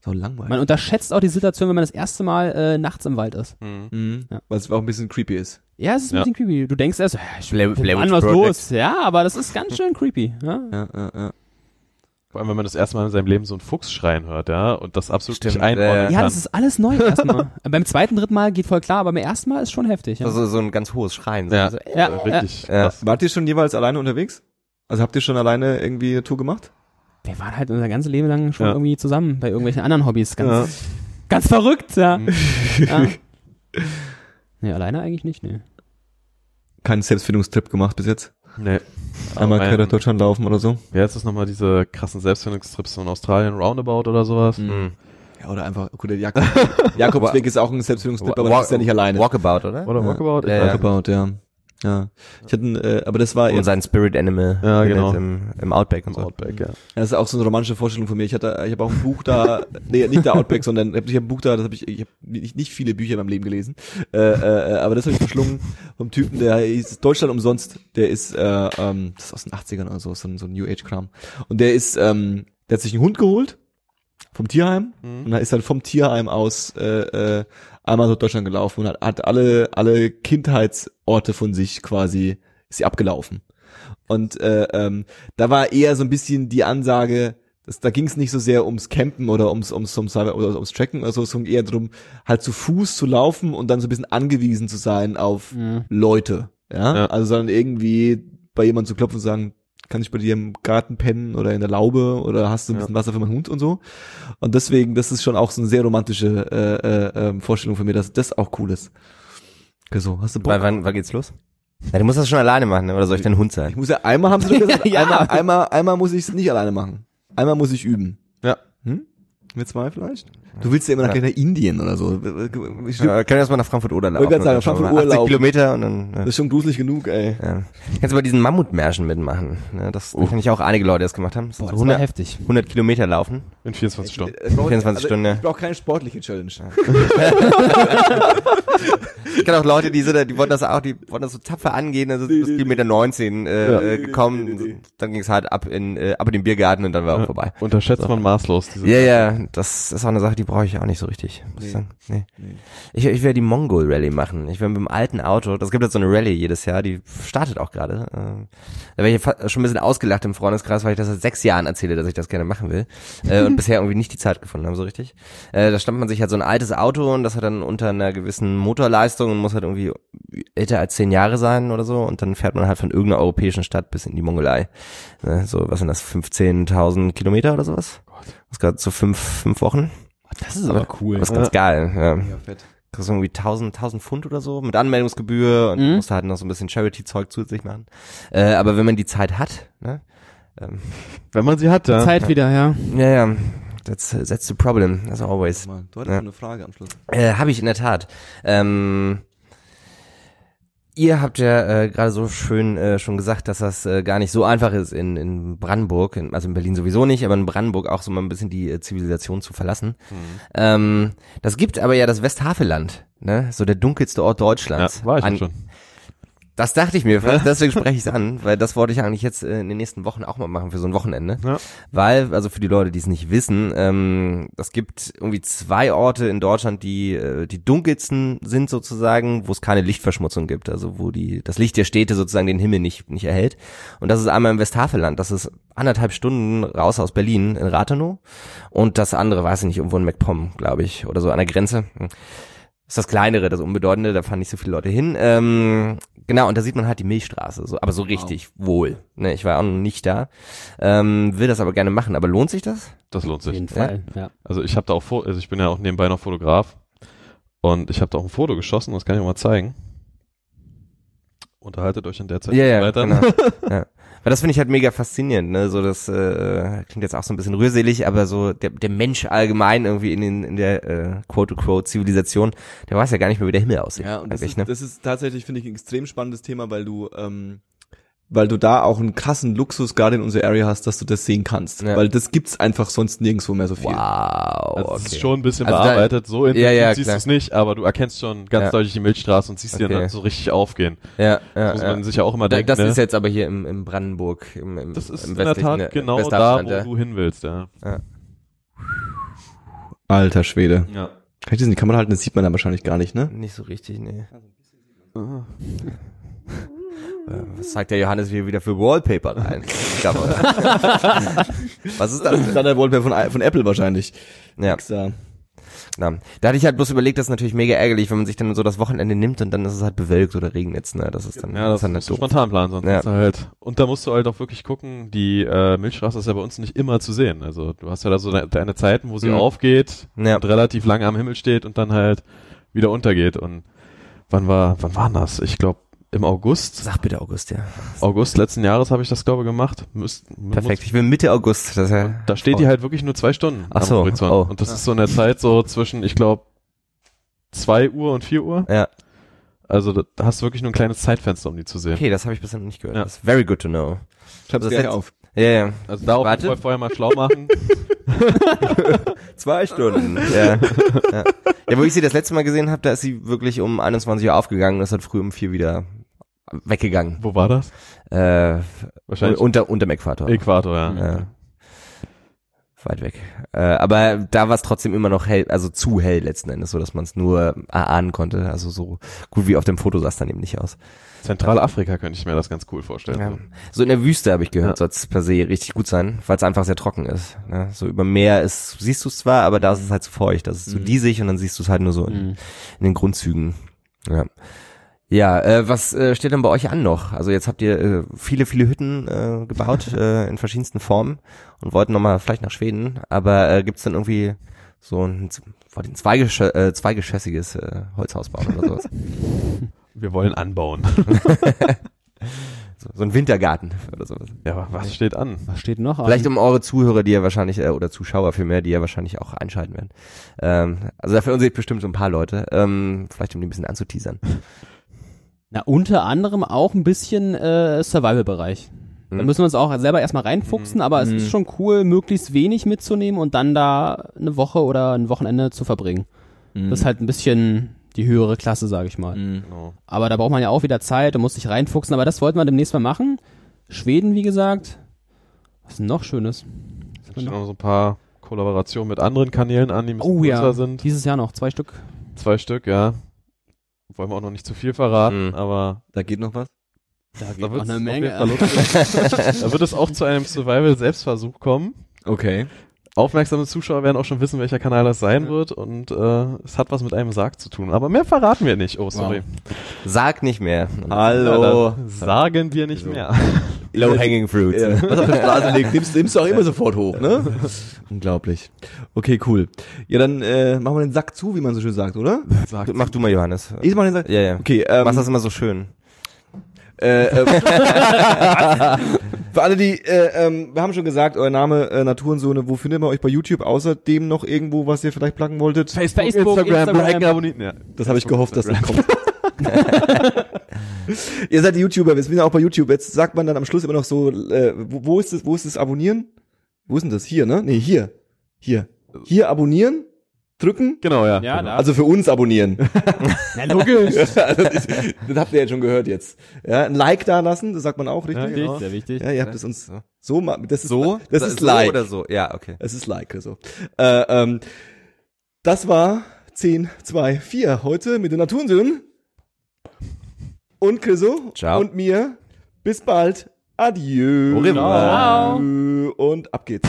So
Man
langweilig.
unterschätzt auch die Situation, wenn man das erste Mal äh, nachts im Wald ist.
hm,
Mhm.
Ja.
Weil es auch ein bisschen creepy ist.
Ja, es ist ein
Ja.
bisschen creepy. Du denkst erst, ja, ich
Blair- Blair
an
Witch
was
Project.
ne? los. Ja, aber das ist ganz schön creepy. Ja?
Ja, ja, ja.
Vor allem, wenn man das erste Mal in seinem Leben so einen Fuchs schreien hört, ja, und das absolut
Stimmt,
nicht einordnen
äh,
kann.
Ja, das ist alles neu erstmal. Beim zweiten, dritten Mal geht voll klar, aber beim ersten Mal ist schon heftig. Ja.
Also so ein ganz hohes Schreien. So,
Ja.
so, äh,
ja,
Äh,
ja.
richtig.
Ja.
krass.
Wart ihr schon jeweils alleine unterwegs? Also habt ihr schon alleine irgendwie eine Tour gemacht?
Wir waren halt unser ganzes Leben lang schon
Ja.
irgendwie zusammen bei irgendwelchen anderen Hobbys. Ganz, ganz verrückt, ja. ja. Nee, alleine eigentlich nicht, nee.
Keinen Selbstfindungstrip gemacht bis jetzt?
Nee.
Einmal
Aber,
quer durch
ähm,
Deutschland laufen oder so?
Wer jetzt ist nochmal diese krassen Selbstfindungstrips so in Australien, Roundabout oder sowas?
Mhm.
Ja, oder einfach, gut, der Jakob, Jakobsweg ist auch ein Selbstfindungstrip, aber
Walk-
das ist ja nicht alleine.
Walkabout, oder?
Oder
Ja,
Walkabout? Ich
ja.
weiß nicht.
Walkabout, ja. Ja. Ich hatte, äh, aber das war
Und
jetzt,
sein Spirit Animal
Ja,
findet
genau.
im, im Outback und so.
Outback, ja.
das ist auch so eine romantische Vorstellung von mir. Ich hatte, ich habe auch ein Buch da, nee, nicht der Outback, sondern ich habe ein Buch da, das habe ich, ich habe nicht, nicht viele Bücher in meinem Leben gelesen, äh, äh, aber das habe ich verschlungen vom Typen, der hieß Deutschland umsonst, der ist, äh, ähm, das ist aus den 80ern oder so, so ein, so ein New Age Kram. Und der ist, ähm, der hat sich einen Hund geholt vom Tierheim
Mhm.
und da ist dann vom Tierheim aus äh, äh, einmal durch Deutschland gelaufen und hat, hat alle alle Kindheitsorte von sich quasi ist sie abgelaufen. Und äh, ähm, da war eher so ein bisschen die Ansage, dass, da ging es nicht so sehr ums Campen oder ums ums ums, oder ums Tracken oder so, es ging eher darum, halt zu Fuß zu laufen und dann so ein bisschen angewiesen zu sein auf Leute. Ja?
Ja.
Also sondern irgendwie bei jemandem zu klopfen und sagen, kann ich bei dir im Garten pennen oder in der Laube oder hast du ein
Ja.
bisschen Wasser für meinen Hund und so. Und deswegen, das ist schon auch so eine sehr romantische äh, äh, ähm, Vorstellung von mir, dass das auch cool ist. Okay, so, hast du Bock?
Wann, wann, wann geht's los? Na, du musst das schon alleine machen, ne? oder soll ich dein Hund
Ich
sein?
muss ja einmal haben sie doch gesagt,
Ja, ja.
einmal, einmal, einmal muss ich es nicht alleine machen. Einmal muss ich üben.
Ja.
Hm? Mit zwei vielleicht? Du willst ja immer nach Indien oder so. Ich,
Ja, Äh, können wir erstmal nach Frankfurt oder laufen?
Wollte gerade sagen, Frankfurt Oder
80
laufen.
Kilometer und dann.
Das
Ja.
ist schon gruselig genug, ey.
Ja. Kannst du bei diesen Mammutmärschen mitmachen? Ne? Das
Oh.
da kenn ich auch einige Leute, die das gemacht haben. Das sind
Boah,
so
das war
100,
heftig.
100 Kilometer laufen.
In 24
Äh,
Stunden.
24 Stunden, ja.
Äh, also Ich brauche keine sportliche Challenge.
Ich kenne auch Leute, die, sind, da- die wollten das auch, die wollten das so tapfer angehen, also bis Kilometer 19 äh, äh, gekommen, dann ging's halt ab in äh, ab in den Biergarten und dann war auch vorbei.
äh,
Unterschätzt man maßlos diese.
Ja, ja, das ist auch eine Sache, die brauche ich auch nicht so richtig, muss ich sagen. Nee. Ich, ich werde die Mongol Rally machen. Ich werde mit dem alten Auto, das gibt jetzt so eine Rally jedes Jahr, die startet auch gerade. ähm, Da werde ich fa- schon ein bisschen ausgelacht im Freundeskreis, weil ich das seit sechs Jahren erzähle, dass ich das gerne machen will. Äh, und bisher irgendwie nicht die Zeit gefunden habe, so richtig. Äh, da stammt man sich halt so ein altes Auto und das hat dann unter einer gewissen Motorleistung und muss halt irgendwie älter als zehn Jahre sein oder so. Und dann fährt man halt von irgendeiner europäischen Stadt bis in die Mongolei. Ne, so, was sind das, 15.000 Kilometer oder sowas? Das gerade so fünf, fünf Wochen.
Das ist aber cool.
Das ist ganz geil. Ja. Kriegst du irgendwie 1000, 1000 Pfund oder so mit Anmeldungsgebühr und
Mhm.
musst halt noch so ein bisschen Charity-Zeug zusätzlich machen. Äh, aber wenn man die Zeit hat, ne?
Wenn man sie hat, ja.
Zeit wieder, ja.
Ja, ja. That's, that's the problem, as always.
Mann, du hattest
Ja.
eine Frage am Schluss.
Äh, Habe ich in der Tat. Ähm, ihr habt ja äh, gerade so schön äh, schon gesagt, dass das äh, gar nicht so einfach ist in, in Brandenburg, in, also in Berlin sowieso nicht, aber in Brandenburg auch so mal ein bisschen die äh, Zivilisation zu verlassen.
Mhm.
Ähm, das gibt aber ja das Westhafeland, ne? so der dunkelste Ort
Ja,
Deutschlands.
war ich
An-
schon.
das dachte ich mir, deswegen spreche ich es an, weil das wollte ich eigentlich jetzt äh, in den nächsten Wochen auch mal machen für so ein Wochenende.
Ja.
Weil, also für die Leute, die es nicht wissen, ähm, es gibt irgendwie zwei Orte in Deutschland, die äh, die dunkelsten sind sozusagen, wo es keine Lichtverschmutzung gibt, also wo die das Licht der Städte sozusagen den Himmel nicht nicht erhält. Und das ist einmal im Westhafeland, das ist anderthalb Stunden raus aus Berlin in Rathenow und das andere, weiß ich nicht, irgendwo in MacPom, glaube ich, oder so an der Grenze ist das kleinere, das unbedeutende, da fahren nicht so viele Leute hin. Ähm, genau, und da sieht man halt die Milchstraße, so, aber so richtig wohl. Ne, ich war auch noch nicht da, ähm, will das aber gerne machen. Aber lohnt sich das?
Das lohnt
Auf
sich.
jeden Fall, ja. Mhm.
Also ich habe da auch, Fo- also ich bin ja auch nebenbei noch Fotograf und ich habe da auch ein Foto geschossen, das kann ich auch mal zeigen. Unterhaltet euch in der Zeit weiter. Also
genau. ja. Weil das finde ich halt mega faszinierend, ne? So das äh, klingt jetzt auch so ein bisschen rührselig, aber so der, der Mensch allgemein irgendwie in, den, in der äh, quote-unquote Zivilisation, der weiß ja gar nicht mehr, wie der Himmel aussieht.
Ja, und das,
eigentlich,
ist,
ne?
das ist tatsächlich, finde ich, ein extrem spannendes Thema, weil du, ähm, weil du da auch einen krassen Luxus gerade in unserer Area hast, dass du das sehen kannst.
Ja.
Weil das gibt's einfach sonst nirgendwo mehr so viel.
Wow.
Also
okay.
es ist schon ein bisschen
Also da-
bearbeitet, so intensiv
Ja, ja,
siehst
klar.
du es nicht, aber du erkennst schon ganz
Ja.
deutlich die Milchstraße und siehst die
Okay.
dann so richtig aufgehen.
ja, ja,
Das muss man
ja.
sich ja auch immer
Da,
denken.
das
ne?
ist jetzt aber hier im, im Brandenburg, im, im,
das ist
im
in der
westlichen,
Tat
äh,
genau da,
Westdeutschland,
wo
ja.
du hin willst. Ja.
Alter Schwede.
Ja.
Kann ich das in die Kamera halten? Das sieht man dann wahrscheinlich gar nicht, ne?
Nicht so richtig, nee. Ah. Äh, Was zeigt der Johannes hier wieder für Wallpaper rein? Ich glaub, Was ist das?
Das ist dann der Wallpaper von, von Apple wahrscheinlich.
Ja.
Extra.
Na, da hatte ich halt bloß überlegt, das ist natürlich mega ärgerlich, wenn man sich dann so das Wochenende nimmt und dann ist es halt bewölkt oder regnet, ne? Das ist dann,
Ja, das
ist dann
musst du
doof.
spontan planen, sonst
Ja.
ist halt. Und da musst du halt auch wirklich gucken, die äh, Milchstraße ist ja bei uns nicht immer zu sehen. Also du hast ja da so de- deine Zeiten, wo sie
Mhm.
aufgeht
Ja.
und relativ lange am Himmel steht und dann halt wieder untergeht. Und wann war, wann war das? Ich glaube im August.
Sag bitte August, ja.
August letzten Jahres habe ich das, glaube ich, gemacht. Müsst,
Perfekt. Ich will Mitte August. Das ist ja
Da steht die halt wirklich nur zwei Stunden
Ach so,
Horizont.
oh.
Und das ist so in der Zeit so zwischen, ich glaube, zwei Uhr und vier Uhr.
Ja.
Also da da hast du wirklich nur ein kleines Zeitfenster, um die zu sehen.
Okay, das habe ich bisher noch nicht gehört.
Ja.
Das ist very good to know.
Schreib's
Das
gleich
letzte-
auf.
Ja, ja.
Also darauf
Warte.
vorher- vorher mal schlau machen.
Zwei Stunden. ja. ja. Ja, wo ich sie das letzte Mal gesehen habe, da ist sie wirklich um 21 Uhr aufgegangen und ist dann früh um vier wieder weggegangen.
Wo war das?
Äh,
Wahrscheinlich
unter, unterm Äquator.
Äquator, ja.
Ja. Weit weg. Äh, aber da war es trotzdem immer noch hell, also zu hell letzten Endes, so dass man es nur erahnen konnte. Also so gut wie auf dem Foto sah es dann eben nicht aus.
Zentralafrika könnte ich mir das ganz cool vorstellen.
Ja.
So.
So in der Wüste habe ich
Ja.
gehört, soll es per se richtig gut sein, weil es einfach sehr trocken ist. Ne? So über Meer ist, siehst du es zwar, aber da ist es halt zu feucht, das ist
Mhm.
zu diesig und dann siehst du es halt nur so in, in den Grundzügen. Ja. Ja, äh, was äh, steht denn bei euch an noch? Also jetzt habt ihr äh, viele, viele Hütten äh, gebaut äh, in verschiedensten Formen und wollten nochmal vielleicht nach Schweden, aber äh, gibt's denn irgendwie so ein, wollt ihr ein zweigesch äh, zweigeschossiges äh, Holzhaus bauen oder sowas?
Wir wollen anbauen.
so, so ein Wintergarten oder sowas?
Ja, aber was steht an?
Was steht noch? an?
Vielleicht um eure Zuhörer, die ja wahrscheinlich, äh, oder Zuschauer vielmehr, die ja wahrscheinlich auch einschalten werden. Ähm, also dafür uns bestimmt so ein paar Leute. Ähm, vielleicht um die ein bisschen anzuteasern.
Na, unter anderem auch ein bisschen äh, Survival-Bereich. Da
Mhm.
müssen wir uns auch selber erstmal
Mhm.
reinfuchsen, aber es ist schon cool, möglichst wenig mitzunehmen und dann da eine Woche oder ein Wochenende zu verbringen.
Mhm.
Das ist halt ein bisschen die höhere Klasse, sage ich mal.
Genau.
Aber da braucht man ja auch wieder Zeit und muss sich reinfuchsen, aber das wollten wir demnächst mal machen. Schweden, wie gesagt. Was ist denn noch Schönes?
Es stehen auch noch so ein paar Kollaborationen mit anderen Kanälen an, die ein bisschen größer sind.
Dieses Jahr noch zwei Stück.
Zwei Stück, ja. Wollen wir auch noch nicht zu viel verraten,
Mhm.
aber
Da geht noch was?
Da geht
da
noch
wird's
eine
auf
Menge.
jeden Fall lustig. da wird es auch zu einem Survival-Selbstversuch kommen.
Okay.
Aufmerksame Zuschauer werden auch schon wissen, welcher Kanal das sein wird und äh, es hat was mit einem Sarg zu tun. Aber mehr verraten wir nicht. Oh, sorry.
Sag nicht mehr.
Hallo.
Ja, da sagen wir nicht mehr.
Low-hanging fruits. ne?
Ja. Was auf der Straße liegt, nimmst, nimmst du auch immer sofort hoch, ne? Unglaublich. Okay, cool. Ja, dann äh, machen wir den Sack zu, wie man so schön sagt, oder?
Sagt
Du- Mach du mal, Johannes.
Ich mach den Sack.
Ja, ja.
Okay,
Du
ähm,
machst das immer so schön.
Äh, äh, für alle, die, äh, ähm, wir haben schon gesagt, euer Name äh, Naturensohne, wo findet man euch bei YouTube außerdem noch irgendwo, was ihr vielleicht placken wolltet?
Facebook,
Facebook,
Instagram,
Instagram.
liken, abonnieren. Ja.
Das habe ich gehofft, dass das kommt. ihr seid die YouTuber, wir sind ja auch bei YouTube. Jetzt sagt man dann am Schluss immer noch so, äh, wo, wo ist das, wo ist das Abonnieren? Wo ist denn das? Hier, ne? Nee, hier. Hier. Hier abonnieren, drücken.
Genau, ja.
Ja,
genau.
da.
Also für uns abonnieren.
Na, logisch.
also das, das habt ihr jetzt schon gehört jetzt. Ja, ein Like da lassen, das sagt man auch, richtig?
Ja, genau.
Wichtig, Sehr wichtig.
Ja, ihr habt es uns so, ma- das ist das
Oder
ist like.
So oder so. Ja, okay.
Es ist like, also. Äh, ähm, das war 10, 2, 4 heute mit den Naturensöhnen und Chriso
Ciao.
und mir. Bis bald. Adieu.
Au revoir.
Und ab geht's.